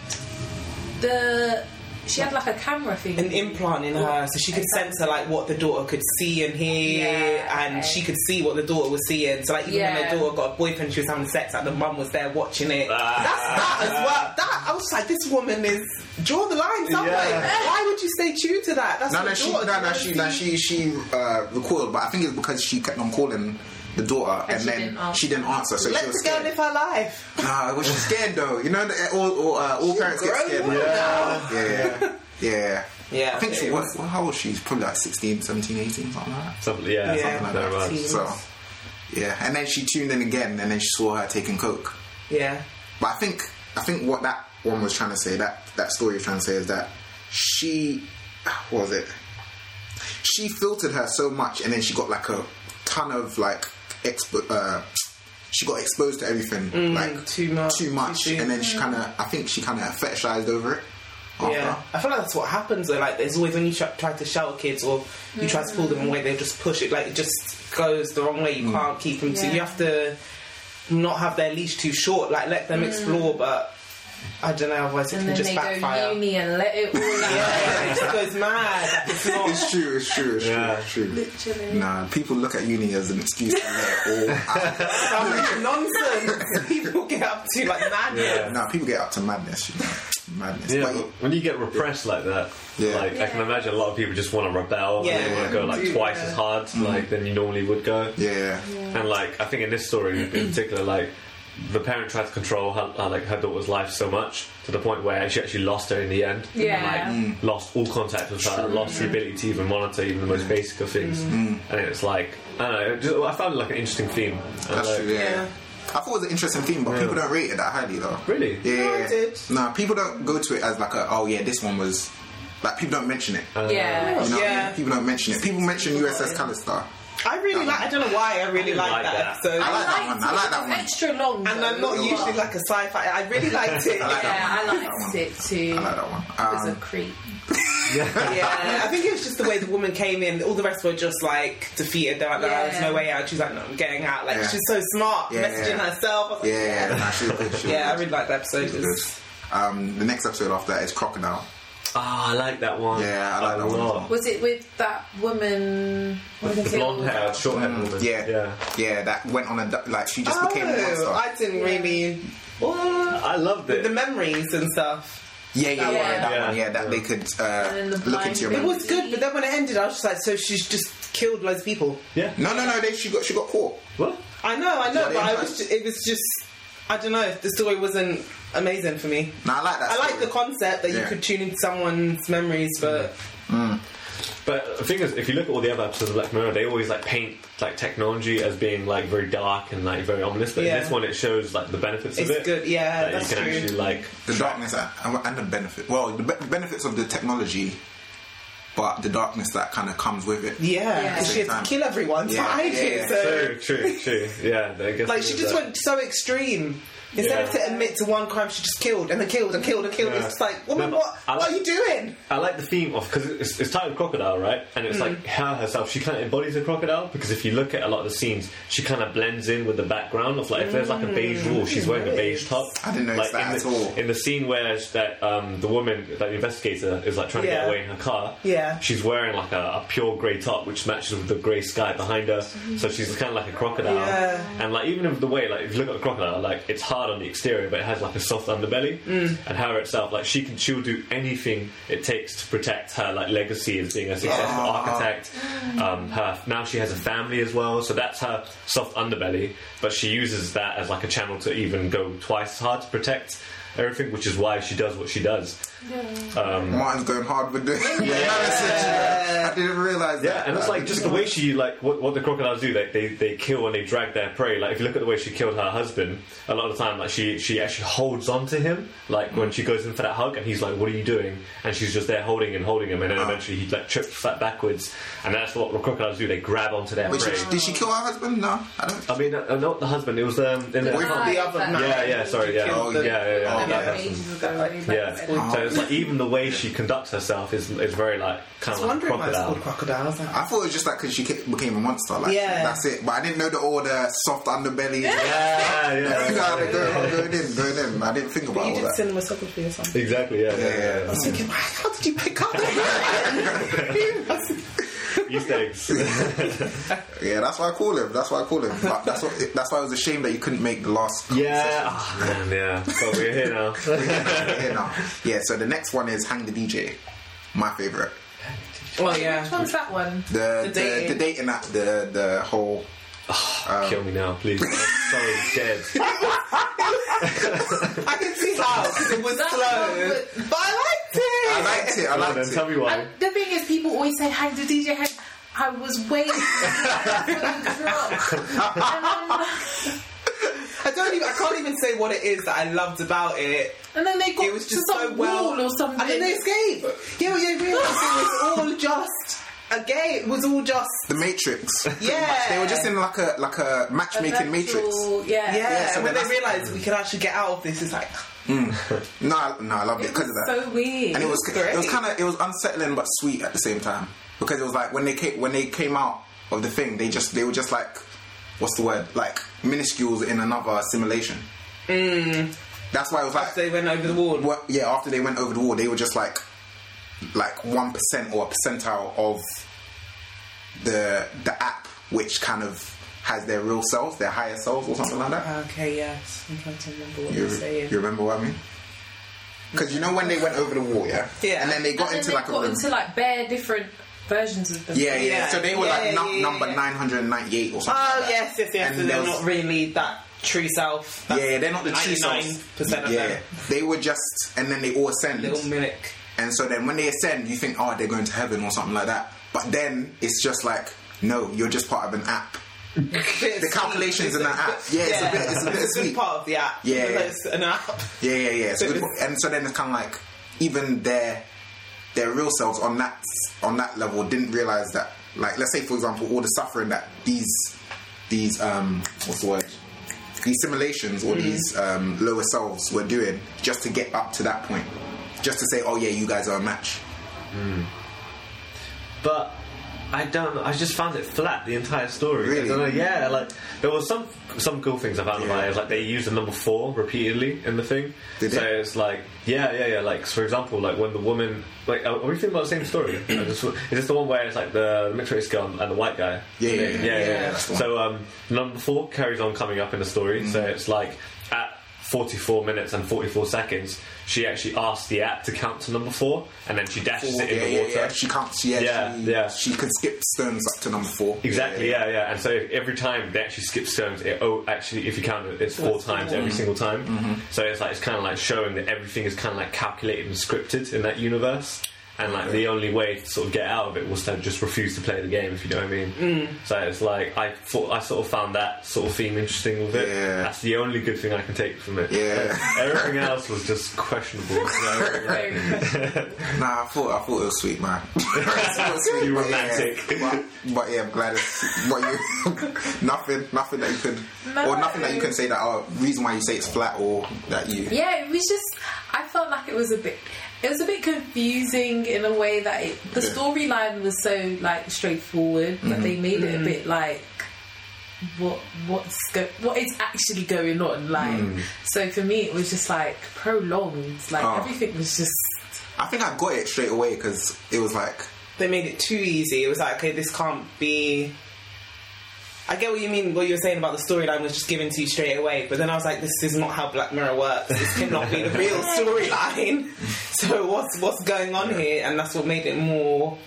Speaker 4: the she had like a camera thing.
Speaker 2: an implant in her, so she could
Speaker 4: Exactly.
Speaker 2: censor like what the daughter could see and hear,
Speaker 4: Yeah,
Speaker 2: and
Speaker 4: okay.
Speaker 2: she could see what the daughter was seeing. So like even when
Speaker 4: Yeah.
Speaker 2: the daughter got a boyfriend, she was having sex, like the mum was there watching it.
Speaker 3: Ah.
Speaker 2: That's that as well. That I was like, this woman is draw the line somewhere.
Speaker 3: Yeah.
Speaker 2: Why would you stay true to that? That's
Speaker 1: No,
Speaker 2: your
Speaker 1: no, she, no,
Speaker 2: daughter.
Speaker 1: no,
Speaker 2: Do
Speaker 1: she,
Speaker 2: you
Speaker 1: no,
Speaker 2: wanna see-
Speaker 1: she, she uh, recoiled, but I think it's because she kept on calling the daughter, and,
Speaker 4: she
Speaker 1: then
Speaker 4: didn't answer.
Speaker 1: she didn't answer, so
Speaker 2: Let
Speaker 1: she was
Speaker 2: the girl live
Speaker 1: scared.
Speaker 2: her life.
Speaker 1: Nah, well, she's scared though. You know, that all, all, uh, all parents get
Speaker 2: grown
Speaker 1: scared.
Speaker 2: woman
Speaker 1: Yeah. yeah, yeah, yeah.
Speaker 2: Yeah,
Speaker 1: I think she
Speaker 2: it
Speaker 1: was. Well, how old she? Probably like 16, 17, 18, something like that.
Speaker 3: something. Yeah,
Speaker 2: Yeah.
Speaker 3: something like that. uh, right.
Speaker 2: Teens.
Speaker 1: So, yeah, and then she tuned in again, and then she saw her taking coke.
Speaker 2: Yeah,
Speaker 1: But I think I think what that one was trying to say, that that story was trying to say, is that she what was it? She filtered her so much, and then she got like a ton of like expo- uh, she got exposed to everything like
Speaker 2: Mm, too much,
Speaker 1: too
Speaker 2: too
Speaker 1: much,
Speaker 2: soon.
Speaker 1: and then she kind of I think she kind of fetishized over it. after.
Speaker 2: yeah. I feel like that's what happens. Though. Like there's always when you try, try to shelter kids or you try to pull them away, they just push it. Like it just goes the wrong way. You can't keep them. So
Speaker 4: Yeah.
Speaker 2: you have to not have their leash too short. Like let them explore, but I don't know. Otherwise, it
Speaker 4: Mm. and
Speaker 2: can
Speaker 4: then
Speaker 2: just
Speaker 4: they
Speaker 2: backfire.
Speaker 4: go uni and let it all out.
Speaker 2: yeah, it just goes mad. It's not.
Speaker 1: It's true, it's true, it's
Speaker 3: Yeah.
Speaker 1: true, it's true.
Speaker 4: Literally.
Speaker 1: Nah, people look at uni as an excuse to let it all out.
Speaker 2: How much nonsense people get up to like madness.
Speaker 3: Yeah.
Speaker 1: Nah, people get up to madness, you know. Madness.
Speaker 3: Yeah,
Speaker 1: But-
Speaker 3: but when you get repressed like that,
Speaker 1: Yeah.
Speaker 3: like I can imagine a lot of people just want to rebel and
Speaker 2: Yeah.
Speaker 3: they want to go like
Speaker 2: Yeah.
Speaker 3: twice as hard like than you normally would go.
Speaker 1: Mm. yeah.
Speaker 3: And like I think in this story in particular, like the parent tried to control her, uh, like her daughter's life so much to the point where she actually lost her in the end.
Speaker 4: Yeah.
Speaker 3: And,
Speaker 1: Mm.
Speaker 3: like, lost all contact with her, lost the ability to even monitor even the
Speaker 1: Mm.
Speaker 3: most basic of things. And it's like I don't know. it Just, I found it like an interesting theme. And,
Speaker 1: That's
Speaker 3: like,
Speaker 1: true, yeah.
Speaker 9: Yeah.
Speaker 1: I thought it was an interesting theme, but people don't rate it that highly, though.
Speaker 3: Really?
Speaker 1: Yeah.
Speaker 2: I did.
Speaker 1: Nah, people don't go to it as like a, oh yeah, this one was. Like, people don't mention it.
Speaker 4: yeah.
Speaker 1: mm, uh, You know what I mean?
Speaker 9: Yeah.
Speaker 1: People don't mention it. People mention USS Callister.
Speaker 2: I really like. I don't know why I really like,
Speaker 3: like
Speaker 2: that,
Speaker 3: that.
Speaker 2: episode.
Speaker 1: I like that
Speaker 4: liked
Speaker 1: one. I
Speaker 4: it.
Speaker 1: like that
Speaker 4: It was
Speaker 1: one.
Speaker 4: Extra long.
Speaker 2: and
Speaker 4: though.
Speaker 2: I'm not usually like a sci-fi. I really liked it.
Speaker 1: like
Speaker 2: yeah.
Speaker 1: that
Speaker 4: Yeah,
Speaker 1: one.
Speaker 4: I liked it too.
Speaker 1: I like that one.
Speaker 4: It was a
Speaker 1: Um,
Speaker 4: creep.
Speaker 2: yeah, I think it was just the way the woman came in. All the rest were just like defeated. They're like, "There was
Speaker 4: Yeah.
Speaker 2: no way out." She's like, "No, I'm getting out." Like
Speaker 1: Yeah.
Speaker 2: she's so smart,
Speaker 1: Yeah.
Speaker 2: messaging herself. I was like,
Speaker 1: yeah, nah, she was good. She was
Speaker 2: yeah, I
Speaker 1: good.
Speaker 2: really like that episode.
Speaker 1: She was good. Um, the next episode after that is Crocodile.
Speaker 3: Ah, I like that one.
Speaker 1: Yeah, I like
Speaker 3: A
Speaker 1: that one as
Speaker 3: lot.
Speaker 1: well.
Speaker 4: Was it with that woman? what
Speaker 3: The
Speaker 4: was it
Speaker 3: blonde
Speaker 4: called?
Speaker 3: hair, short hair woman.
Speaker 1: Mm. Yeah,
Speaker 3: yeah.
Speaker 1: yeah. That went on a du- like she just
Speaker 2: Oh,
Speaker 1: became a monster.
Speaker 2: I didn't really
Speaker 3: What? I loved it.
Speaker 2: the memories and stuff.
Speaker 1: yeah, yeah, yeah,
Speaker 4: that one.
Speaker 1: that
Speaker 3: Yeah.
Speaker 1: one. Yeah, that they could
Speaker 4: then
Speaker 1: uh,
Speaker 4: the
Speaker 1: look
Speaker 4: blind-
Speaker 1: into your
Speaker 2: It
Speaker 1: memory.
Speaker 2: was good, but then when it ended, I was just like, "So she's just killed loads of people."
Speaker 3: yeah.
Speaker 1: No, no, no. They, she got she got caught.
Speaker 3: What?
Speaker 2: I know, I know,
Speaker 1: Is that
Speaker 2: but
Speaker 1: the
Speaker 2: I
Speaker 1: impact?
Speaker 2: was. Just, it was just. I don't know. The story wasn't amazing for me.
Speaker 1: No, I like that.
Speaker 2: I like
Speaker 1: story.
Speaker 2: the concept that
Speaker 1: Yeah.
Speaker 2: you could tune into someone's memories, but
Speaker 3: But the thing is, if you look at all the other episodes of Black Mirror, they always like paint like technology as being like very dark and like very ominous. But
Speaker 2: Yeah.
Speaker 3: in this one, it shows like the benefits
Speaker 2: it's
Speaker 3: of it.
Speaker 2: good. Yeah,
Speaker 3: That
Speaker 2: that's
Speaker 3: you can
Speaker 2: true.
Speaker 3: actually like.
Speaker 1: the darkness and- and the benefit. Well, the be- benefits of the technology, but the darkness that kind of comes with it.
Speaker 2: Yeah,
Speaker 4: Yeah.
Speaker 2: because she had
Speaker 1: Same
Speaker 2: to kill everyone.
Speaker 1: Yeah,
Speaker 2: Yeah, I did.
Speaker 1: yeah.
Speaker 2: So,
Speaker 3: True, true, true. Yeah, I guess
Speaker 2: like,
Speaker 3: it
Speaker 2: she
Speaker 3: is
Speaker 2: just
Speaker 3: that.
Speaker 2: went so extreme. Instead of
Speaker 3: Yeah.
Speaker 2: to admit to one crime, she just killed and then killed and killed and killed.
Speaker 3: Yeah.
Speaker 2: It's like, woman,
Speaker 3: No, but
Speaker 2: what?
Speaker 3: I
Speaker 2: what are you
Speaker 3: like-
Speaker 2: doing?
Speaker 3: I like the theme of because it's, it's titled crocodile, right? And
Speaker 2: Hmm.
Speaker 3: it's like her herself. She kind of embodies a crocodile because if you look at a lot of the scenes, she kind of blends in with the background of like if there's like a beige
Speaker 2: Hmm.
Speaker 3: wall, she's wearing a beige top.
Speaker 1: I didn't notice
Speaker 3: like,
Speaker 1: that
Speaker 3: in
Speaker 1: at
Speaker 3: the,
Speaker 1: all.
Speaker 3: In the scene where sh- that um, the woman, that the investigator, is like trying to
Speaker 2: Yeah.
Speaker 3: get away in her car,
Speaker 2: Yeah.
Speaker 3: she's wearing like a, a pure grey top which matches with the grey sky behind her.
Speaker 2: Mm-hmm.
Speaker 3: So she's kind of like a crocodile.
Speaker 2: Yeah.
Speaker 3: And like even if the way, like if you look at a crocodile, like it's hard on the exterior, but it has like a soft underbelly. And her itself, like she can, she'll do anything it takes to protect her like legacy as being a successful architect. Um, her now she has a family as well, so that's her soft underbelly. But she uses that as like a channel to even go twice as hard to protect everything, which is why she does what she does.
Speaker 4: Oh,
Speaker 3: Um,
Speaker 1: Martin's going hard with the analysis. I didn't realize that.
Speaker 3: Yeah, and it's like just the way she like what, what the crocodiles do. They, they they kill and they drag their prey. Like if you look at the way she killed her husband, a lot of the time like she she actually holds on to him. Like when she goes in for that hug, and he's like, "What are you doing?" And she's just there holding and holding him, and then eventually he like trips flat backwards. And that's what the crocodiles do. They grab onto their
Speaker 1: Wait,
Speaker 3: prey.
Speaker 1: she- did she kill her husband? No, I don't.
Speaker 3: I mean, uh, not the husband. It was um, in the
Speaker 1: Boyfriend.
Speaker 2: The other
Speaker 4: Exactly.
Speaker 3: yeah, yeah, sorry, yeah,
Speaker 1: killed
Speaker 3: yeah,
Speaker 1: the-
Speaker 3: yeah, yeah,
Speaker 1: Oh,
Speaker 3: yeah, that
Speaker 1: yeah.
Speaker 3: person.
Speaker 4: Ages ago, really bad
Speaker 3: Yeah.
Speaker 4: episode.
Speaker 3: So it's like even the way she conducts herself is is very like
Speaker 2: I was
Speaker 3: kind of like
Speaker 2: wondering why it's
Speaker 3: crocodile.
Speaker 2: called crocodiles. Like,
Speaker 1: I thought it was just like because she ca- became a monster. Like,
Speaker 2: Yeah.
Speaker 1: that's it. But I didn't know the all the soft underbelly.
Speaker 3: Yeah, yeah.
Speaker 1: You gotta go, go in, go in. I didn't think about
Speaker 2: you
Speaker 1: all
Speaker 2: did
Speaker 1: that.
Speaker 2: cinematography or something.
Speaker 3: Exactly. Yeah.
Speaker 1: Yeah, yeah, yeah.
Speaker 2: I was thinking, how did you pick up that?
Speaker 3: Easter eggs.
Speaker 1: Yeah, that's why I call him. That's why I call him. But that's what. That's why it was a shame that you couldn't make the last.
Speaker 3: yeah. Oh, man, yeah. But we're here now.
Speaker 1: Yeah, no. yeah. So the next one is Hang the DJ. My favorite.
Speaker 2: well, yeah.
Speaker 4: Which one's that one?
Speaker 1: Oh, The the,
Speaker 2: The
Speaker 1: the,
Speaker 2: dating.
Speaker 1: dating app. The the whole.
Speaker 3: Kill me now, please. I'm so dead.
Speaker 2: I can see how 'cause it was
Speaker 4: That one
Speaker 2: slow,
Speaker 4: with-
Speaker 2: but I liked it.
Speaker 1: I liked it. I
Speaker 3: Come on,
Speaker 1: liked
Speaker 3: then,
Speaker 1: it.
Speaker 3: tell me why.
Speaker 4: And the thing is, people always say, "Hang the DJ." Hang. I was waiting for the drop. And I'm like-
Speaker 2: I don't even. I can't even say what it is that I loved about it.
Speaker 4: And then they got
Speaker 2: It was just
Speaker 4: to some
Speaker 2: so well.
Speaker 4: wall or something.
Speaker 2: And then they escape. Yeah, but you realise it was all just a game. It was all just
Speaker 1: The Matrix.
Speaker 2: yeah.
Speaker 1: They were just in like a like a
Speaker 4: A
Speaker 1: matchmaking matrix.
Speaker 4: virtual- Yeah.
Speaker 2: yeah.
Speaker 1: Yeah, so
Speaker 2: and when
Speaker 1: then
Speaker 2: they realised we could actually get out of this, it's like
Speaker 1: No, I- no, I loved it
Speaker 4: It
Speaker 1: because of that.
Speaker 4: was so weird.
Speaker 1: and it was
Speaker 2: Great.
Speaker 1: it was kind of it was unsettling but sweet at the same time because it was like when they came when they came out of the thing they just they were just like what's the word like minuscules in another simulation. That's why it was like
Speaker 2: they went over the wall.
Speaker 1: what, yeah after they went over the wall they were just like like one percent or a percentile of the the app which kind of has their real selves their higher selves or something like that.
Speaker 2: Okay, yes, I'm trying to remember what
Speaker 1: You,
Speaker 2: you're saying.
Speaker 1: you remember what I mean? Because you know when they went over the wall, yeah?
Speaker 2: Yeah.
Speaker 1: And then they got
Speaker 4: And
Speaker 1: into
Speaker 4: then
Speaker 1: like
Speaker 4: they
Speaker 1: a
Speaker 4: got
Speaker 1: room.
Speaker 4: into like bare different versions of them.
Speaker 1: yeah, yeah,
Speaker 2: Yeah,
Speaker 1: So they were
Speaker 2: yeah,
Speaker 1: like
Speaker 2: yeah,
Speaker 1: num-
Speaker 2: yeah,
Speaker 1: number
Speaker 2: yeah.
Speaker 1: 998 or something.
Speaker 2: Oh
Speaker 1: like that.
Speaker 2: yes, yes, yes.
Speaker 1: And
Speaker 2: so
Speaker 1: there
Speaker 2: they're
Speaker 1: was-
Speaker 2: not really that true self.
Speaker 1: yeah, yeah, they're not the true selves.
Speaker 2: 99% of
Speaker 1: Yeah,
Speaker 2: them.
Speaker 1: they were just, and then they all ascend.
Speaker 2: Little mimic.
Speaker 1: And so then when they ascend, you think, oh, they're going to heaven or something like that. But then it's just like, no, you're just part of an app. The calculations in that app. Yeah, it's a bit, it's a bit
Speaker 2: good
Speaker 1: sweet.
Speaker 2: part of the app.
Speaker 1: Yeah.
Speaker 2: Even though it's an app.
Speaker 1: Yeah, yeah, yeah. It's a
Speaker 2: So
Speaker 1: good
Speaker 2: it's-
Speaker 1: and so then it's kind of like even their their real selves on that on that level didn't realize that. Like, let's say for example, all the suffering that these these um what's the word these simulations or these um, lower selves were doing just to get up to that point, just to say, oh yeah, you guys are a match.
Speaker 3: but I don't. know, I just found it flat the entire story.
Speaker 1: Really?
Speaker 3: I don't know. Yeah, like there was some some cool things I found about it. It's Like they used the number four repeatedly in the thing.
Speaker 1: Did
Speaker 3: so
Speaker 1: they?
Speaker 3: it's like yeah, yeah, yeah. Like for example, like when the woman like are are we thinking about the same story? I just, is this the one where it's like the mixed race girl and the white guy?
Speaker 1: Yeah, yeah, yeah.
Speaker 3: yeah. yeah,
Speaker 1: Yeah,
Speaker 3: yeah.
Speaker 1: that's the one. Mm.
Speaker 3: So um, number four carries on coming up in the story. So it's like at 44 minutes and 44 seconds, she actually asks the app to count to number four, and then she dashes it in
Speaker 1: yeah,
Speaker 3: the
Speaker 1: yeah,
Speaker 3: water.
Speaker 1: yeah. She can't. Yeah,
Speaker 3: Yeah,
Speaker 1: she,
Speaker 3: yeah.
Speaker 1: She can skip stones up to number four.
Speaker 3: Exactly, yeah, yeah, And so if every time they actually skip stones, it, oh, actually, if you count it, it's four Mm-hmm. times every single time. So it's like it's kind of like showing that everything is kind of like calculated and scripted in that universe. And like the only way to sort of get out of it was to just refuse to play the game, if you know what I mean. So it's like I thought I sort of found that sort of theme interesting with it.
Speaker 1: Yeah.
Speaker 3: That's the only good thing I can take from it.
Speaker 1: Yeah.
Speaker 3: Everything else was just questionable. you know? Like,
Speaker 4: Very good.
Speaker 1: Nah, I thought I thought it was sweet, man. It was sweet,
Speaker 3: You
Speaker 1: but
Speaker 3: romantic.
Speaker 1: Yeah, but, but yeah, Gladys, what you nothing, nothing that you could, or nothing that you can say that. Oh, reason why you say it's flat, or that you.
Speaker 4: Yeah, it was just. I felt like it was a bit. It was a bit confusing in a way that it, the
Speaker 1: Yeah. Mm-hmm.
Speaker 4: storyline was so like straightforward, but they made it a bit like what what's go, what is actually going on. Like, so for me, it was just like prolonged. Like
Speaker 1: Mm. Oh.
Speaker 4: everything was just.
Speaker 1: I think I got it straight away because it was like,
Speaker 2: They made it too easy. It was like, okay, this can't be. I get what you mean. What you were saying about the storyline was just given to you straight away, but then I was like, "This is not how Black Mirror works. This cannot be the real storyline." So what's what's going on here? And that's what made it more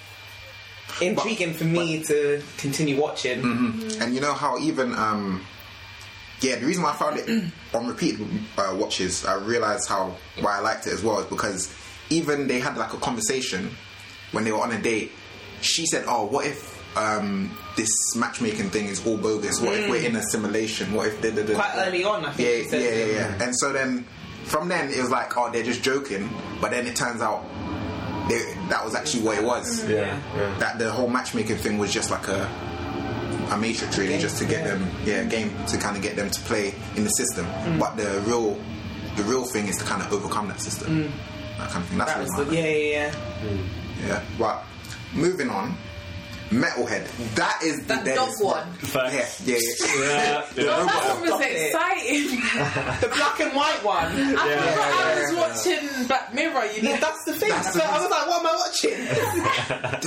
Speaker 2: intriguing for me to continue watching.
Speaker 1: and you know how even um, yeah, the reason why I found it on repeat uh, watches, I realized how why I liked it as well is because even they had like a conversation when they were on a date. She said, "Oh, what if um, this matchmaking thing is all bogus? What if we're in a simulation? What if da, da, da,
Speaker 2: Mm. Quite
Speaker 1: da."
Speaker 2: early on, I think she
Speaker 1: Yeah,
Speaker 2: said
Speaker 1: yeah, yeah,
Speaker 2: that.
Speaker 1: yeah. And so then from then it was like, oh, they're just joking. But then it turns out they, that was actually what it
Speaker 2: Mm.
Speaker 1: was.
Speaker 3: yeah, yeah.
Speaker 1: That the whole matchmaking thing was just like a a matrix really just to get them yeah game to kind of get them to play in the system but the real the real thing is to kind of overcome that system that kind of thing that's
Speaker 2: That
Speaker 1: what
Speaker 2: was
Speaker 1: I'm
Speaker 2: the, yeah, yeah, yeah.
Speaker 1: like. yeah but moving on metalhead that is the
Speaker 4: That
Speaker 1: deadest
Speaker 4: dog
Speaker 1: part.
Speaker 4: one.
Speaker 1: yeah
Speaker 3: Facts.
Speaker 1: yeah, yeah.
Speaker 3: Yeah, yeah.
Speaker 4: That one was
Speaker 2: Stop it.
Speaker 4: exciting.
Speaker 2: The black and white one.
Speaker 4: I
Speaker 3: Yeah,
Speaker 4: remember
Speaker 1: yeah,
Speaker 4: I was watching Black Mirror. You know,
Speaker 2: Yeah, that's the thing.
Speaker 1: That's
Speaker 2: so
Speaker 1: the-
Speaker 2: I was like, what am I watching?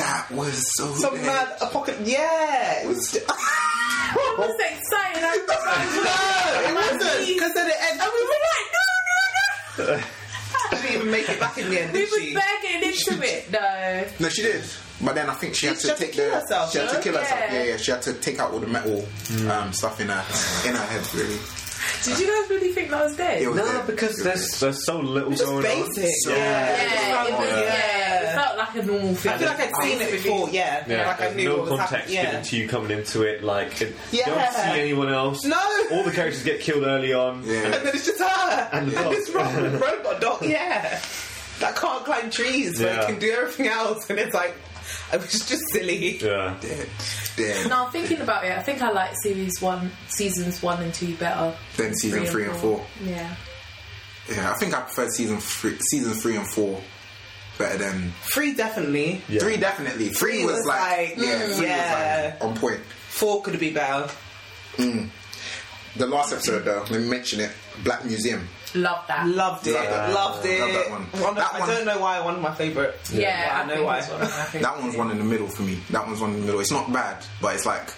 Speaker 1: that was so
Speaker 2: Some
Speaker 1: bad.
Speaker 2: mad apocalypse. Yeah. It was, no,
Speaker 4: that was exciting. I remember I was
Speaker 2: it wasn't. Because then it ended.
Speaker 4: and we were like, no, no, no.
Speaker 2: didn't even make it back in the end,
Speaker 4: We
Speaker 2: did
Speaker 4: was
Speaker 2: she?
Speaker 4: bare getting into it. No.
Speaker 1: No, she did. But then I think she had
Speaker 2: She
Speaker 1: to
Speaker 2: had to
Speaker 1: take
Speaker 2: kill
Speaker 1: the.
Speaker 2: herself,
Speaker 1: she had to
Speaker 2: no?
Speaker 1: kill herself.
Speaker 4: Yeah.
Speaker 1: Yeah, yeah. She had to take out all the metal
Speaker 3: Mm.
Speaker 1: um, stuff in her in her head. Really,
Speaker 4: Did you guys really think that was dead?
Speaker 1: It was
Speaker 3: No,
Speaker 1: dead.
Speaker 3: because
Speaker 1: It was
Speaker 3: there's
Speaker 1: dead.
Speaker 3: there's so little
Speaker 2: Just
Speaker 3: going on.
Speaker 2: basic.
Speaker 1: So- Yeah.
Speaker 4: Yeah, it, was, yeah. it felt like a normal film.
Speaker 2: I feel like I'd seen it before, yeah.
Speaker 3: Yeah,
Speaker 2: Like I
Speaker 3: there's
Speaker 2: knew
Speaker 3: no
Speaker 2: what was
Speaker 3: context
Speaker 2: happening.
Speaker 3: given
Speaker 2: Yeah.
Speaker 3: to you coming into it. Like, it,
Speaker 2: Yeah.
Speaker 3: you don't see anyone else.
Speaker 2: No.
Speaker 3: all the characters get killed early on.
Speaker 2: And
Speaker 1: Yeah.
Speaker 2: then it's just ah, her.
Speaker 3: And
Speaker 2: And,
Speaker 3: the dog.
Speaker 2: this robot, robot dog, yeah. That can't climb trees, but
Speaker 3: Yeah.
Speaker 2: it can do everything else. And it's like, it was just silly.
Speaker 3: Yeah,
Speaker 1: Dead. Dead.
Speaker 4: Now thinking about it, I think I like series one, seasons one and two better.
Speaker 1: Then season three and four.
Speaker 4: Yeah.
Speaker 1: Yeah, I think I prefer season three, season three and four better than
Speaker 2: Three, definitely.
Speaker 3: Yeah.
Speaker 1: three. Definitely, three,
Speaker 2: Three
Speaker 1: was,
Speaker 2: was
Speaker 1: like,
Speaker 2: like,
Speaker 1: yeah,
Speaker 2: mm,
Speaker 1: three
Speaker 2: yeah.
Speaker 1: was like on point.
Speaker 2: Four could be better.
Speaker 1: The last episode, though, let me mention it. Black Museum.
Speaker 4: Love that.
Speaker 2: Loved it.
Speaker 1: Love that.
Speaker 2: Loved it.
Speaker 1: Love that one.
Speaker 2: of-
Speaker 1: That
Speaker 2: I
Speaker 1: one-
Speaker 2: don't know why one of my favourite.
Speaker 4: yeah,
Speaker 2: I know why.
Speaker 4: think it's one of my favourites.
Speaker 1: That one's one in the middle for me. That one's one in the middle. It's not bad, but it's like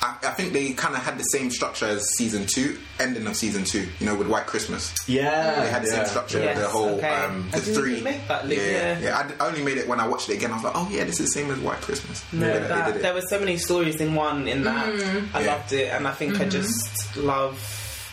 Speaker 1: I, I think they kind of had the same structure as season two, ending of season two. You know, with White Christmas,
Speaker 3: yeah.
Speaker 1: they had the
Speaker 3: yeah.
Speaker 1: same structure.
Speaker 2: Yes,
Speaker 1: the whole
Speaker 2: okay.
Speaker 1: um, the
Speaker 2: I didn't
Speaker 1: three.
Speaker 2: even make that link,
Speaker 1: yeah,
Speaker 2: yeah.
Speaker 1: yeah. I d- I only made it when I watched it again. I was like, oh yeah, this is the same as White Christmas.
Speaker 2: No,
Speaker 1: Yeah, they
Speaker 2: that,
Speaker 1: did it.
Speaker 2: there were so many stories in one in that. I
Speaker 1: Yeah.
Speaker 2: loved it, and I think I just love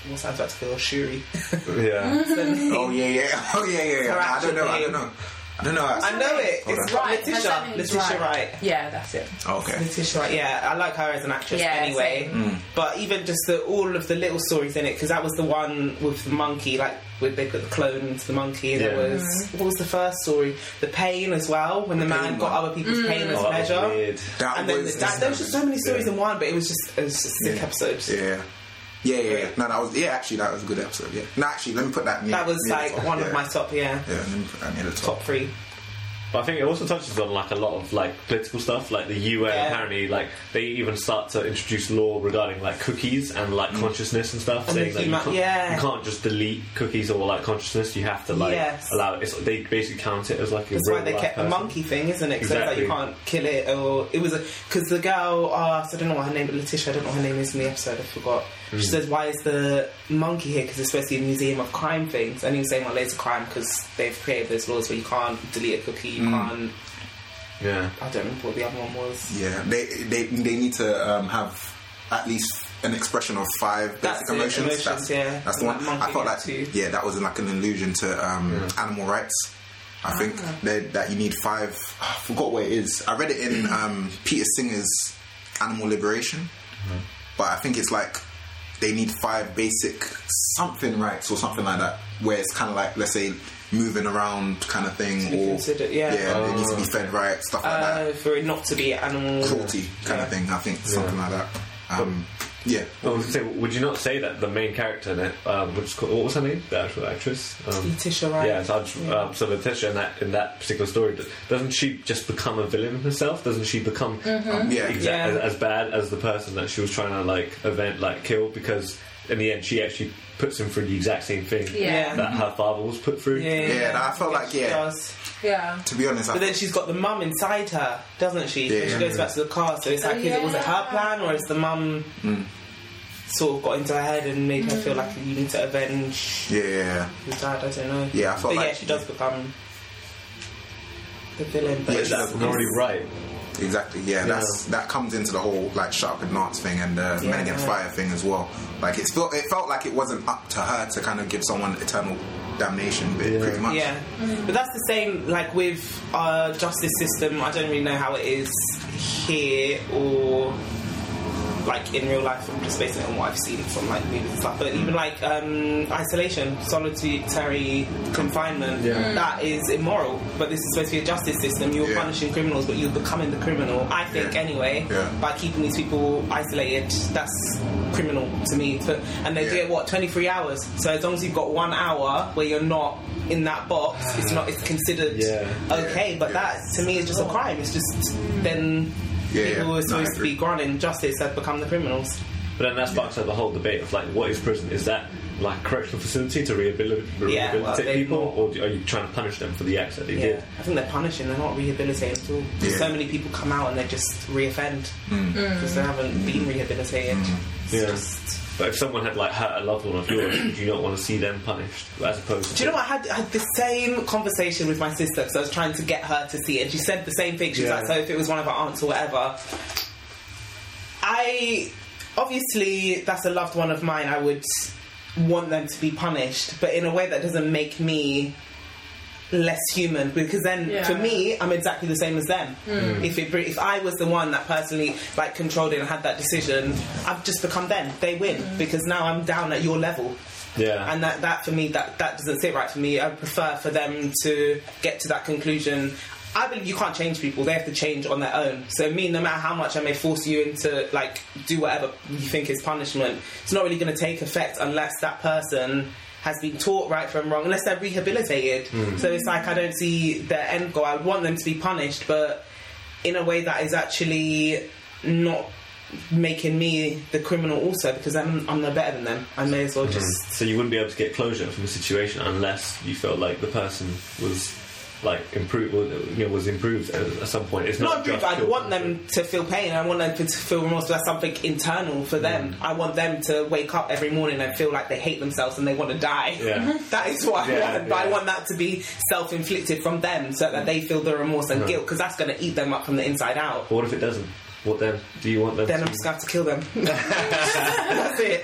Speaker 2: what's I was about to feel Shuri.
Speaker 3: Yeah.
Speaker 2: Mm-hmm.
Speaker 1: Oh yeah, yeah. Oh yeah, yeah. yeah. I don't know. I don't know. I don't know. how
Speaker 2: I know it.
Speaker 1: Hold
Speaker 2: it's
Speaker 1: on.
Speaker 2: right.
Speaker 4: Her
Speaker 2: Letitia.
Speaker 4: surname's
Speaker 2: Letitia Wright.
Speaker 4: Yeah, that's it.
Speaker 1: Okay.
Speaker 2: Letitia Wright. Yeah, I like her as an actress
Speaker 4: Yeah,
Speaker 2: anyway.
Speaker 1: Mm.
Speaker 2: But even just the, all of the little stories in it, because that was the one with the monkey, like with they put the clone to the monkey. There
Speaker 3: Yeah.
Speaker 2: was what was the first story? The pain as well, when the, man
Speaker 1: pain
Speaker 2: got
Speaker 1: one.
Speaker 2: other people's pain as
Speaker 3: Oh, that was
Speaker 2: pleasure.
Speaker 3: weird.
Speaker 1: That
Speaker 2: and then the,
Speaker 1: was
Speaker 2: that, there was just so many stories
Speaker 3: Yeah.
Speaker 2: in one, but it was just it was just sick episodes.
Speaker 1: Yeah. Yeah, yeah, yeah. No, that was yeah. Actually, that was a good episode. Yeah. No, actually, let me put that. Near,
Speaker 2: That was
Speaker 1: near the
Speaker 2: like
Speaker 1: top,
Speaker 2: one
Speaker 1: yeah.
Speaker 2: of my top, yeah,
Speaker 1: Yeah, let me put that near the top.
Speaker 2: top three.
Speaker 3: But I think it also touches on like a lot of like political stuff, like the UN
Speaker 2: Yeah.
Speaker 3: apparently like they even start to introduce law regarding like cookies and like consciousness and stuff,
Speaker 2: And the
Speaker 3: saying that you
Speaker 2: human-
Speaker 3: can't,
Speaker 2: Mm. yeah.
Speaker 3: you can't just delete cookies or like consciousness. You have to like
Speaker 2: Yes.
Speaker 3: allow it. It's, they basically count it as like a
Speaker 2: That's
Speaker 3: real
Speaker 2: why they
Speaker 3: life
Speaker 2: kept the
Speaker 3: person.
Speaker 2: monkey thing, isn't it? Because
Speaker 3: Exactly.
Speaker 2: like you can't kill it, or it was because the girl. Uh, so I don't know what her name, but Letitia. I don't know what her name is in the episode. I forgot. She says, "Why is the monkey here? Because it's supposed to be a museum of crime things." And he was saying, "Well, it's a crime because they've created those laws where you can't delete a cookie. You can't.
Speaker 3: Yeah,
Speaker 2: I don't remember what the other one was.
Speaker 1: Yeah, they they they need to um, have at least an expression of five
Speaker 2: That's
Speaker 1: basic
Speaker 2: it,
Speaker 1: emotions.
Speaker 2: emotions,
Speaker 1: that's,
Speaker 2: yeah.
Speaker 1: that's
Speaker 2: And
Speaker 1: the one.
Speaker 2: that monkey
Speaker 1: I felt
Speaker 2: had
Speaker 1: like
Speaker 2: two.
Speaker 1: yeah, that was like an allusion to um, animal rights.
Speaker 2: Ah.
Speaker 1: I think that that you need five. I forgot where it is. I read it in um, Peter Singer's Animal Liberation,
Speaker 2: Uh-huh.
Speaker 1: but I think it's like they need five basic something rights or something like that. Where it's kind of like let's say moving around kind of thing,
Speaker 2: be
Speaker 1: or
Speaker 2: considered, yeah. Oh.
Speaker 1: it needs to be fed right, stuff like that
Speaker 2: Uh, for it not to be animal
Speaker 1: cruelty kind of thing. I think something like that. Um, yeah.
Speaker 3: I was gonna say, would you not say that the main character in it, um, which is called, what was her name, the actual actress? Um,
Speaker 2: Letitia, right?
Speaker 3: Yeah, so, I'd- um, so Letitia in that in that particular story, d- doesn't she just become a villain herself? Doesn't she become
Speaker 1: Yeah.
Speaker 3: exact-
Speaker 2: Mm-hmm. Yeah.
Speaker 3: as, as bad as the person that she was trying to like event like kill? Because in the end, she actually puts him through the exact same thing
Speaker 4: Yeah.
Speaker 3: that her father was put through.
Speaker 2: Yeah,
Speaker 1: Yeah, that- I felt like,
Speaker 2: she
Speaker 1: yeah.
Speaker 2: does.
Speaker 4: Yeah.
Speaker 1: To be honest, I,
Speaker 2: But then she's got the mum inside her, doesn't she?
Speaker 1: Yeah,
Speaker 2: she
Speaker 1: yeah.
Speaker 2: goes back to the car, so it's
Speaker 4: Oh,
Speaker 2: like, is it, was it her
Speaker 4: yeah.
Speaker 2: plan, or is the mum
Speaker 1: Hmm.
Speaker 2: sort of got into her head and made her feel like you need to avenge
Speaker 1: yeah, yeah,
Speaker 2: your dad? I don't know.
Speaker 1: Yeah, I felt
Speaker 2: but yeah,
Speaker 1: like-
Speaker 2: she does become the villain. But
Speaker 1: Yeah,
Speaker 2: it's-
Speaker 1: she does.
Speaker 3: That's already right.
Speaker 1: yeah, exactly. Yeah, that's that comes into the whole like sharp and Knots thing and the Men
Speaker 2: Yeah.
Speaker 1: Against Fire thing as well. Like it's felt it felt like it wasn't up to her to kind of give someone eternal damnation, but pretty much.
Speaker 2: Yeah, but that's the same. Like with our justice system, I don't really know how it is here or like in real life. I'm just basing it on what I've seen from like movies and stuff. But even like um, isolation, solitary confinement,
Speaker 3: Yeah.
Speaker 2: that is immoral. But this is supposed to be a justice system. You're
Speaker 1: Mm. Yeah.
Speaker 2: punishing criminals, but you're becoming the criminal. I think
Speaker 1: Yeah.
Speaker 2: anyway.
Speaker 1: Yeah.
Speaker 2: By keeping these people isolated, that's criminal to me. But- And they do
Speaker 1: Yeah.
Speaker 2: it what 23 hours. So as long as you've got one hour where you're not in that box, it's not it's considered
Speaker 3: Yeah.
Speaker 2: okay. But
Speaker 1: Yeah.
Speaker 2: that to me is just a crime. It's just then
Speaker 1: Yeah, yeah.
Speaker 2: people who
Speaker 1: No, I
Speaker 2: are supposed to
Speaker 1: agree.
Speaker 2: be granting justice have become the criminals.
Speaker 3: But then that sparks up the whole debate of like, what is prison? Is that like a correctional facility to rehabilitate,
Speaker 2: Yeah,
Speaker 3: rehabilitate
Speaker 2: well, they-
Speaker 3: people, or do- are you trying to punish them for the acts that they
Speaker 2: Yeah,
Speaker 3: did?
Speaker 2: I think they're punishing. They're not rehabilitating at all.
Speaker 1: Yeah.
Speaker 2: So many people come out and they just reoffend because they haven't been rehabilitated. It's
Speaker 3: Yeah.
Speaker 2: just-
Speaker 3: But if someone had like hurt a loved one of yours, would you not want to see them punished as opposed to
Speaker 2: Do you know what? I had, I had the same conversation with my sister because I was trying to get her to see it, and she said the same thing. She was
Speaker 3: Yeah.
Speaker 2: like, "So if it was one of her aunts or whatever, I obviously that's a loved one of mine. I would want them to be punished, but in a way that doesn't make me." Less human because then
Speaker 4: Yeah.
Speaker 2: for me, I'm exactly the same as them. If it, br- if I was the one that personally like controlled it and had that decision, I've just become them. They win because now I'm down at your level
Speaker 3: Yeah.
Speaker 2: and that, that for me that, that doesn't sit right for me i prefer for them to get to that conclusion i believe you can't change people they have to change on their own so me no matter how much i may force you into like do whatever you think is punishment it's not really going to take effect unless that person has been taught right from wrong unless they're rehabilitated so it's like i don't see their end goal i would want them to be punished but in a way that is actually not making me the criminal also because I'm, I'm no better than them i may as well just
Speaker 3: so you wouldn't be able to get closure from the situation unless you felt like the person was like improved, you know, was improved at, at some point. It's
Speaker 2: not
Speaker 3: not,
Speaker 2: agree,
Speaker 3: just
Speaker 2: but I
Speaker 3: guilt
Speaker 2: want
Speaker 3: and
Speaker 2: them to feel pain. I want them to feel remorse. That's something internal
Speaker 3: Mm.
Speaker 2: for them. I want them to wake up every morning and feel like they hate themselves and they want to die.
Speaker 3: Yeah.
Speaker 2: that is what I
Speaker 3: Yeah,
Speaker 2: want. But I
Speaker 3: yeah.
Speaker 2: want that to be self-inflicted from them, so that they feel the remorse and guilt, because that's going to eat them up from the inside out.
Speaker 3: But what if it doesn't? What then? Do you want them?
Speaker 2: Then
Speaker 3: to
Speaker 2: I'm just gonna have to kill them. That's it.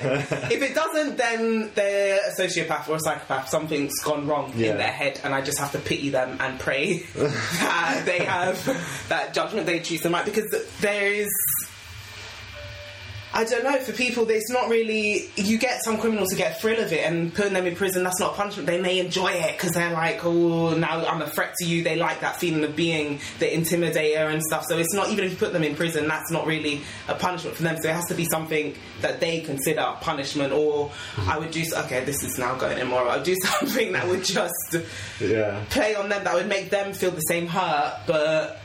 Speaker 2: If it doesn't, then they're a sociopath or a psychopath. Something's gone wrong
Speaker 3: Yeah.
Speaker 2: in their head, and I just have to pity them and pray that they have that judgment they choose them right. Because there is. I don't know. For people, it's not really. You get some criminals who get a thrill of it, and putting them in prison, that's not punishment. They may enjoy it because they're like, oh, now I'm a threat to you. They like that feeling of being the intimidator and stuff. So it's not even if you put them in prison, that's not really a punishment for them. So it has to be something that they consider a punishment. Or I would do. s- Okay, this is now going immoral. I'd do something that would just
Speaker 3: yeah.
Speaker 2: play on them that would make them feel the same hurt, but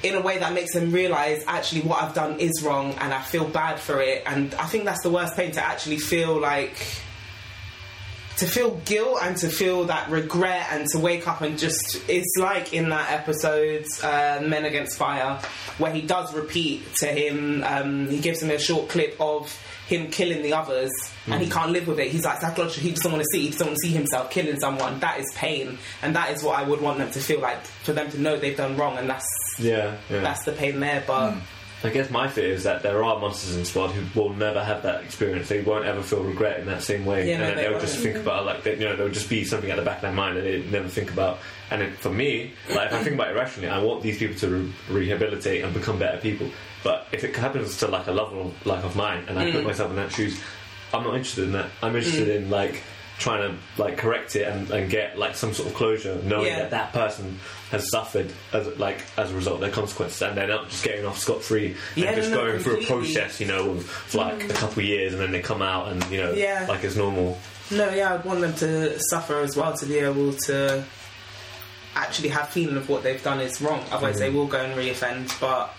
Speaker 2: in a way that makes them realize actually what I've done is wrong and I feel bad for it. And I think that's the worst pain to actually feel like to feel guilt and to feel that regret and to wake up and just it's like in that episode uh, men against fire where he does repeat to him um, he gives him a short clip of him killing the others and he can't live with it he's like psychological he doesn't want to see he doesn't want to see himself killing someone that is pain and that is what i would want them to feel like for them to know they've done wrong and that's
Speaker 3: Yeah. yeah.
Speaker 2: that's the pain there but
Speaker 3: I guess my fear is that there are monsters in Squad who will never have that experience. They won't ever feel regret in that same way,
Speaker 2: Yeah,
Speaker 3: and
Speaker 2: no,
Speaker 3: then
Speaker 2: they
Speaker 3: they'll just
Speaker 2: won't.
Speaker 3: think about like they, you know there'll just be something at the back of their mind that they never think about. And it, for me, like if I think about it rationally, I want these people to re- rehabilitate and become better people. But if it happens to like a lover like of mine, and I
Speaker 2: Mm.
Speaker 3: put myself in that shoes, I'm not interested in that. I'm interested in like trying to like correct it and, and get like some sort of closure, knowing
Speaker 2: Yeah.
Speaker 3: that that that person has suffered as like as a result of their consequences, and they're not just getting off scot free
Speaker 2: Yeah,
Speaker 3: and just
Speaker 2: no, no,
Speaker 3: going through a
Speaker 2: completely. Mm.
Speaker 3: process, you know, of like a couple of years, and then they come out and you know,
Speaker 2: Yeah.
Speaker 3: like it's normal.
Speaker 2: No, yeah, I'd want them to suffer as well to be able to actually have feeling of what they've done is wrong. Otherwise, they will go and re-offend. But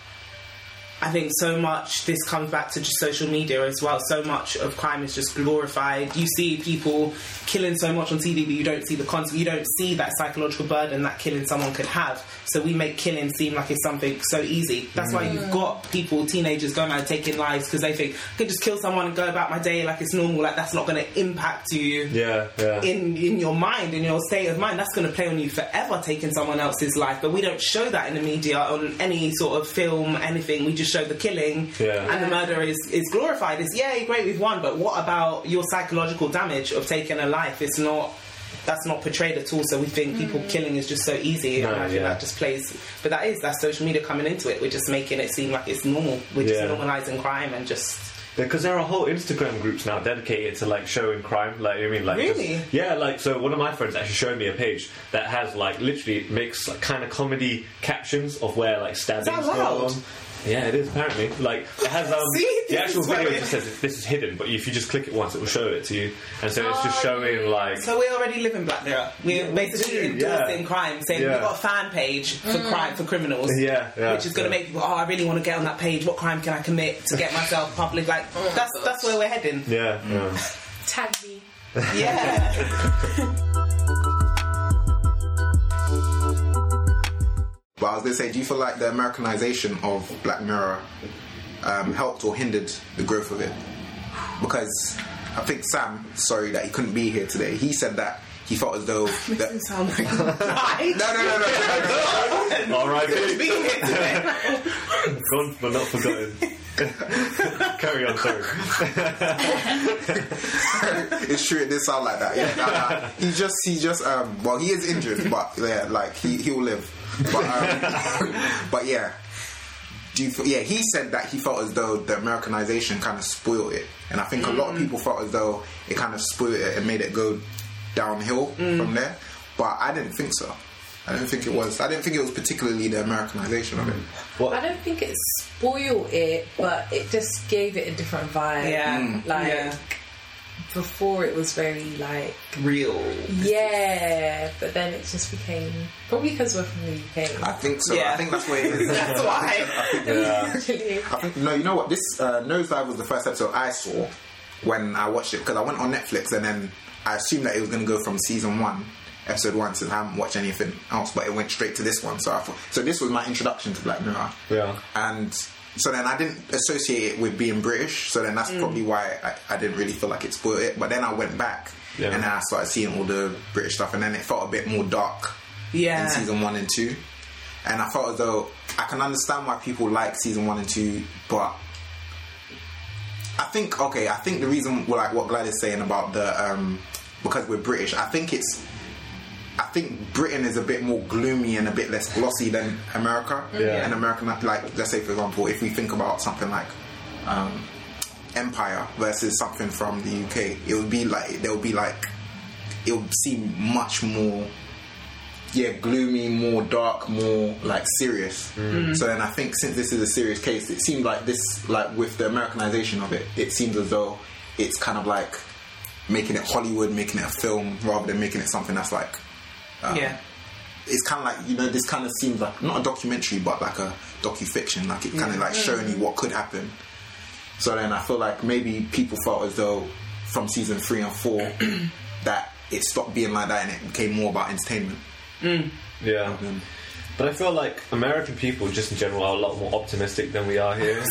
Speaker 2: I think so much this comes back to just social media as well. So much of crime is just glorified. You see people killing so much on TV, but you don't see the concept. You don't see that psychological burden that killing someone could have. So we make killing seem like it's something so easy. That's why you've got people, teenagers, going out and taking lives because they think I can just kill someone and go about my day like it's normal. Like that's not going to impact you
Speaker 3: Yeah, yeah.
Speaker 2: in in your mind, in your state of mind, that's going to play on you forever, taking someone else's life. But we don't show that in the media on any sort of film, anything. We just show the killing
Speaker 3: Yeah.
Speaker 2: and the murder is is glorified. It's yeah, great, we've won, but what about your psychological damage of taking a life? It's not. That's not portrayed at all. So we think people killing is just so easy,
Speaker 3: No,
Speaker 2: and I think
Speaker 3: yeah.
Speaker 2: that just plays. But that is that's social media coming into it. We're just making it seem like it's normal. We're
Speaker 3: Yeah.
Speaker 2: just normalizing crime and just
Speaker 3: Because there are whole Instagram groups now dedicated to like showing crime. Like you know what I mean, like just-
Speaker 2: Really?
Speaker 3: yeah. Like so, one of my friends actually showed me a page that has like literally makes like kind of comedy captions of where like stabbings
Speaker 2: that
Speaker 3: go
Speaker 2: allowed?
Speaker 3: on. Yeah, it is apparently. Like it has um,
Speaker 2: See?
Speaker 3: the actual
Speaker 2: This is
Speaker 3: video
Speaker 2: why-
Speaker 3: just says this is hidden, but if you just click it once, it will show it to you, and so it's just
Speaker 4: Oh,
Speaker 3: showing like
Speaker 2: So we already live in Black Mirror. We're
Speaker 3: Yeah, we
Speaker 2: basically
Speaker 3: do,
Speaker 2: endorsing
Speaker 3: yeah.
Speaker 2: crime, saying
Speaker 3: Yeah.
Speaker 2: we've got a fan page for crime for criminals.
Speaker 3: Yeah, yeah,
Speaker 2: which is going
Speaker 3: yeah.
Speaker 2: to make people, oh, I really want to get on that page. What crime can I commit to get myself public? Like that's that's where we're heading.
Speaker 3: yeah, yeah.
Speaker 4: Tag me.
Speaker 2: Yeah.
Speaker 1: But I was going to say, do you feel like the Americanization of Black Mirror um, helped or hindered the growth of it? Because I think Sam, sorry that he couldn't be here today, he said that he felt as though. that,
Speaker 2: Doesn't sound like I
Speaker 1: no, no, no, no, no, no, no.
Speaker 3: All right,
Speaker 2: be here today.
Speaker 3: gone but not forgotten. Carry on, sorry.
Speaker 1: it's true. It did sound like that. Yeah, nah, nah. He just, he just, um, well, he is injured, but yeah, like he he will live. But, um, but yeah, do you? Feel, yeah, he said that he felt as though the Americanization kind of spoiled it, and I think a
Speaker 2: Mm.
Speaker 1: lot of people felt as though it kind of spoiled it and made it go downhill
Speaker 2: Mm.
Speaker 1: from there. But I didn't think so. I didn't think it was. I didn't think it was particularly the Americanization of it.
Speaker 4: I don't think it spoiled it, but it just gave it a different vibe.
Speaker 2: Yeah. Mm.
Speaker 4: Like
Speaker 2: Yeah.
Speaker 4: before it was very like
Speaker 2: Real.
Speaker 4: yeah, but then it just became probably because we're from the UK.
Speaker 1: I think so. I
Speaker 2: Yeah.
Speaker 1: think that's where it is.
Speaker 2: That's why.
Speaker 1: I think no, you know what? This uh, Nosedive was the first episode I saw when I watched it because I went on Netflix and then I assumed that it was going to go from season one, episode one, since I haven't watched anything else, but it went straight to this one. So I thought, so this was my introduction to Black Mirror.
Speaker 3: Yeah.
Speaker 1: and. So then I didn't associate it with being British, so then that's probably why I, I didn't really feel like it spoiled it. But then I went back
Speaker 3: Yeah.
Speaker 1: and then I started seeing all the British stuff, and then it felt a bit more dark in
Speaker 2: Yeah.
Speaker 1: season one and two. And I felt as though I can understand why people like season one and two, but I think okay, I think the reason like what Gladys is saying about the um, because we're British, I think it's I think Britain is a bit more gloomy and a bit less glossy than America.
Speaker 3: Yeah.
Speaker 1: And American like let's say for example, if we think about something like um, Empire versus something from the UK, it would be like there would be like it would seem much more yeah, gloomy, more dark, more like serious. So then I think since this is a serious case, it seemed like this, like with the Americanization of it, it seems as though it's kind of like making it Hollywood, making it a film rather than making it something that's like
Speaker 3: uh,
Speaker 2: yeah.
Speaker 1: it's kind of like you know this kind of seems like not a documentary but like a docu-fiction like it kind of like showing you what could happen so then i feel like maybe people felt as though from season three and four that it stopped being like that and it became more about entertainment
Speaker 3: Yeah. But I feel like American people, just in general, are a lot more optimistic than we are here.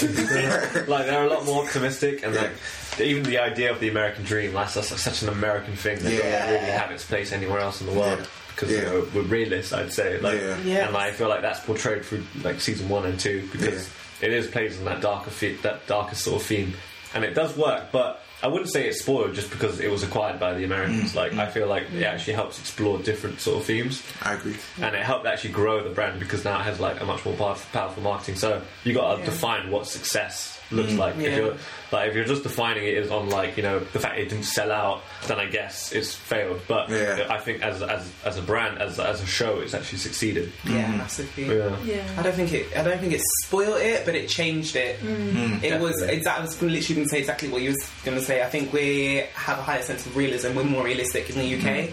Speaker 3: like they're a lot more optimistic, and like even the idea of the American dream, that's, that's such an American thing that
Speaker 1: Yeah.
Speaker 3: doesn't really have its place anywhere else in the world.
Speaker 1: Yeah.
Speaker 3: Because
Speaker 1: Yeah.
Speaker 3: you know, we're realists, I'd say. Like,
Speaker 1: Yeah.
Speaker 2: Yeah.
Speaker 3: and I feel like that's portrayed through like season one and two because it is plays on that darker fe- that darker sort of theme, and it does work. But I wouldn't say it's spoiled just because it was acquired by the
Speaker 1: Mm.
Speaker 3: Americans. Like, I feel like it actually helps explore different sort of themes
Speaker 1: i agree
Speaker 3: and it helped actually grow the brand because now it has like a much more powerful, powerful marketing. So you got to define what success looks like.
Speaker 2: yeah.
Speaker 3: If you're like if you're just defining it as on like you know the fact it didn't sell out, then I guess it's failed. But
Speaker 1: Yeah.
Speaker 3: I think as as as a brand, as as a show, it's actually succeeded.
Speaker 2: Mm. Yeah, massively.
Speaker 3: mm. Yeah.
Speaker 2: I
Speaker 4: Yeah.
Speaker 2: don't think it. I don't think it spoiled it, but it changed it. it was. It, I was literally going to say exactly what you was going to say. I think we have a higher sense of realism. We're more realistic in the UK.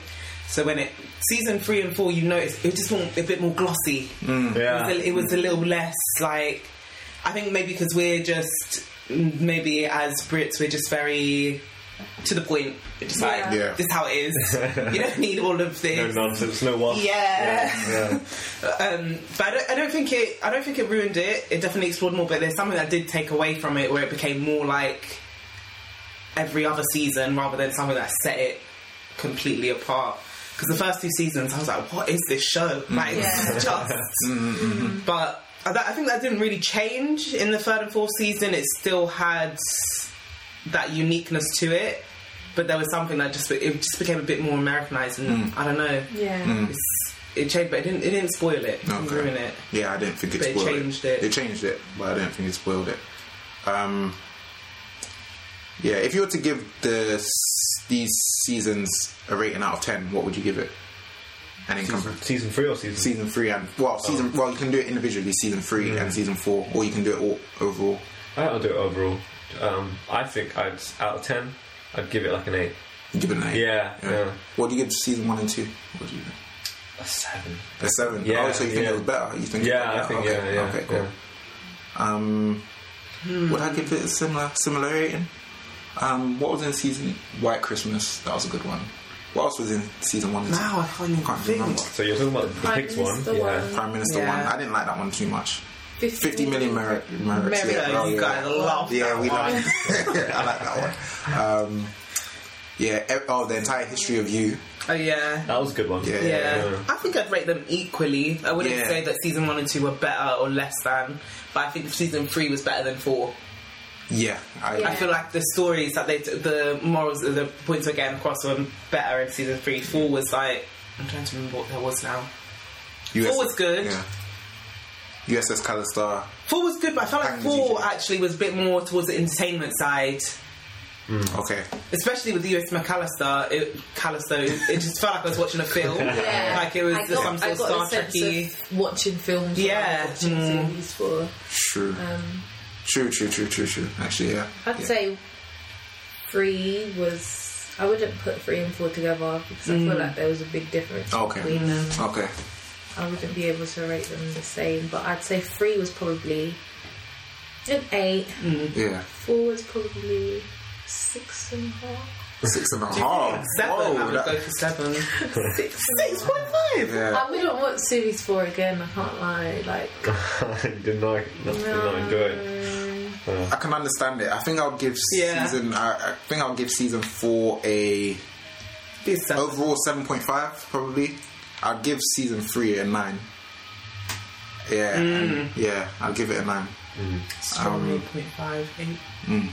Speaker 2: So when it season three and four, you notice it just went a bit more glossy.
Speaker 3: Yeah.
Speaker 2: It, was a, it was a little less like. I think maybe because we're just maybe as Brits, we're just very to the point. We're just like
Speaker 1: Yeah.
Speaker 2: this is how it is. you don't need all of
Speaker 3: No
Speaker 2: this.
Speaker 3: nonsense, no what.
Speaker 2: yeah.
Speaker 3: Yeah.
Speaker 2: Um, but I don't, I don't think it. I don't think it ruined it. It definitely explored more. But there's something I did take away from it where it became more like every other season rather than something that set it completely apart. Because the first two seasons, I was like, "What is this show?" Like,
Speaker 4: Yeah.
Speaker 2: it's just. but I, I think that didn't really change in the third and fourth season. It still had that uniqueness to it. But there was something that just it just became a bit more Americanized, and I don't know.
Speaker 4: Yeah.
Speaker 1: Mm.
Speaker 2: It's, it changed, but it didn't. It didn't spoil it. It didn't
Speaker 1: Okay.
Speaker 2: ruin it.
Speaker 1: yeah i didn't think it
Speaker 2: They
Speaker 1: spoiled
Speaker 2: changed it.
Speaker 1: it changed it but i didn't think it spoiled it um yeah if you were to give the s- these seasons a rating out of 10 what would you give it and in comparison
Speaker 3: Season three or season
Speaker 1: season three and well season
Speaker 3: Oh.
Speaker 1: well you can do it individually season three
Speaker 3: Mm.
Speaker 1: and season four or you can do it all overall
Speaker 3: I'll do it overall. Um, I think I'd out of ten, I'd give it like an eight.
Speaker 1: You give it an eight
Speaker 3: Yeah, yeah.
Speaker 1: what do you give to season one and two what do you give
Speaker 3: A seven.
Speaker 1: a seven
Speaker 3: Yeah,
Speaker 1: oh so you think
Speaker 3: yeah.
Speaker 1: it was better you think it
Speaker 3: Yeah,
Speaker 1: was
Speaker 3: I
Speaker 1: better?
Speaker 3: think
Speaker 1: okay.
Speaker 3: yeah, yeah.
Speaker 1: okay cool
Speaker 3: yeah.
Speaker 1: um would I give it a similar similar rating um what was in season White Christmas that was a good one what else was in season one and two?
Speaker 2: Wow, I can't even
Speaker 1: can't
Speaker 2: think.
Speaker 1: remember
Speaker 3: So you're talking about the
Speaker 4: Prime
Speaker 3: pigs one,
Speaker 4: Minister
Speaker 3: yeah.
Speaker 4: one.
Speaker 1: Prime Minister
Speaker 2: Yeah.
Speaker 1: one I didn't like that one too much
Speaker 4: 50,
Speaker 1: 50 million merit, merits.
Speaker 4: Merits.
Speaker 1: yeah.
Speaker 2: You guys love
Speaker 1: Yeah,
Speaker 2: that
Speaker 1: we
Speaker 2: one.
Speaker 1: love it. I like that one. Um, yeah, ev- oh, the entire history of you.
Speaker 2: Oh yeah.
Speaker 3: That was a good one.
Speaker 1: Yeah.
Speaker 2: Yeah.
Speaker 3: Yeah.
Speaker 2: I think I'd rate them equally. I wouldn't
Speaker 1: Yeah.
Speaker 2: say that season one and two were better or less than, but I think season three was better than four.
Speaker 1: Yeah, I,
Speaker 2: I feel like the stories that they, t- the morals, the points we're getting across were better in season three. Four was like, I'm trying to remember what there was now.
Speaker 1: US,
Speaker 2: four was good.
Speaker 1: Yeah. USS Callister.
Speaker 2: Four was good, but I felt like
Speaker 1: Bang,
Speaker 2: four
Speaker 1: GG.
Speaker 2: actually was a bit more towards the entertainment side. Mm.
Speaker 1: Okay.
Speaker 2: especially with the US McAllister, it, Callister, it, it just felt like I was watching a film.
Speaker 4: Yeah.
Speaker 2: Like it was
Speaker 4: I got,
Speaker 2: some sort
Speaker 4: I
Speaker 2: of
Speaker 4: got
Speaker 2: Star
Speaker 4: a sense
Speaker 2: Trek-y.
Speaker 4: of watching films. when I was
Speaker 2: Yeah. Mm.
Speaker 4: Watching series for.
Speaker 1: True.
Speaker 4: Um,
Speaker 1: true, true, true, true, true. Actually, yeah.
Speaker 4: I'd
Speaker 1: yeah.
Speaker 4: say three was. I wouldn't put three and four together because I
Speaker 2: Mm.
Speaker 4: feel like there was a big difference
Speaker 1: Okay.
Speaker 4: between them.
Speaker 1: Okay.
Speaker 4: I wouldn't be able to rate them the same, but I'd say three was probably an eight.
Speaker 1: Yeah.
Speaker 4: Four was probably six and a half.
Speaker 1: Six and a half.
Speaker 2: Seven, I
Speaker 1: Oh, Whoa.
Speaker 2: would
Speaker 1: that-
Speaker 2: go for seven.
Speaker 4: Six.
Speaker 2: Six point five.
Speaker 1: yeah.
Speaker 4: I wouldn't watch series four again. I can't lie. Like,
Speaker 3: did not, not, did not enjoy it.
Speaker 1: I can understand it. I think I'll give
Speaker 2: Yeah.
Speaker 1: season. I, I think I'll give season four a
Speaker 2: Be seven.
Speaker 1: overall seven point five probably. I'll give season three a nine.
Speaker 2: Mm.
Speaker 1: Yeah, yeah. I'll give it a nine.
Speaker 3: Mm.
Speaker 1: Um,
Speaker 2: Strong 8.5, eight.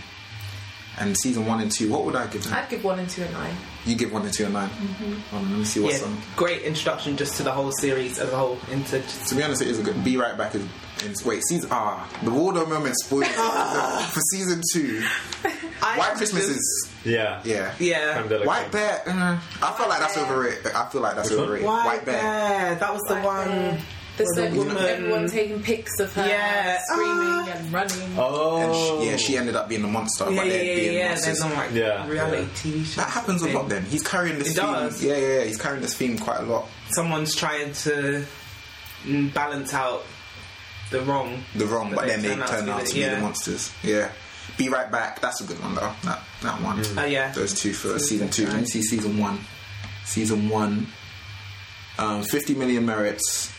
Speaker 1: And season one and two, what would I give them?
Speaker 4: I'd give one and two a nine.
Speaker 1: you give one and two a 9 Hold on, let me see what's
Speaker 2: Mm-hmm. Yeah,
Speaker 1: on.
Speaker 2: great introduction just to the whole series as a whole. Into just,
Speaker 1: To be honest, it is a good. Be right back is. is- Wait, season ah the Waldo moment spoiled for season two.
Speaker 2: I
Speaker 1: White Christmas
Speaker 2: just-
Speaker 1: is
Speaker 3: Yeah.
Speaker 1: yeah
Speaker 2: yeah.
Speaker 3: Kind of like-
Speaker 1: White Bear. mm, I feel like that's overrated. I feel like that's
Speaker 3: Which one?
Speaker 1: overrated.
Speaker 2: White, Bear. That was the one.
Speaker 4: uh, The
Speaker 2: where
Speaker 4: circle
Speaker 2: woman-
Speaker 4: of everyone taking pics of her,
Speaker 2: Yeah. Ah.
Speaker 4: screaming and running.
Speaker 1: And
Speaker 3: Oh.
Speaker 1: she, yeah, she ended up being a monster.
Speaker 2: Yeah,
Speaker 1: but
Speaker 2: yeah,
Speaker 1: they're
Speaker 2: yeah,
Speaker 1: being
Speaker 2: yeah.
Speaker 1: monsters.
Speaker 2: There's some like
Speaker 3: Yeah,
Speaker 2: reality
Speaker 3: yeah.
Speaker 2: TV show.
Speaker 1: That happens a lot. Then he's carrying this
Speaker 2: It
Speaker 1: theme.
Speaker 2: does.
Speaker 1: Yeah, yeah, yeah, he's carrying this theme quite a lot.
Speaker 2: Someone's trying to mm, balance out the wrong.
Speaker 1: The wrong, but, then they turn out to be
Speaker 2: yeah.
Speaker 1: the monsters. Yeah. Be right back. That's a good one though. That that one.
Speaker 2: Oh, yeah.
Speaker 1: Those two for
Speaker 2: Season
Speaker 1: season two. Let me see season one. Season one. Um, Fifty million merits,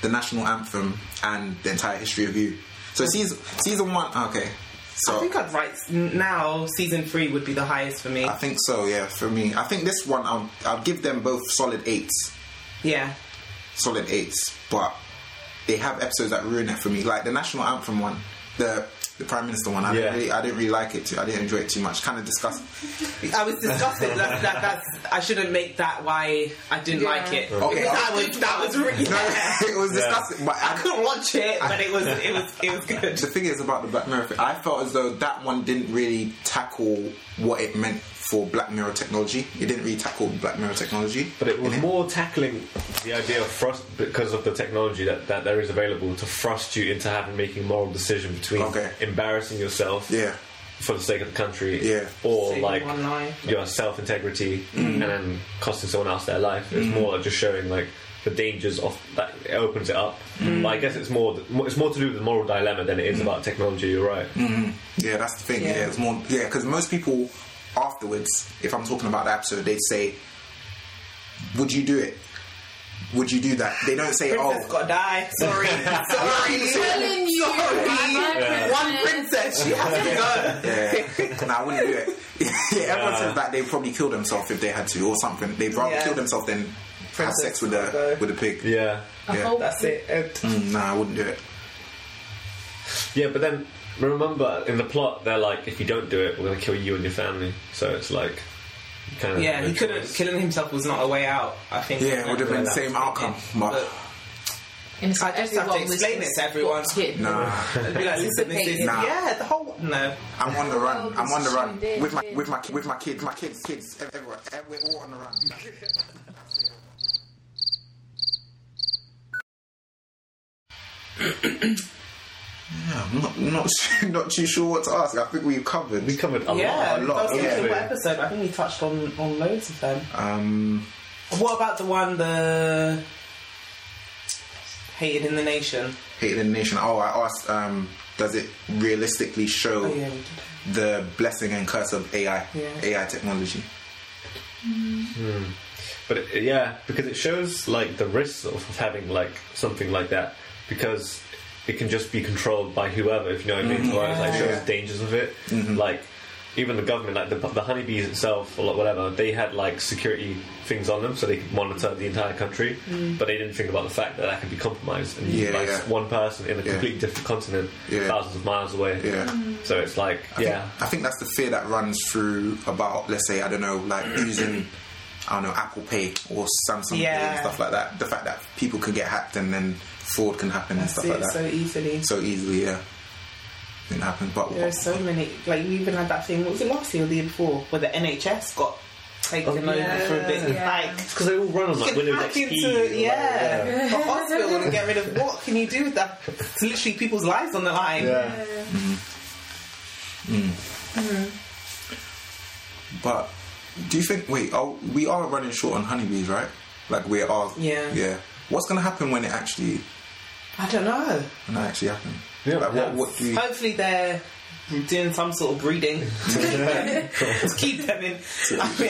Speaker 1: the national anthem, and the entire history of you. So season season one. Okay. So
Speaker 2: Mm. I think I'd write n- now. Season three would be the highest for me.
Speaker 1: I think so, yeah, for me. I think this one, I'll, I'll give them both solid eights.
Speaker 2: yeah,
Speaker 1: Solid eights, but they have episodes that ruin it for me. Like the National Anthem one, the the Prime Minister one, I,
Speaker 3: Yeah.
Speaker 1: didn't, really, I didn't really like it too. I didn't enjoy it too much. Kind of disgust.
Speaker 2: I was disgusted. that, that, that's, I shouldn't make that why I didn't like it.
Speaker 1: Okay,
Speaker 2: That was that was really.
Speaker 1: no, it was disgusting. But
Speaker 2: I
Speaker 1: I,
Speaker 2: couldn't watch it, but it was it was it was good.
Speaker 1: the thing is about the Black Mirror thing, I felt as though that one didn't really tackle what it meant for Black Mirror technology. It didn't really tackle Black Mirror technology.
Speaker 3: But it was more tackling the idea of frust because of the technology that, that there is available to thrust you into having making moral decision between
Speaker 1: Okay.
Speaker 3: embarrassing yourself
Speaker 1: Yeah.
Speaker 3: for the sake of the country
Speaker 1: Yeah. Mm.
Speaker 3: or
Speaker 2: Saving
Speaker 3: like
Speaker 2: one life.
Speaker 3: your self integrity and then costing someone else their life. It's more like just showing like the dangers of that it opens it up.
Speaker 2: Mm.
Speaker 3: But I guess it's more it's more to do with the moral dilemma than it
Speaker 1: Mm.
Speaker 3: is about technology. You're right.
Speaker 1: Yeah, that's the thing. Yeah,
Speaker 2: Yeah.
Speaker 1: it's more. Yeah, because most people afterwards, if I'm talking about the episode, they'd say, "Would you do it? Would you do that?" They don't say,
Speaker 2: Princess
Speaker 1: "Oh."
Speaker 2: gotta die. Sorry, sorry.
Speaker 4: Telling you,
Speaker 2: Sorry.
Speaker 4: I'm
Speaker 2: One princess, she has to go.
Speaker 1: Yeah, and I wouldn't do it. yeah, everyone says that they probably kill themselves if they had to or something. They'd rather
Speaker 2: Yeah.
Speaker 1: kill themselves than have
Speaker 2: Princess
Speaker 1: sex with a
Speaker 2: Margot.
Speaker 1: with a pig.
Speaker 3: Yeah.
Speaker 1: Yeah.
Speaker 2: That's it. Ed.
Speaker 1: Mm, nah, I wouldn't do it.
Speaker 3: Yeah, but then remember in the plot they're like, if you don't do it, we're gonna kill you and your family. So it's like, kind of
Speaker 2: Yeah,
Speaker 3: no
Speaker 2: he couldn't.
Speaker 3: choice.
Speaker 2: Killing himself was not a way out. I think.
Speaker 1: Yeah, it would have been the same outcome. But
Speaker 4: And it's
Speaker 2: I
Speaker 4: like
Speaker 2: just have to
Speaker 4: everyone was
Speaker 2: explain it
Speaker 4: just
Speaker 2: to everyone.
Speaker 4: watching.
Speaker 1: nah,
Speaker 2: I'd be like, listen, this is
Speaker 1: Nah.
Speaker 2: yeah, the whole no.
Speaker 1: I'm on the run. I'm on the run
Speaker 4: Did,
Speaker 1: with my
Speaker 4: did,
Speaker 1: with my with my kids, my kids, kids, everyone. We're all on the run. I'm not not too- not too sure what to ask. I think we've covered.
Speaker 3: We covered a
Speaker 2: Yeah,
Speaker 3: lot.
Speaker 1: lot,
Speaker 2: I was thinking
Speaker 1: yeah.
Speaker 2: what episode. I think we touched on on loads of them.
Speaker 1: Um,
Speaker 2: What about the one the hated in the nation?
Speaker 1: hated in the nation. Oh, I asked. Um, does it realistically show
Speaker 2: Oh, yeah, we did.
Speaker 1: the blessing and curse of AI
Speaker 2: Yeah.
Speaker 1: AI technology?
Speaker 3: But it, yeah, because it shows like the risks of having like something like that, because it can just be controlled by whoever. If you know what I mean, Or it, like
Speaker 1: Mm-hmm.
Speaker 3: shows
Speaker 1: Yeah. Mm-hmm.
Speaker 3: dangers of it. Like even the government, like the, the honeybees itself or like, whatever, they had like security things on them, so they could monitor the entire country. But they didn't think about the fact that that could be compromised and
Speaker 1: Mm. Yeah,
Speaker 3: like
Speaker 1: yeah.
Speaker 3: one person in a
Speaker 1: Yeah.
Speaker 3: completely different continent,
Speaker 1: Yeah.
Speaker 3: thousands of miles away.
Speaker 1: Yeah.
Speaker 3: So it's like yeah,
Speaker 1: I think that's the fear that runs through about, let's say, I don't know, like using, I don't know, Apple Pay or Samsung Pay and
Speaker 2: Yeah.
Speaker 1: stuff like that. The fact that people can get hacked and then fraud can happen and
Speaker 2: That's
Speaker 1: stuff
Speaker 2: it
Speaker 1: like
Speaker 2: so
Speaker 1: that.
Speaker 2: easily.
Speaker 1: So, easily, yeah. It can happen. But
Speaker 2: There are so many. Like we even had that thing. What was it last year or the year before? Where the NHS got
Speaker 1: Oh,
Speaker 2: taken over for a bit.
Speaker 4: yeah.
Speaker 2: Like
Speaker 3: because they all run on like
Speaker 2: can
Speaker 3: Windows
Speaker 2: hack
Speaker 3: XP.
Speaker 2: into
Speaker 3: like,
Speaker 2: yeah, a hospital and get rid of what can you do with that? It's literally people's lives on the line.
Speaker 3: yeah.
Speaker 1: but do you think, wait, oh, we are running short on honeybees, right? Like, we are.
Speaker 2: Yeah.
Speaker 1: Yeah. What's going to happen when it actually,
Speaker 2: I don't know.
Speaker 1: when it actually happens?
Speaker 3: Yeah,
Speaker 1: like,
Speaker 3: yeah.
Speaker 1: What, what do you.
Speaker 2: Hopefully they're doing some sort of breeding to keep them, to keep them in. I mean,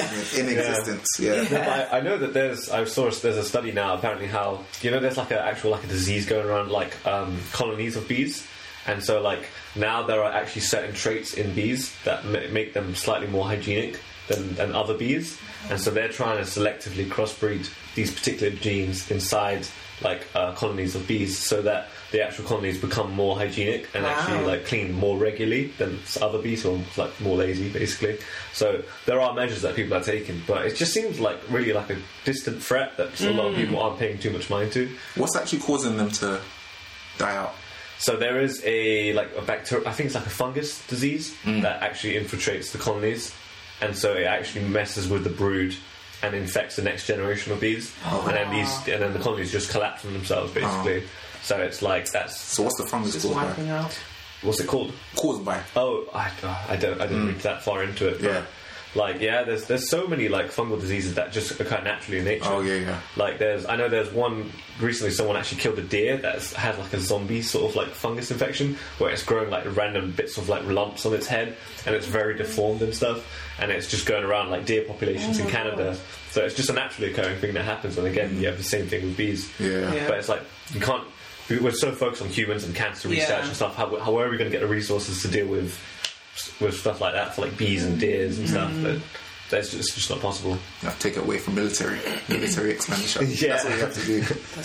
Speaker 1: In existence, yeah.
Speaker 3: No, but I, I know that there's. I saw a- there's a study now. Apparently, how you know there's like an actual like a disease going around, like um, colonies of bees, and so like now there are actually certain traits in bees that ma- make them slightly more hygienic than, than other bees, and so they're trying to selectively crossbreed these particular genes inside like uh, colonies of bees so that the actual colonies become more hygienic and actually like clean more regularly than s- other bees who are like more lazy basically so there are measures that people are taking but it just seems like really like a distant threat that a lot of people aren't paying too much mind to
Speaker 1: What's actually causing them to die out?
Speaker 3: so there is a like a bacteria. I think it's like a fungus disease that actually infiltrates the colonies, and so it actually messes with the brood and infects the next generation of bees, and then these and then the colonies just collapse on themselves basically. So it's like that's
Speaker 1: So what's the fungus caused
Speaker 2: wiping
Speaker 1: by?
Speaker 2: out.
Speaker 3: what's it called?
Speaker 1: Caused by?
Speaker 3: Oh, I, I don't I didn't read that far into it. But
Speaker 1: Yeah.
Speaker 3: Like yeah, there's there's so many like fungal diseases that just occur naturally in nature.
Speaker 1: Oh, yeah, yeah.
Speaker 3: Like there's I know there's one recently someone actually killed a deer that's had like a zombie sort of like fungus infection where it's growing like random bits of like lumps on its head and it's very deformed and stuff and it's just going around like deer populations in Canada. So it's just a naturally occurring thing that happens and again you have the same thing with bees.
Speaker 1: Yeah. Yeah.
Speaker 3: But it's like you can't we- we're so focused on humans and cancer research
Speaker 2: Yeah.
Speaker 3: and stuff. How, how are we going to get the resources to deal with with stuff like that for like bees and deers and stuff? But that's just, it's just not possible.
Speaker 1: No, take it away from military military expenditure.
Speaker 3: Yeah.
Speaker 1: That's what you have to do.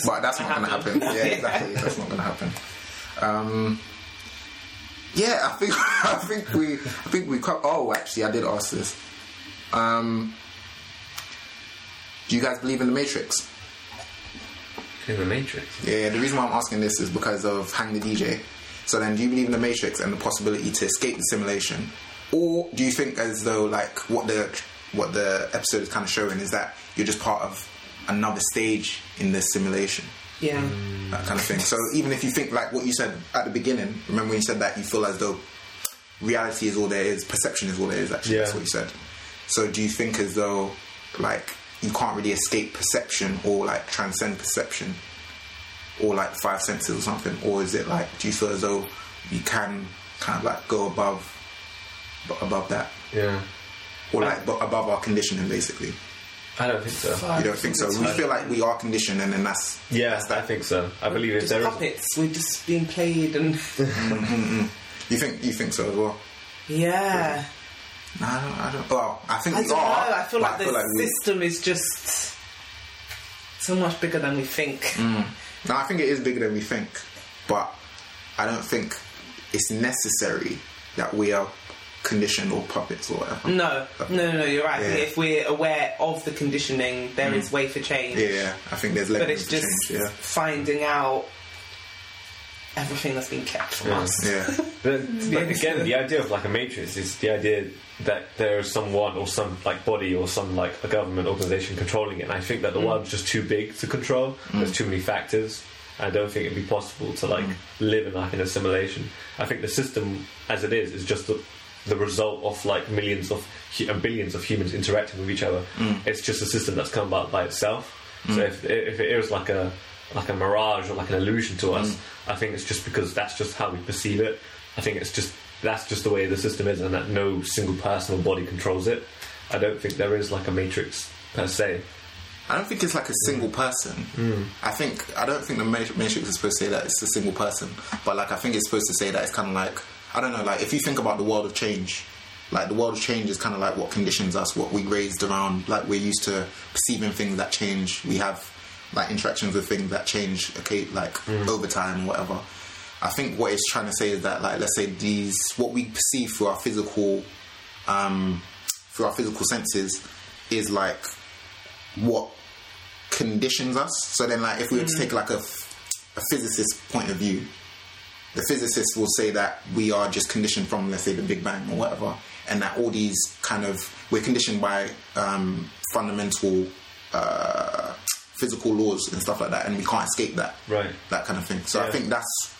Speaker 1: but that's not going to happen. Yeah, exactly. That's not going to happen. Um, yeah, I think I think we I think we co- oh actually I did ask this. Um, do you guys believe in the Matrix?
Speaker 3: In the Matrix.
Speaker 1: Yeah, the reason why I'm asking this is because of Hang the DJ. So then, do you believe in the Matrix and the possibility to escape the simulation, or do you think as though like what the what the episode is kind of showing is that you're just part of another stage in this simulation,
Speaker 2: Yeah.
Speaker 1: that kind of thing? So even if you think like what you said at the beginning, remember when you said that you feel as though reality is all there is, perception is all there is. Actually, that's
Speaker 3: Yeah.
Speaker 1: what you said. So do you think as though like you can't really escape perception or like transcend perception? or like five senses or something, or is it like do you feel as though you can kind of like go above b- above that,
Speaker 3: Yeah.
Speaker 1: or like b- above our conditioning basically?
Speaker 3: I don't think so.
Speaker 1: You don't think so? We feel like we are conditioned, and then that's
Speaker 3: Yeah, I think so. I believe if
Speaker 2: Just
Speaker 3: there is.
Speaker 2: puppets. We're just being played and
Speaker 1: you think you think so as well.
Speaker 2: yeah.
Speaker 1: No, I don't. I don't. Well, I think
Speaker 2: I
Speaker 1: we
Speaker 2: don't know.
Speaker 1: are.
Speaker 2: I feel like
Speaker 1: but
Speaker 2: the system is just so much bigger than we think.
Speaker 1: Mm. we, no, I think it is bigger than we think, but I don't think it's necessary that we are conditioned or puppets or whatever.
Speaker 2: No, no, no, you're right.
Speaker 1: Yeah. Mm.
Speaker 2: If we're aware of the conditioning, there is way for change.
Speaker 1: Yeah, I think there's
Speaker 2: But
Speaker 1: levels
Speaker 2: it's
Speaker 1: of
Speaker 2: just
Speaker 1: change. Yeah.
Speaker 2: finding out everything that's been kept from us.
Speaker 1: Yeah,
Speaker 3: But but again, the idea of like a matrix is the idea that there is someone or some like body or some like a government organization controlling it. And I think that the world's just too big to control. There's too many factors. I don't think it'd be possible to like live in like an assimilation. I think the system as it is is just the, the result of like millions of hu- and billions of humans interacting with each other. It's just a system that's come about by itself. So if if it is like a like a mirage or like an illusion to us, I think it's just because that's just how we perceive it. I think it's just that's just the way the system is, and that no single person or body controls it. I don't think there is like a matrix per se.
Speaker 1: I don't think it's like a single person. I think I don't think the Matri- Matrix is supposed to say that it's a single person, but like I think it's supposed to say that it's kind of like I don't know, like if you think about the world of change, like the world of change is kind of like what conditions us, what we raised around, like we're used to perceiving things that change. We have like interactions with things that change, okay, like over time or whatever. I think what it's trying to say is that like let's say these what we perceive through our physical, um, through our physical senses, is like what conditions us. So then, like, if we were
Speaker 3: Mm.
Speaker 1: to take like a, f- a physicist point of view, the physicists will say that we are just conditioned from, let's say, the Big Bang or whatever, and that all these kind of we're conditioned by um, fundamental uh, physical laws and stuff like that, and we can't escape that.
Speaker 3: Right.
Speaker 1: That kind of thing. So I
Speaker 3: Yeah.
Speaker 1: think that's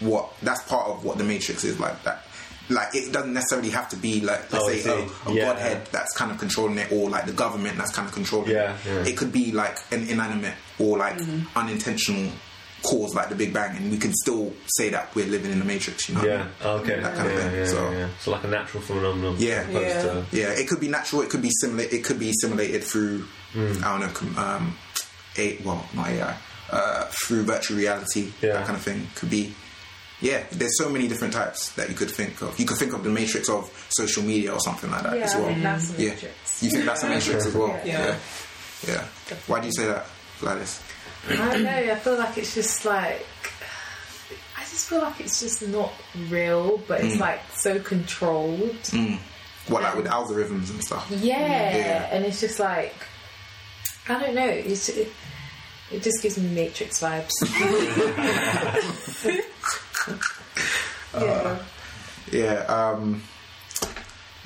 Speaker 1: what that's part of what the Matrix is like. That like it doesn't necessarily have to be like let's
Speaker 3: Oh, I
Speaker 1: say
Speaker 3: see.
Speaker 1: oh, a
Speaker 3: Yeah.
Speaker 1: godhead that's kind of controlling it, or like the government that's kind of controlling
Speaker 3: Yeah,
Speaker 1: it.
Speaker 3: yeah.
Speaker 1: It could be like an inanimate or like unintentional cause, like the Big Bang, and we can still say that we're living in the Matrix. You know? what I
Speaker 3: Yeah. Okay.
Speaker 1: mean? That kind
Speaker 3: yeah,
Speaker 1: of thing.
Speaker 3: Yeah,
Speaker 1: so.
Speaker 3: yeah. so like a natural phenomenon. as
Speaker 1: Yeah.
Speaker 3: opposed
Speaker 2: Yeah.
Speaker 3: to-
Speaker 1: Yeah, it could be natural. It could be simulated. It could be simulated through I don't know, com- um, a well, not AI, uh, through virtual reality,
Speaker 3: Yeah.
Speaker 1: that kind of thing. Could be. Yeah, there's so many different types that you could think of. You could think of the matrix of social media or something like that
Speaker 4: Yeah,
Speaker 1: as
Speaker 4: I
Speaker 1: well.
Speaker 4: think that's the
Speaker 1: yeah,
Speaker 4: matrix.
Speaker 1: you think that's a matrix as well.
Speaker 4: Yeah.
Speaker 1: Yeah. Yeah. Why do you say that, Gladys?
Speaker 4: I don't know. I feel like it's just like I just feel like it's just not real, but it's like so controlled.
Speaker 1: What, like with
Speaker 4: Um,
Speaker 1: algorithms and stuff?
Speaker 4: Yeah.
Speaker 1: Yeah.
Speaker 4: and it's just like I don't know. It's it, it just gives me Matrix vibes. yeah.
Speaker 1: Yeah. Um,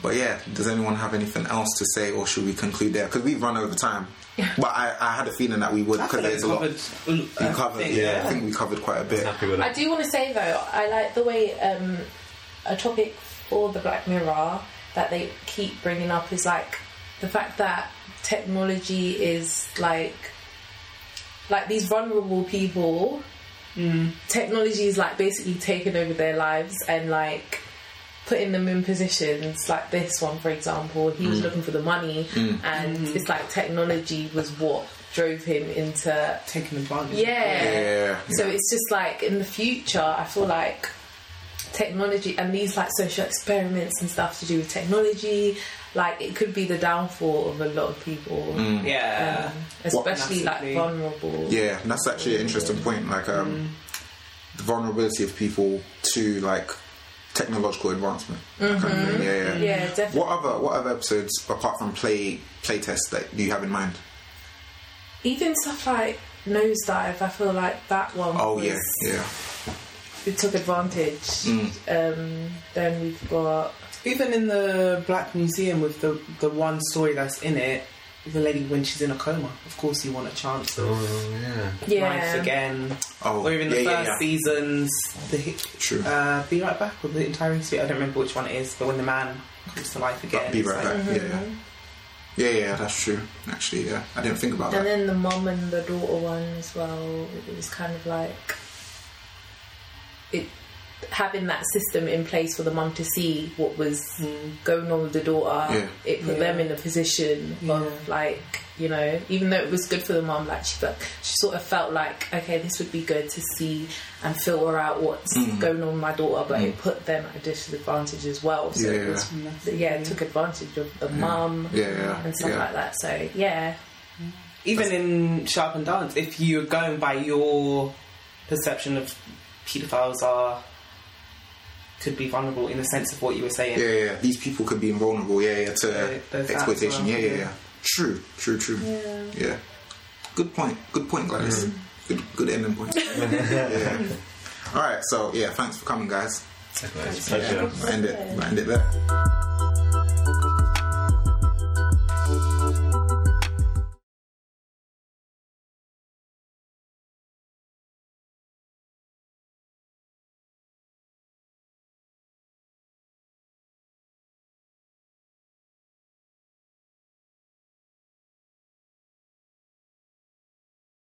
Speaker 1: but yeah, does anyone have anything else to say, or should we conclude there? Because we've run over time. But I, I had a feeling that we would because there's a lot.
Speaker 2: covered, uh,
Speaker 1: We covered. yeah, I think we covered quite a bit.
Speaker 3: Happy with
Speaker 4: I
Speaker 3: it.
Speaker 4: do want to say though, I like the way um, a topic for the Black Mirror that they keep bringing up is like the fact that technology is like like these vulnerable people.
Speaker 3: Mm.
Speaker 4: Technology is like basically taking over their lives and like putting them in positions like this one, for example. He
Speaker 3: Mm.
Speaker 4: was looking for the money, and it's like technology was what drove him into
Speaker 2: taking advantage.
Speaker 1: Yeah.
Speaker 4: so it's just like in the future, I feel like technology and these like social experiments and stuff to do with technology, like it could be the downfall of a lot of people, Um,
Speaker 2: Yeah.
Speaker 4: especially like
Speaker 2: Massively.
Speaker 4: vulnerable.
Speaker 1: Mm. Yeah, and that's actually an interesting point. Like um, the vulnerability of people to like technological advancement. that kind of thing. Yeah, Mm-hmm. yeah.
Speaker 4: Yeah, definitely.
Speaker 1: What other what other episodes apart from play play tests that do you have in mind?
Speaker 4: Even stuff like nosedive, I feel like that one.
Speaker 1: Oh
Speaker 4: was-
Speaker 1: yeah, Mm. yeah.
Speaker 4: We took advantage. Um, then we've got.
Speaker 8: Even in the Black Museum with the the one story that's in it, the lady when she's in a coma, of course you want a chance of
Speaker 3: Oh, yeah.
Speaker 4: Yeah.
Speaker 8: life again.
Speaker 1: Oh,
Speaker 8: or even the
Speaker 1: yeah, yeah,
Speaker 8: first
Speaker 1: yeah.
Speaker 8: seasons, the hi-
Speaker 1: True.
Speaker 8: Uh, be right back with the entire history. I don't remember which one it is, but when the man comes to life again,
Speaker 1: Be
Speaker 8: it's
Speaker 1: right
Speaker 8: like-
Speaker 1: back. Yeah, yeah. Yeah, yeah, that's true. Actually, yeah, I didn't think about
Speaker 4: And
Speaker 1: that.
Speaker 4: then the mum and the daughter one as well. It was kind of like it having that system in place for the mum to see what was going on with the daughter.
Speaker 1: Hmm. Yeah.
Speaker 4: It put them in a position of like you know, even though it was good for the mum, like she felt, she sort of felt like okay, this would be good to see and filter out what's
Speaker 1: Hmm.
Speaker 4: going on with my daughter, but it put them at a disadvantage as well. So
Speaker 1: Yeah. Hmm.
Speaker 4: it was, yeah, it took advantage of the mum
Speaker 1: Yeah, yeah,
Speaker 4: and stuff
Speaker 1: yeah.
Speaker 4: like that. So yeah.
Speaker 8: even in Sharp and Dance, if you're going by your perception of paedophiles are could be vulnerable in the sense of what you were saying.
Speaker 1: Yeah, yeah, yeah. These people could be invulnerable. Yeah, yeah, to
Speaker 8: Yeah, there's that
Speaker 1: exploitation.
Speaker 8: as
Speaker 1: Yeah,
Speaker 8: well,
Speaker 1: yeah,
Speaker 8: yeah.
Speaker 1: yeah. True, true, true. Yeah. Good point. Good point, Gladys. Good, good ending point. yeah. All right. So yeah, thanks for coming, guys.
Speaker 3: Pleasure.
Speaker 1: We'll end it. We'll end it there.